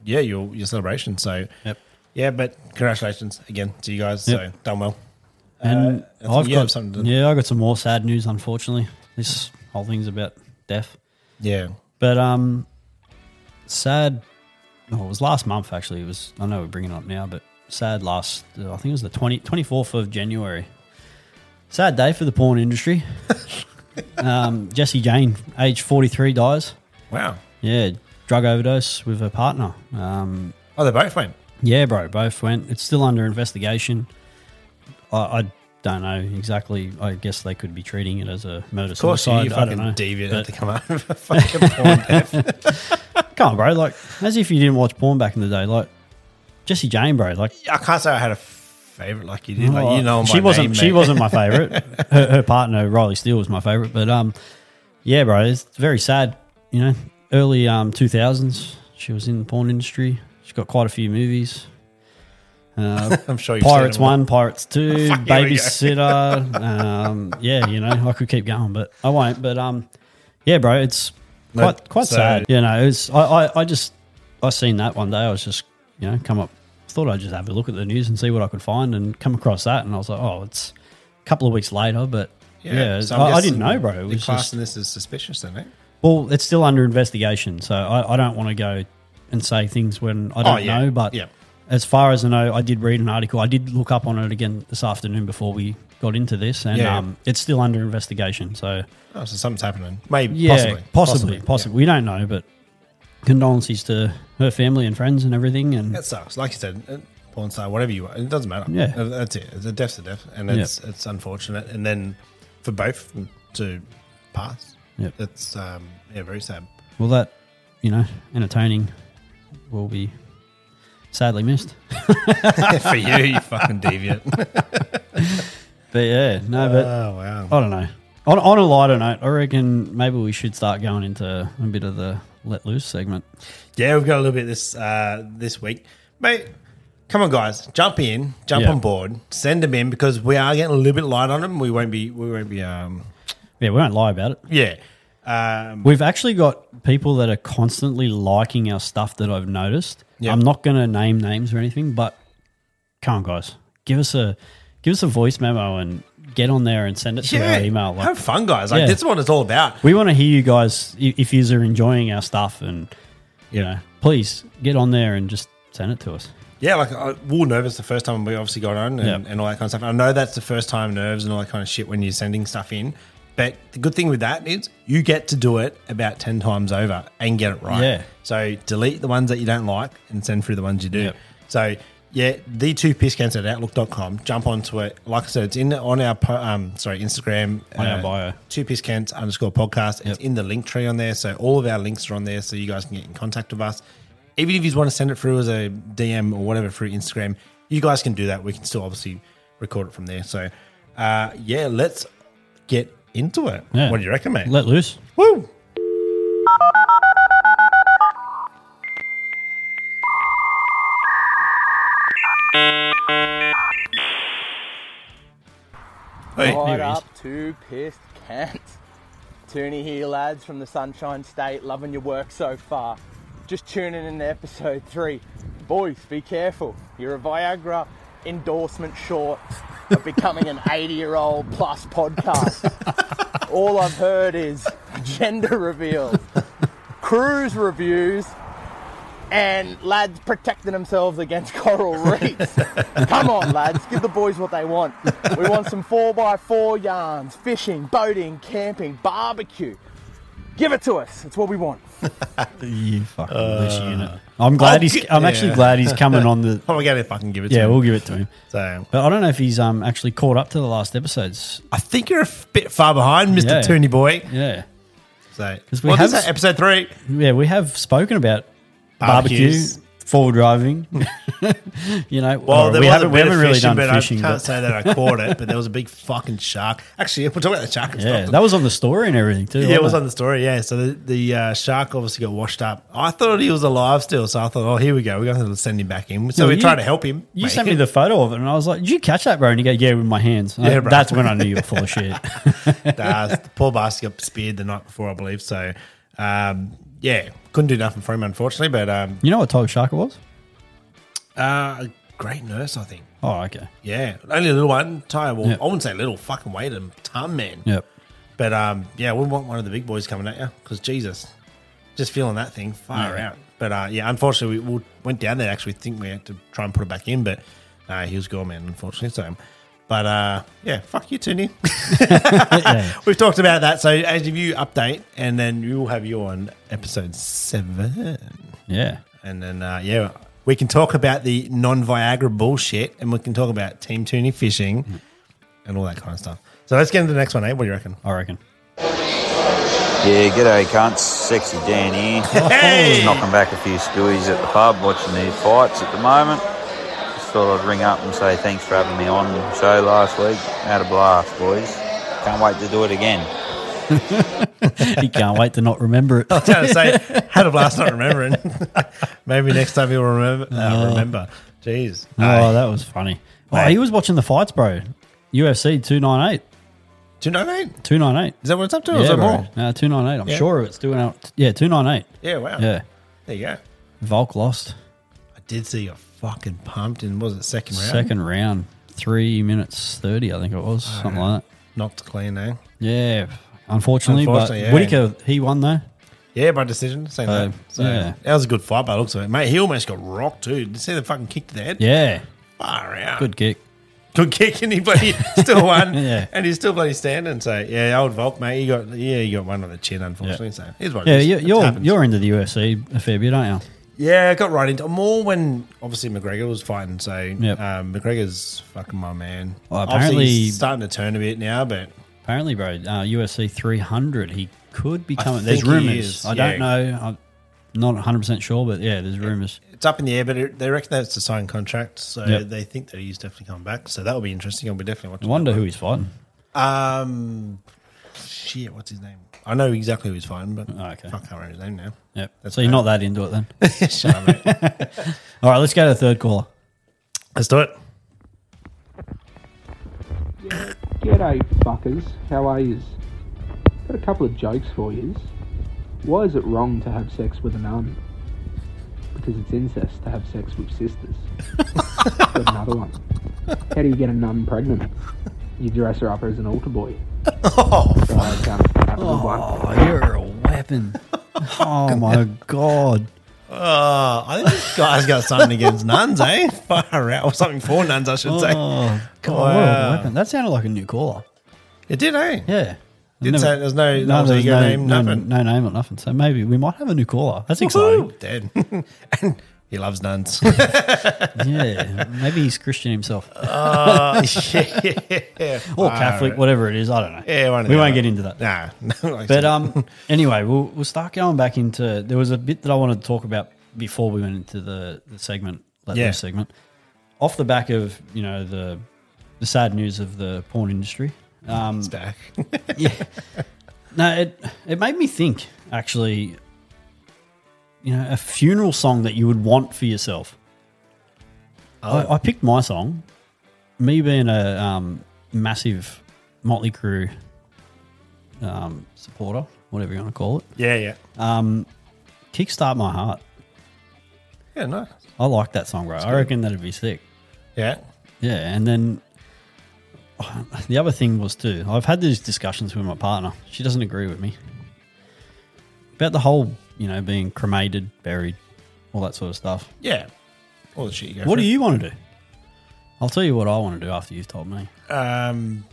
[SPEAKER 1] yeah your your celebration. So
[SPEAKER 6] Yep.
[SPEAKER 1] yeah, but congratulations again to you guys.
[SPEAKER 6] Yep.
[SPEAKER 1] So done well.
[SPEAKER 6] And
[SPEAKER 1] that's-
[SPEAKER 6] I've
[SPEAKER 1] Uh, you
[SPEAKER 6] got
[SPEAKER 1] have something to-
[SPEAKER 6] yeah, I got some more sad news. Unfortunately, this whole thing's about death.
[SPEAKER 1] Yeah,
[SPEAKER 6] But um, sad. No, it was last month actually. It was. I know we're bringing it up now, but sad last. uh, I think it was the 20, 24th of January. Sad day for the porn industry. um, Jesse Jane, age forty three, dies.
[SPEAKER 1] wow.
[SPEAKER 6] Yeah, drug overdose with her partner. Um,
[SPEAKER 1] Oh, they both went.
[SPEAKER 6] yeah, bro, both went. It's still under investigation. I, I don't know exactly. I guess they could be treating it as a murder
[SPEAKER 1] Of course,
[SPEAKER 6] suicide.
[SPEAKER 1] you
[SPEAKER 6] I don't
[SPEAKER 1] fucking
[SPEAKER 6] know.
[SPEAKER 1] deviant had
[SPEAKER 6] But-
[SPEAKER 1] to come out of a fucking porn death.
[SPEAKER 6] Come on, bro. Like, as if you didn't watch porn back in the day. Like, Jesse Jane, bro. Like,
[SPEAKER 1] I can't say I had a favorite like you did. Like you know, my
[SPEAKER 6] she wasn't.
[SPEAKER 1] name,
[SPEAKER 6] she
[SPEAKER 1] mate.
[SPEAKER 6] wasn't my favorite. her, her partner Riley Steele was my favorite. But um, yeah, bro. It's very sad. You know, early um two thousands. She was in the porn industry. She got quite a few movies. Uh,
[SPEAKER 1] I'm sure you've seen
[SPEAKER 6] Pirates
[SPEAKER 1] them all.
[SPEAKER 6] One, Pirates Two,
[SPEAKER 1] Fuck, here we go.
[SPEAKER 6] Babysitter. um, yeah, you know, I could keep going, but I won't. But um, yeah, bro, it's quite quite
[SPEAKER 1] so-
[SPEAKER 6] sad. You know, it's I, I I just I seen that one day. I was just you know come up, thought I'd just have a look at the news and see what I could find, and come across that, and I was like, oh, it's a couple of weeks later, but yeah,
[SPEAKER 1] so I'm
[SPEAKER 6] I, I
[SPEAKER 1] guessing
[SPEAKER 6] didn't know, bro. It
[SPEAKER 1] You're
[SPEAKER 6] was just
[SPEAKER 1] classing this as suspicious, then, eh?
[SPEAKER 6] well, it's still under investigation, so I, I don't want to go and say things when I don't
[SPEAKER 1] Oh, yeah.
[SPEAKER 6] know. But
[SPEAKER 1] Yeah.
[SPEAKER 6] as far as I know, I did read an article. I did look up on it again this afternoon before we got into this, and
[SPEAKER 1] Yeah.
[SPEAKER 6] um, it's still under investigation. So
[SPEAKER 1] Oh, so something's happening. Maybe,
[SPEAKER 6] yeah,
[SPEAKER 1] possibly,
[SPEAKER 6] possibly, possibly. We don't know, but condolences to her family and friends and everything. And
[SPEAKER 1] Yeah. That sucks. Like you said, uh, porn star, whatever you are, it doesn't matter.
[SPEAKER 6] Yeah.
[SPEAKER 1] Uh, that's it. It's a death's a death, and it's it's unfortunate. And then for both of them to pass,
[SPEAKER 6] Yep.
[SPEAKER 1] it's um, yeah, very sad.
[SPEAKER 6] well, that you know, entertaining will be sadly missed.
[SPEAKER 1] for you, you fucking deviant.
[SPEAKER 6] But yeah, no, but
[SPEAKER 1] oh wow.
[SPEAKER 6] I don't know. On, on a lighter note, I reckon maybe we should start going into a bit of the let loose segment.
[SPEAKER 1] Yeah, we've got a little bit this uh, this week, mate. Come on, guys, jump in, jump
[SPEAKER 6] Yeah.
[SPEAKER 1] on board, send them in because we are getting a little bit light on them. We won't be, we won't be. Um,
[SPEAKER 6] Yeah, we won't lie about it.
[SPEAKER 1] Yeah. Um,
[SPEAKER 6] We've actually got people that are constantly liking our stuff that I've noticed.
[SPEAKER 1] Yeah.
[SPEAKER 6] I'm not going to name names or anything, but come on, guys, give us a give us a voice memo and get on there and send it to our email. Like,
[SPEAKER 1] have fun, guys. Like
[SPEAKER 6] Yeah.
[SPEAKER 1] that's what it's all about.
[SPEAKER 6] we want to hear you guys i- if you are enjoying our stuff, and you know, please get on there and just send it to us.
[SPEAKER 1] Yeah, like I, we were nervous the first time we obviously got on and,
[SPEAKER 6] Yeah.
[SPEAKER 1] and all that kind of stuff. I know that's the first time nerves and all that kind of shit when you're sending stuff in. But the good thing with that is you get to do it about 10 times over and get it right.
[SPEAKER 6] Yeah.
[SPEAKER 1] So delete the ones that you don't like and send through the ones you do.
[SPEAKER 6] Yep.
[SPEAKER 1] So, yeah, the two pisscans at outlook.com. Jump onto it. Like I said, it's in on our po- um, sorry Instagram
[SPEAKER 6] On our bio.
[SPEAKER 1] two pisscans underscore podcast. It's
[SPEAKER 6] Yep.
[SPEAKER 1] in the link tree on there, so all of our links are on there, so you guys can get in contact with us. Even if you want to send it through as a DM or whatever through Instagram, you guys can do that. We can still obviously record it from there. So, uh, yeah, let's get into it.
[SPEAKER 6] Yeah.
[SPEAKER 1] What do you reckon, mate?
[SPEAKER 6] Let loose.
[SPEAKER 1] Woo! Hey.
[SPEAKER 8] Right
[SPEAKER 6] There he is.
[SPEAKER 8] up, two pissed cats. Tooney here, lads, from the Sunshine State. Loving your work so far. Just tuning in to episode three. Boys, be careful. Your Viagra endorsement shorts of becoming an 80 year old plus podcast. All I've heard is gender reveals, cruise reviews, and lads protecting themselves against coral reefs. Come on, lads, give the boys what they want. We want some 4x4 yarns, fishing, boating, camping, barbecue. Give it to us. It's what we want.
[SPEAKER 6] You fucking loose unit. Uh, I'm glad
[SPEAKER 1] I'll
[SPEAKER 6] he's.
[SPEAKER 1] get-
[SPEAKER 6] I'm actually
[SPEAKER 1] yeah.
[SPEAKER 6] glad he's coming on the.
[SPEAKER 1] Oh, we gotta fucking give it to
[SPEAKER 6] Yeah,
[SPEAKER 1] him.
[SPEAKER 6] we'll give it to him.
[SPEAKER 1] So
[SPEAKER 6] But I don't know if he's um actually caught up to the last episodes.
[SPEAKER 1] I think you're a f- bit far behind, Mr.
[SPEAKER 6] Yeah.
[SPEAKER 1] Tooney Boy.
[SPEAKER 6] Yeah,
[SPEAKER 1] So,
[SPEAKER 6] 'Cause we
[SPEAKER 1] what is
[SPEAKER 6] have-
[SPEAKER 1] that? Episode three.
[SPEAKER 6] yeah, we have spoken about
[SPEAKER 1] Barbecues.
[SPEAKER 6] barbecue, forward driving. you know,
[SPEAKER 1] Well,
[SPEAKER 6] or
[SPEAKER 1] there
[SPEAKER 6] we
[SPEAKER 1] was
[SPEAKER 6] haven't,
[SPEAKER 1] a
[SPEAKER 6] we
[SPEAKER 1] bit
[SPEAKER 6] haven't
[SPEAKER 1] of
[SPEAKER 6] really
[SPEAKER 1] fishing,
[SPEAKER 6] done
[SPEAKER 1] but
[SPEAKER 6] fishing.
[SPEAKER 1] I can't
[SPEAKER 6] but-
[SPEAKER 1] say that I caught it, but there was a big fucking shark. Actually, we'll talk about the shark and
[SPEAKER 6] yeah,
[SPEAKER 1] stuff.
[SPEAKER 6] that was on the story and everything too.
[SPEAKER 1] yeah, it
[SPEAKER 6] wasn't
[SPEAKER 1] was on the story. Yeah, so the, the uh, shark obviously got washed up. I thought he was alive still, so I thought, oh, here we go. We're going to send him back in. So
[SPEAKER 6] No,
[SPEAKER 1] we
[SPEAKER 6] you-
[SPEAKER 1] tried to help him.
[SPEAKER 6] You
[SPEAKER 1] mate.
[SPEAKER 6] sent me the photo of it, and I was like, "Did you catch that, bro?" And you go, "Yeah, with my hands." And I-
[SPEAKER 1] Yeah, bro.
[SPEAKER 6] That's when I knew you were full of shit.
[SPEAKER 1] uh, the poor bastard got speared the night before, I believe. So, um, yeah, couldn't do nothing for him, unfortunately. But um,
[SPEAKER 6] You know what type of shark it was?
[SPEAKER 1] uh, a great nurse, I think.
[SPEAKER 6] Oh, okay.
[SPEAKER 1] Yeah, only a little one. Ty, well,
[SPEAKER 6] Yeah.
[SPEAKER 1] I wouldn't say little. Fucking weighed a ton, man.
[SPEAKER 6] Yep.
[SPEAKER 1] But um, yeah, we want one of the big boys coming at you because Jesus, just feeling that thing far
[SPEAKER 6] Yeah.
[SPEAKER 1] out. But uh, yeah, unfortunately, we, we went down there. Actually, think we had to try and put it back in, but uh, he was gone, man. Unfortunately, so. But uh, yeah, fuck you, Tony. We've talked about that. So as you update, and then you will have you on episode seven,
[SPEAKER 6] Yeah.
[SPEAKER 1] and then uh, yeah. We can talk about the non Viagra bullshit and we can talk about Team Toonie fishing and all that kind of stuff. So let's get into the next one, eh? What do you reckon?
[SPEAKER 6] I reckon.
[SPEAKER 9] Yeah, g'day, cunts. Sexy Dan here.
[SPEAKER 1] Hey!
[SPEAKER 9] Just knocking back a few stewies at the pub, watching these fights at the moment. Just thought I'd ring up and say thanks for having me on the show last week. Had a blast, boys. Can't wait to do it again.
[SPEAKER 6] He can't wait to not remember it.
[SPEAKER 1] I was trying to say, had a blast not remembering. Maybe next time you'll remember. Uh, remember. Jeez.
[SPEAKER 6] Oh, that was funny. Oh,
[SPEAKER 1] Mate.
[SPEAKER 6] he was watching the fights, bro. UFC 298.
[SPEAKER 1] do you know, mate?
[SPEAKER 6] 298.
[SPEAKER 1] Is that what it's up to? or Oh, is
[SPEAKER 6] Yeah,
[SPEAKER 1] it
[SPEAKER 6] bro.
[SPEAKER 1] more?
[SPEAKER 6] No, 298. I'm
[SPEAKER 1] Yeah.
[SPEAKER 6] sure it's doing out. Yeah, 298.
[SPEAKER 1] Yeah, wow.
[SPEAKER 6] Yeah.
[SPEAKER 1] There you go.
[SPEAKER 6] Volk lost.
[SPEAKER 1] I did see you got fucking pumped in, what was it second round?
[SPEAKER 6] Second round. Three minutes 30, I think it was.
[SPEAKER 1] Oh,
[SPEAKER 6] Something like that.
[SPEAKER 1] Not clean, eh?
[SPEAKER 6] Yeah. Unfortunately,
[SPEAKER 1] Unfortunately,
[SPEAKER 6] but
[SPEAKER 1] yeah.
[SPEAKER 6] Whitaker, he won, though.
[SPEAKER 1] Yeah, by decision. Same
[SPEAKER 6] Uh,
[SPEAKER 1] that. So
[SPEAKER 6] yeah.
[SPEAKER 1] that was a good fight by the looks of it. Mate, he almost got rocked too. Did you see the fucking kick to the head?
[SPEAKER 6] Yeah.
[SPEAKER 1] Far out.
[SPEAKER 6] Good kick.
[SPEAKER 1] Good kick and he bloody still won.
[SPEAKER 6] Yeah.
[SPEAKER 1] And he's still bloody standing. So yeah, old Volk, mate, he got yeah, he got one on the chin, unfortunately. So here's what it
[SPEAKER 6] Yeah,
[SPEAKER 1] is.
[SPEAKER 6] you,
[SPEAKER 1] It
[SPEAKER 6] you're
[SPEAKER 1] happens.
[SPEAKER 6] you're into the UFC a fair bit, aren't you?
[SPEAKER 1] Yeah, I got right into more when obviously McGregor was fighting. So
[SPEAKER 6] Yep.
[SPEAKER 1] um, McGregor's fucking my man.
[SPEAKER 6] Well,
[SPEAKER 1] Obviously,
[SPEAKER 6] apparently-
[SPEAKER 1] he's starting to turn a bit now, but
[SPEAKER 6] Apparently, bro, uh, UFC 300, he could be
[SPEAKER 1] I
[SPEAKER 6] coming. There's
[SPEAKER 1] think he
[SPEAKER 6] rumors.
[SPEAKER 1] is,
[SPEAKER 6] I
[SPEAKER 1] yeah.
[SPEAKER 6] don't know. I'm not 100% sure, but yeah, there's rumors.
[SPEAKER 1] it's up in the air. But it, they reckon that's a signed contract, so
[SPEAKER 6] Yep.
[SPEAKER 1] they think that he's definitely coming back. So that will be interesting. I'll be definitely
[SPEAKER 6] I
[SPEAKER 1] watching.
[SPEAKER 6] wonder
[SPEAKER 1] that
[SPEAKER 6] who
[SPEAKER 1] one.
[SPEAKER 6] he's fighting.
[SPEAKER 1] Um, shit, what's his name? I know exactly who he's fighting, but
[SPEAKER 6] Oh, okay.
[SPEAKER 1] I can't remember his name now.
[SPEAKER 6] Yep.
[SPEAKER 1] That's
[SPEAKER 6] so you're
[SPEAKER 1] bad.
[SPEAKER 6] not that into it then.
[SPEAKER 1] Shut up, mate.
[SPEAKER 6] All right, let's go to the third caller.
[SPEAKER 1] Let's do it.
[SPEAKER 10] G'day, fuckers. How are yous? Got a couple of jokes for you. Why is it wrong to have sex with a nun? Because it's incest to have sex with sisters. Got another one. How do you get a nun pregnant? You dress her up as an altar boy. So I can't- that was one.
[SPEAKER 6] Oh, you're a weapon. Oh my god.
[SPEAKER 1] Uh, I think this guy's got something against nuns, eh? Far out. Or something for nuns, I should
[SPEAKER 6] Oh
[SPEAKER 1] say.
[SPEAKER 6] god,
[SPEAKER 1] Wow.
[SPEAKER 6] what a weapon. That sounded like a new caller.
[SPEAKER 1] It did, eh?
[SPEAKER 6] Yeah.
[SPEAKER 1] Did
[SPEAKER 6] Never-
[SPEAKER 1] say there's no,
[SPEAKER 6] No,
[SPEAKER 1] alter
[SPEAKER 6] there's
[SPEAKER 1] ego
[SPEAKER 6] no,
[SPEAKER 1] name,
[SPEAKER 6] no,
[SPEAKER 1] nothing.
[SPEAKER 6] no name or nothing. So maybe we might have a new caller. That's
[SPEAKER 1] Woohoo!
[SPEAKER 6] exciting.
[SPEAKER 1] Dead. and he loves nuns.
[SPEAKER 6] yeah, maybe he's Christian himself
[SPEAKER 1] yeah.
[SPEAKER 6] or Catholic, whatever it is. I don't know.
[SPEAKER 1] Yeah, one or
[SPEAKER 6] we
[SPEAKER 1] the
[SPEAKER 6] won't
[SPEAKER 1] other.
[SPEAKER 6] get into that.
[SPEAKER 1] Nah. Like I
[SPEAKER 6] But
[SPEAKER 1] said,
[SPEAKER 6] um, anyway, we'll we'll start going back into. There was a bit that I wanted to talk about before we went into the the segment, let
[SPEAKER 1] Yeah.
[SPEAKER 6] loose segment. Off the back of you know the the sad news of the porn industry. Um,
[SPEAKER 1] it's back.
[SPEAKER 6] no, it it made me think actually. You know, a funeral song that you would want for yourself. I, I picked my song. Me being a um, massive Motley Crue um, supporter, whatever you want to call it,
[SPEAKER 1] Yeah, yeah.
[SPEAKER 6] Kickstart My Heart.
[SPEAKER 1] Yeah, nice.
[SPEAKER 6] I like that song, bro. I reckon that'd be sick.
[SPEAKER 1] Yeah.
[SPEAKER 6] Yeah, and then the other thing was too. I've had these discussions with my partner. She doesn't agree with me about the whole, you know, being cremated, buried, all that sort of stuff.
[SPEAKER 1] Yeah. All the shit you go
[SPEAKER 6] What
[SPEAKER 1] for.
[SPEAKER 6] do you want to do? I'll tell you what I want to do after you've told me.
[SPEAKER 1] Um,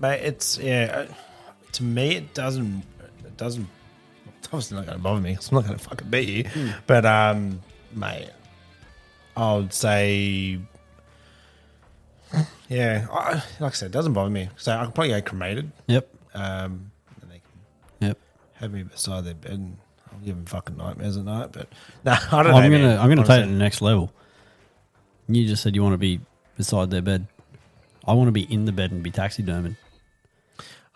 [SPEAKER 1] but it's yeah. uh, To me, it doesn't. It doesn't. It's obviously not going to bother me. 'cause I'm not going to fucking beat you.
[SPEAKER 6] Hmm.
[SPEAKER 1] But um, mate, I would say. Yeah, I, like I said, it doesn't bother me. So I could probably go cremated.
[SPEAKER 6] Yep.
[SPEAKER 1] Um, and they can
[SPEAKER 6] Yep.
[SPEAKER 1] have me beside their bed. And I'll give them fucking nightmares at night. But no, I don't know.
[SPEAKER 6] I'm
[SPEAKER 1] man.
[SPEAKER 6] gonna I'm gonna
[SPEAKER 1] Honestly.
[SPEAKER 6] take it to the next level. You just said you want to be beside their bed. I want to be in the bed and be taxidermied.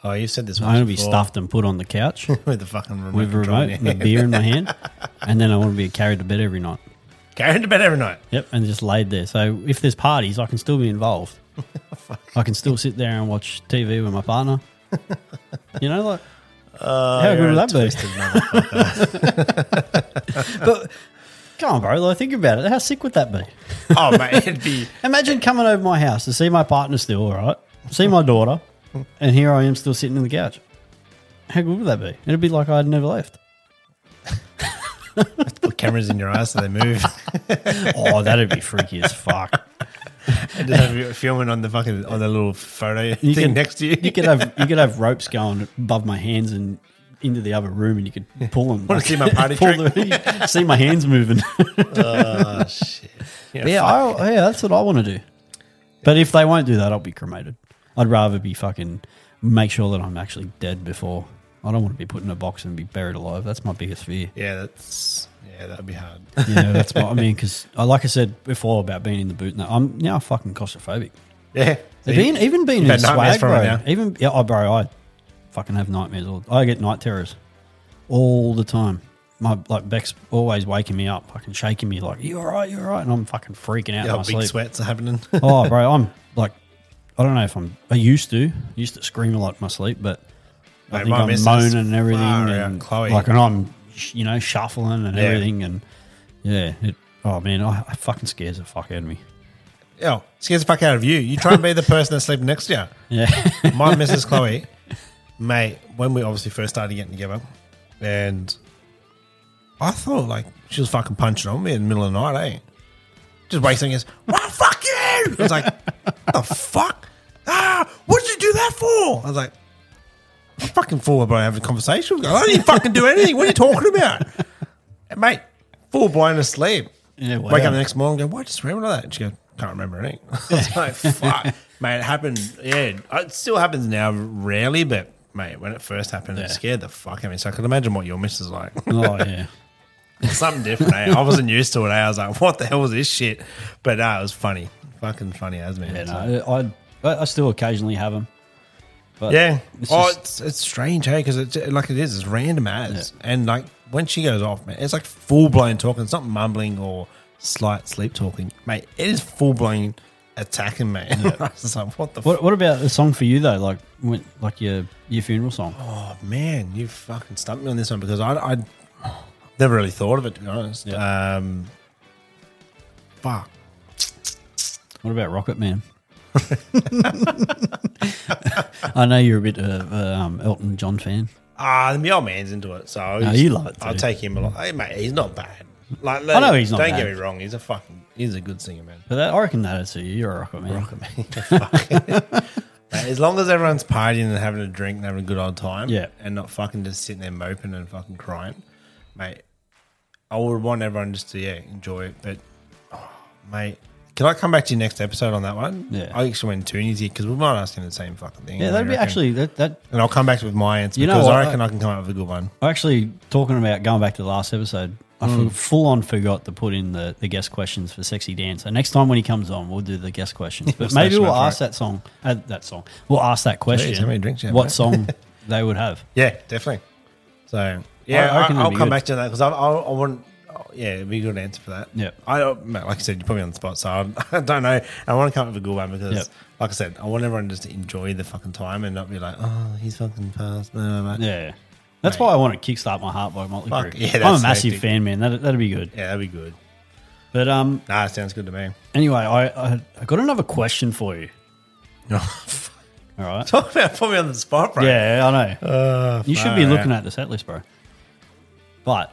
[SPEAKER 1] Oh, you said this.
[SPEAKER 6] I want to
[SPEAKER 1] once
[SPEAKER 6] be
[SPEAKER 1] before
[SPEAKER 6] stuffed and put on the couch.
[SPEAKER 1] with the fucking remote
[SPEAKER 6] with a
[SPEAKER 1] control in
[SPEAKER 6] remote
[SPEAKER 1] your
[SPEAKER 6] and a
[SPEAKER 1] hand.
[SPEAKER 6] beer in my hand, and then I want to be carried to bed every night.
[SPEAKER 1] Go into bed every night.
[SPEAKER 6] Yep, and just laid there. So if there's parties, I can still be involved. I can still sit there and watch TV with my partner. You know, like how good would that be? but come on, bro. Like, think about it. How sick would that be?
[SPEAKER 1] oh mate, it'd be
[SPEAKER 6] Imagine coming over my house to see my partner still. All right, see my daughter, and here I am still sitting on the couch. How good would that be? It'd be like I'd never left.
[SPEAKER 1] put cameras in your eyes so they move.
[SPEAKER 6] Oh, that'd be freaky as fuck.
[SPEAKER 1] and just have you filming on the fucking on the little photo thing next to you.
[SPEAKER 6] You could have you could have ropes going above my hands and into the other room, and you could pull them.
[SPEAKER 1] Wanna see my party trick?
[SPEAKER 6] the- see my hands moving.
[SPEAKER 1] oh shit. Yeah,
[SPEAKER 6] yeah,
[SPEAKER 1] fuck.
[SPEAKER 6] I, yeah, that's what I want to do. But if they won't do that, I'll be cremated. I'd rather be fucking make sure that I'm actually dead before. I don't want to be put in a box and be buried alive. That's my biggest fear.
[SPEAKER 1] yeah, that's yeah, that'd be hard.
[SPEAKER 6] Yeah, that's what I mean. Because, like I said before about being in the boot, now I'm now fucking claustrophobic.
[SPEAKER 1] Yeah,
[SPEAKER 6] Being, even being in
[SPEAKER 1] had nightmares
[SPEAKER 6] swag,
[SPEAKER 1] from it
[SPEAKER 6] bro.
[SPEAKER 1] now.
[SPEAKER 6] Even yeah, oh, bro, I fucking have nightmares. All, I get night terrors all the time. My like Beck's always waking me up, fucking shaking me, like you all right, you all right, and I'm fucking freaking out
[SPEAKER 1] yeah,
[SPEAKER 6] in my
[SPEAKER 1] big
[SPEAKER 6] sleep.
[SPEAKER 1] sweats are happening.
[SPEAKER 6] oh, bro, I'm like, I don't know if I'm. I used to I used to scream a lot in my sleep, but I
[SPEAKER 1] Mate,
[SPEAKER 6] think
[SPEAKER 1] my
[SPEAKER 6] I'm
[SPEAKER 1] missus-
[SPEAKER 6] moaning and everything,
[SPEAKER 1] Far out,
[SPEAKER 6] and
[SPEAKER 1] Chloe.
[SPEAKER 6] like, and I'm sh- you know shuffling and
[SPEAKER 1] Yeah.
[SPEAKER 6] everything, and yeah, it. Oh man, I, I fucking scares the fuck out of me.
[SPEAKER 1] Yo, scares the fuck out of you. You try and be the person that's sleeping next to
[SPEAKER 6] Yeah.
[SPEAKER 1] you. My Mrs. Chloe, mate, when we obviously first started getting together, and I thought like she was fucking punching on me in the middle of the night, eh? Just wasting his, well, fuck you! I was like, what the fuck? Ah, what did you do that for? I was like, I'm fucking fool about having a conversation with you. I didn't fucking do anything. What are you talking about? And mate, full blind asleep.
[SPEAKER 6] Yeah, wow.
[SPEAKER 1] Wake up the next morning and go, why did you swear like that? And she goes, can't remember anything. I was like, fuck. mate, it happened. Yeah, it still happens now, rarely, but mate, when it first happened,
[SPEAKER 6] Yeah.
[SPEAKER 1] it scared the fuck out of me. So I could imagine what your missus is like.
[SPEAKER 6] oh yeah.
[SPEAKER 1] Something different. Eh? I wasn't used to it. Eh? I was like, what the hell was this shit? But uh, it was funny. Fucking funny as man.
[SPEAKER 6] Yeah,
[SPEAKER 1] So-
[SPEAKER 6] no, uh, I, I I still occasionally have them. But
[SPEAKER 1] Yeah.
[SPEAKER 6] it's
[SPEAKER 1] oh,
[SPEAKER 6] just-
[SPEAKER 1] it's, it's strange, hey, because it's like it is, it's random as. And like when she goes off, man, it's like full blown talking. It's not mumbling or slight sleep talking, mate. It is full blown attacking me. I was like, what the
[SPEAKER 6] What, what about a song for you though? Like when, like your your funeral song?
[SPEAKER 1] Oh man, you fucking stumped me on this one because I, I never really thought of it to be honest. Um, fuck.
[SPEAKER 6] What about Rocket Man? I know you're a bit of a um, Elton John fan.
[SPEAKER 1] Ah, the old man's into it, so I'll
[SPEAKER 6] No,
[SPEAKER 1] just-
[SPEAKER 6] you love it
[SPEAKER 1] I'll
[SPEAKER 6] too.
[SPEAKER 1] take him a lot. Hey mate, he's not bad. Like,
[SPEAKER 6] I know he's not
[SPEAKER 1] Don't
[SPEAKER 6] bad.
[SPEAKER 1] get me wrong, he's a fucking, he's a good singer, man.
[SPEAKER 6] But that, I reckon that'd suit you. You're a Rocket Man.
[SPEAKER 1] Rocket Man. Fuck. Mate, as long as everyone's partying and having a drink and having a good old time,
[SPEAKER 6] Yeah.
[SPEAKER 1] and not fucking just sitting there moping and fucking crying, mate. I would want everyone just to yeah enjoy it, but oh, mate, can I come back to your next episode on that one?
[SPEAKER 6] Yeah.
[SPEAKER 1] I actually went to Unity because we might ask him the same fucking thing.
[SPEAKER 6] Yeah, that'd be
[SPEAKER 1] I reckon.
[SPEAKER 6] actually that. that
[SPEAKER 1] and I'll come back with my answer
[SPEAKER 6] You know
[SPEAKER 1] because
[SPEAKER 6] what?
[SPEAKER 1] I reckon I, can come up with a good one.
[SPEAKER 6] actually talking about going back to the last episode. I
[SPEAKER 1] Mm.
[SPEAKER 6] full on forgot to put in the, the guest questions for Sexy Dan. So next time when he comes on, we'll do the guest questions. But
[SPEAKER 1] smash
[SPEAKER 6] maybe
[SPEAKER 1] him
[SPEAKER 6] we'll
[SPEAKER 1] up for
[SPEAKER 6] ask that song, uh, that song. We'll ask that question.
[SPEAKER 1] how many drinks you had,
[SPEAKER 6] what
[SPEAKER 1] mate?
[SPEAKER 6] song they would have?
[SPEAKER 1] Yeah, definitely. So yeah,
[SPEAKER 6] I
[SPEAKER 1] I,
[SPEAKER 6] reckon
[SPEAKER 1] I,
[SPEAKER 6] that'd
[SPEAKER 1] will
[SPEAKER 6] be
[SPEAKER 1] come
[SPEAKER 6] good.
[SPEAKER 1] back to that because I, I, I want. oh, Yeah, it'd be a good answer for that.
[SPEAKER 6] Yeah.
[SPEAKER 1] I don't- mate, like I said, you put me on the spot, so I, I don't know. I want to come up with a good one because,
[SPEAKER 6] Yeah.
[SPEAKER 1] like I said, I want everyone just to enjoy the fucking time and not be like, oh, he's fucking passed. Blah, blah, blah.
[SPEAKER 6] Yeah, that's why I want to kickstart my heart by Motley
[SPEAKER 1] Fuck,
[SPEAKER 6] Crue.
[SPEAKER 1] yeah,
[SPEAKER 6] I'm a
[SPEAKER 1] that's
[SPEAKER 6] massive
[SPEAKER 1] hectic.
[SPEAKER 6] fan, man. That that'd be good.
[SPEAKER 1] Yeah, that'd be good.
[SPEAKER 6] But um,
[SPEAKER 1] Nah, it sounds good to me.
[SPEAKER 6] anyway, I, I I got another question for you. All right.
[SPEAKER 1] Talk about put me on the spot, bro.
[SPEAKER 6] Yeah, I know.
[SPEAKER 1] Uh,
[SPEAKER 6] you should be
[SPEAKER 1] far
[SPEAKER 6] looking at the set list, bro. But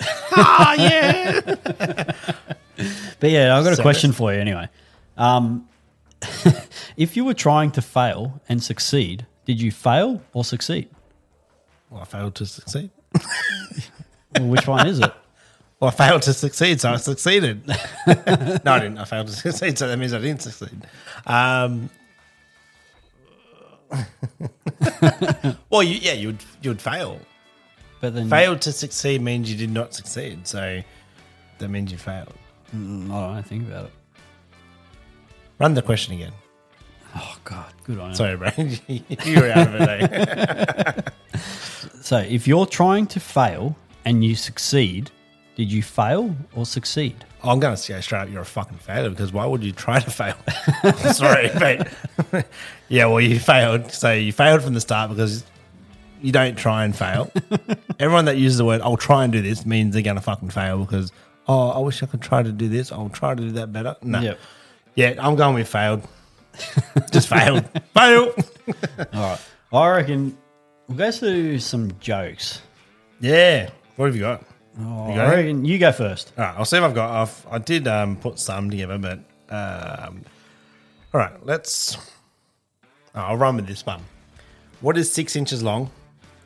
[SPEAKER 1] Ah, yeah.
[SPEAKER 6] but yeah, I've got a
[SPEAKER 1] Set
[SPEAKER 6] question for you anyway. Um, if you were trying to fail and succeed, did you fail or succeed?
[SPEAKER 1] well, I failed to succeed.
[SPEAKER 6] Well, which one is it?
[SPEAKER 1] Well, I failed to succeed, so I succeeded. no, I didn't. I failed to succeed, so that means I didn't succeed. Um, well, you, yeah, you'd you'd fail.
[SPEAKER 6] But then
[SPEAKER 1] Failed to succeed means you did not succeed, so that means you failed.
[SPEAKER 6] Mm, I don't know, think about it.
[SPEAKER 1] Run the question again.
[SPEAKER 6] Oh God, good on you.
[SPEAKER 1] Sorry, bro. you were out of it. Eh?
[SPEAKER 6] So, if you're trying to fail and you succeed, did you fail or succeed?
[SPEAKER 1] I'm going to go straight up. You're a fucking failure because why would you try to fail? I'm Sorry, but yeah, well, you failed. So you failed from the start because you don't try and fail. Everyone that uses the word "I'll try and do this" means they're going to fucking fail because oh, I wish I could try to do this. I'll try to do that better. No,
[SPEAKER 6] Yep.
[SPEAKER 1] yeah, I'm going with failed. Just failed. fail.
[SPEAKER 6] I reckon we'll go through some jokes.
[SPEAKER 1] Yeah. What have you got?
[SPEAKER 6] Oh,
[SPEAKER 1] You got
[SPEAKER 6] I
[SPEAKER 1] it?
[SPEAKER 6] reckon you go first.
[SPEAKER 1] All right, I'll see if I've got. I've, I did um, put some together, but um, all right, let's. oh, I'll run with this one. What is six inches long,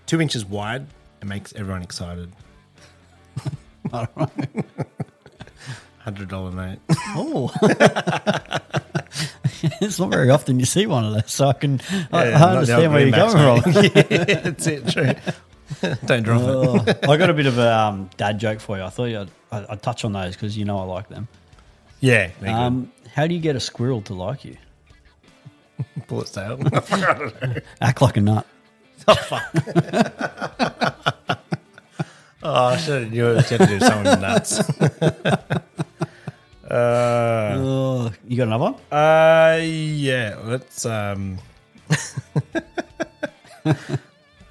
[SPEAKER 1] two inches wide, and makes everyone excited? Hundred dollar note.
[SPEAKER 6] Oh, it's not very often you see one of those, so I can I,
[SPEAKER 1] Yeah, not
[SPEAKER 6] I
[SPEAKER 1] the
[SPEAKER 6] understand where you're
[SPEAKER 1] Greenbacks,
[SPEAKER 6] going from.
[SPEAKER 1] mate. yeah, that's it. True. Don't drop it.
[SPEAKER 6] Oh, I got a bit of a um, dad joke for you. I thought I'd, I'd, I'd touch on those because you know I like them.
[SPEAKER 1] Yeah. they're good.
[SPEAKER 6] Um, how do you get a squirrel to like you?
[SPEAKER 1] Pull its tail.
[SPEAKER 6] um, Act like a nut.
[SPEAKER 1] oh, I should have knew it. You had to do something nuts. uh,
[SPEAKER 6] Oh, you got another one?
[SPEAKER 1] Uh, yeah. Let's um.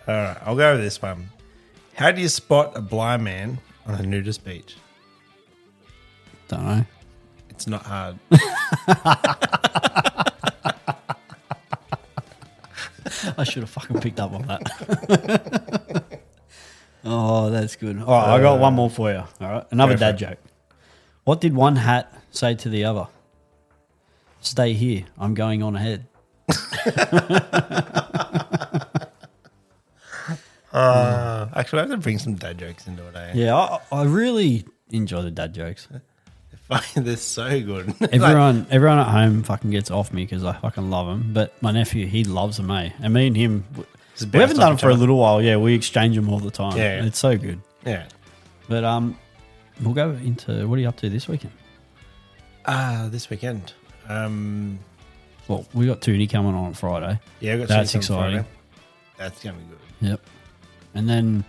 [SPEAKER 1] All right, I'll go with this one. How do you spot a blind man on a nudist beach?
[SPEAKER 6] Don't know.
[SPEAKER 1] It's not hard.
[SPEAKER 6] I should have fucking picked up on that. oh, that's good. All right, I got one more for you. All right, another
[SPEAKER 1] go for
[SPEAKER 6] dad joke. What did one hat say to the other? Stay here. I'm going on ahead.
[SPEAKER 1] Uh, actually, I have to bring some dad jokes into it. Eh?
[SPEAKER 6] Yeah, I, I really enjoy the dad jokes.
[SPEAKER 1] Fucking, they're so good. like,
[SPEAKER 6] Everyone, everyone at home fucking gets off me because I fucking love them. But my nephew, he loves them, eh? And me and him,
[SPEAKER 1] Just
[SPEAKER 6] we haven't
[SPEAKER 1] bounce
[SPEAKER 6] done
[SPEAKER 1] off
[SPEAKER 6] it
[SPEAKER 1] each
[SPEAKER 6] for a
[SPEAKER 1] other.
[SPEAKER 6] little while. Yeah, we exchange them all the time.
[SPEAKER 1] Yeah.
[SPEAKER 6] it's so good.
[SPEAKER 1] yeah.
[SPEAKER 6] But um, we'll go into what are you up to this weekend?
[SPEAKER 1] Uh, this weekend. Um,
[SPEAKER 6] Well, we got Toonie coming on Friday.
[SPEAKER 1] yeah, we got
[SPEAKER 6] That's
[SPEAKER 1] Saints on
[SPEAKER 6] exciting.
[SPEAKER 1] Friday. That's gonna be good.
[SPEAKER 6] Yep. And then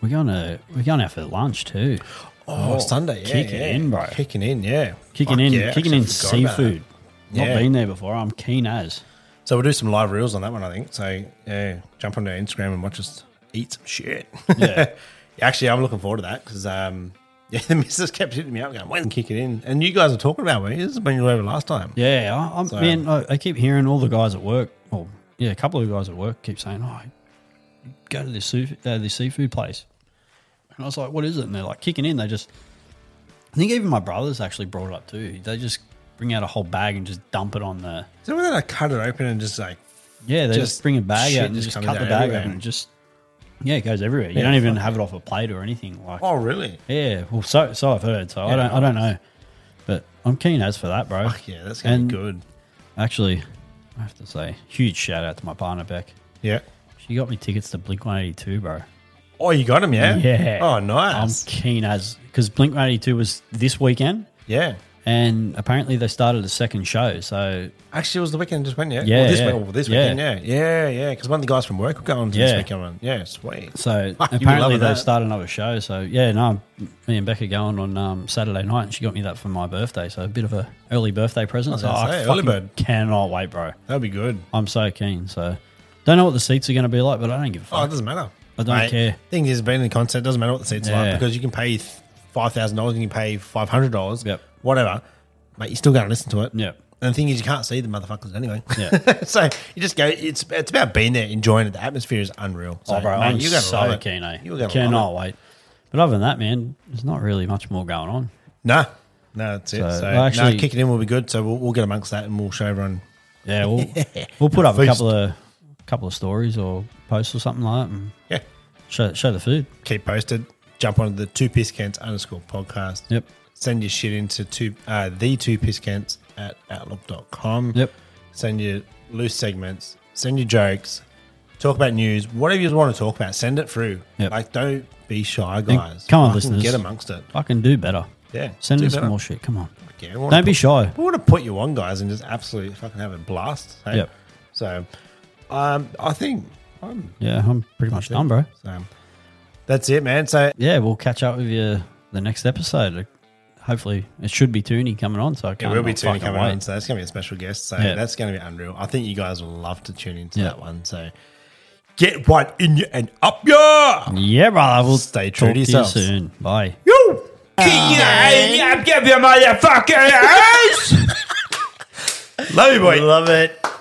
[SPEAKER 6] we're going to we're going out for lunch too.
[SPEAKER 1] Oh, Sunday, yeah,
[SPEAKER 6] kicking
[SPEAKER 1] yeah.
[SPEAKER 6] in, bro.
[SPEAKER 1] Kicking in, yeah.
[SPEAKER 6] Kicking
[SPEAKER 1] Fuck
[SPEAKER 6] in,
[SPEAKER 1] yeah,
[SPEAKER 6] kicking
[SPEAKER 1] actually
[SPEAKER 6] in
[SPEAKER 1] forgot about that.
[SPEAKER 6] seafood. Not
[SPEAKER 1] Yeah.
[SPEAKER 6] been there before. I'm keen as.
[SPEAKER 1] So we'll do some live reels on that one, I think. So yeah, jump on our Instagram and watch us eat some shit.
[SPEAKER 6] Yeah.
[SPEAKER 1] Actually, I'm looking forward to that because um, yeah, the missus kept hitting me up, going, "When kick it in?" And you guys were talking about it. This is when you were over last time.
[SPEAKER 6] Yeah, I, I'm,
[SPEAKER 1] So-
[SPEAKER 6] man, I, I keep hearing all the guys at work, well, yeah, a couple of guys at work keep saying, oh, go to this, seafood, uh, this seafood place. And I was like, what is it? And they're like, kicking in. They just, I think even my brothers actually brought it up too. They just bring out a whole bag and just dump it on the,
[SPEAKER 1] So when I cut it open and just like,
[SPEAKER 6] yeah, they just,
[SPEAKER 1] Just
[SPEAKER 6] bring a bag
[SPEAKER 1] shit
[SPEAKER 6] out and
[SPEAKER 1] just
[SPEAKER 6] just
[SPEAKER 1] comes
[SPEAKER 6] cut the
[SPEAKER 1] out
[SPEAKER 6] bag
[SPEAKER 1] everywhere.
[SPEAKER 6] out and just, yeah, it goes everywhere. You
[SPEAKER 1] Yeah,
[SPEAKER 6] don't even
[SPEAKER 1] fuck
[SPEAKER 6] have it off a plate or anything. Like,
[SPEAKER 1] oh really?
[SPEAKER 6] yeah, well, so so I've heard. So I
[SPEAKER 1] Yeah,
[SPEAKER 6] don't I don't know, but I'm keen as for that, bro.
[SPEAKER 1] Fuck yeah, that's gonna
[SPEAKER 6] And
[SPEAKER 1] be good.
[SPEAKER 6] Actually, I have to say, huge shout out to my partner Beck.
[SPEAKER 1] Yeah.
[SPEAKER 6] She got me tickets to Blink 182, bro.
[SPEAKER 1] Oh, you got him, yeah.
[SPEAKER 6] Yeah.
[SPEAKER 1] Oh,
[SPEAKER 6] I'm
[SPEAKER 1] nice.
[SPEAKER 6] keen as because Blink 182 was this weekend,
[SPEAKER 1] yeah.
[SPEAKER 6] and apparently they started a second show. So
[SPEAKER 1] Actually, it was the weekend just went, yeah.
[SPEAKER 6] Yeah,
[SPEAKER 1] Well, this,
[SPEAKER 6] yeah.
[SPEAKER 1] week- well, this
[SPEAKER 6] Yeah.
[SPEAKER 1] weekend, yeah, yeah, yeah. Because one of the guys from work were going to
[SPEAKER 6] Yeah.
[SPEAKER 1] this weekend. one. Yeah, sweet.
[SPEAKER 6] so
[SPEAKER 1] Fuck, you would
[SPEAKER 6] apparently
[SPEAKER 1] love
[SPEAKER 6] they
[SPEAKER 1] that.
[SPEAKER 6] started another show. So yeah, no, me and Becca going on um, Saturday night, and she got me that for my birthday. So a bit of a early birthday present.
[SPEAKER 1] was
[SPEAKER 6] So
[SPEAKER 1] gonna
[SPEAKER 6] I
[SPEAKER 1] say, early
[SPEAKER 6] fucking
[SPEAKER 1] bird.
[SPEAKER 6] cannot wait, bro.
[SPEAKER 1] That'd be good.
[SPEAKER 6] I'm so keen. So don't know what the seats are going to be like, but I don't give a
[SPEAKER 1] Oh, it
[SPEAKER 6] fuck.
[SPEAKER 1] doesn't matter.
[SPEAKER 6] I don't care.
[SPEAKER 1] Thing is, being in the concert doesn't matter what the seats
[SPEAKER 6] Yeah.
[SPEAKER 1] like because you can pay five thousand dollars, you can pay five hundred dollars,
[SPEAKER 6] Yep.
[SPEAKER 1] whatever. Mate, you're still going to listen to it.
[SPEAKER 6] Yep.
[SPEAKER 1] And the thing is, you can't see the motherfuckers anyway.
[SPEAKER 6] Yeah.
[SPEAKER 1] so you just go. It's it's about being there, enjoying it. The atmosphere is unreal. So,
[SPEAKER 6] oh, bro,
[SPEAKER 1] mate,
[SPEAKER 6] I'm
[SPEAKER 1] gonna
[SPEAKER 6] so
[SPEAKER 1] love it.
[SPEAKER 6] keen. Eh?
[SPEAKER 1] You're going to
[SPEAKER 6] cannot
[SPEAKER 1] love it.
[SPEAKER 6] wait. But other than that, man, there's not really much more going on.
[SPEAKER 1] No, no, that's it.
[SPEAKER 6] So,
[SPEAKER 1] So,
[SPEAKER 6] well, actually-
[SPEAKER 1] no, kicking in will be good. So we'll, we'll get amongst that and we'll show everyone.
[SPEAKER 6] Yeah, we'll we'll put up a
[SPEAKER 1] Feast.
[SPEAKER 6] couple of couple of stories or posts or something like that, and
[SPEAKER 1] Yeah,
[SPEAKER 6] show show the food.
[SPEAKER 1] keep posted. Jump onto the two piss cans underscore podcast.
[SPEAKER 6] Yep.
[SPEAKER 1] Send your shit into two uh, the two piss cans at outlook.com.
[SPEAKER 6] Yep.
[SPEAKER 1] Send your loose segments. Send your jokes. Talk about news. Whatever you want to talk about, send it through.
[SPEAKER 6] Yep.
[SPEAKER 1] Like, don't be shy, guys.
[SPEAKER 6] come on,
[SPEAKER 1] Fucking
[SPEAKER 6] listeners.
[SPEAKER 1] Get amongst it.
[SPEAKER 6] I can do better.
[SPEAKER 1] Yeah,
[SPEAKER 6] Send
[SPEAKER 1] do
[SPEAKER 6] us
[SPEAKER 1] better.
[SPEAKER 6] more shit. Come on.
[SPEAKER 1] Yeah, we wanna
[SPEAKER 6] Don't be
[SPEAKER 1] put-
[SPEAKER 6] shy.
[SPEAKER 1] We want to put you on, guys, and just absolutely fucking have a blast. Hey?
[SPEAKER 6] Yep.
[SPEAKER 1] So, um, I think I'm
[SPEAKER 6] Yeah, I'm pretty much done, bro.
[SPEAKER 1] So, that's it, man. So,
[SPEAKER 6] Yeah, we'll catch up with you the next episode. Hopefully, it should be Tooney coming on. So I
[SPEAKER 1] It
[SPEAKER 6] can't
[SPEAKER 1] will be
[SPEAKER 6] not
[SPEAKER 1] Tony
[SPEAKER 6] fucking
[SPEAKER 1] coming
[SPEAKER 6] wait.
[SPEAKER 1] on, so that's going to be a special guest. So
[SPEAKER 6] Yeah.
[SPEAKER 1] that's going to be unreal. I think you guys will love to tune into
[SPEAKER 6] Yeah.
[SPEAKER 1] that one. So get one in you and up ya!
[SPEAKER 6] Yeah, brother. We'll
[SPEAKER 1] Stay true
[SPEAKER 6] talk
[SPEAKER 1] to
[SPEAKER 6] to you
[SPEAKER 1] yourselves.
[SPEAKER 6] soon. Bye.
[SPEAKER 1] Love you, boy. Love it.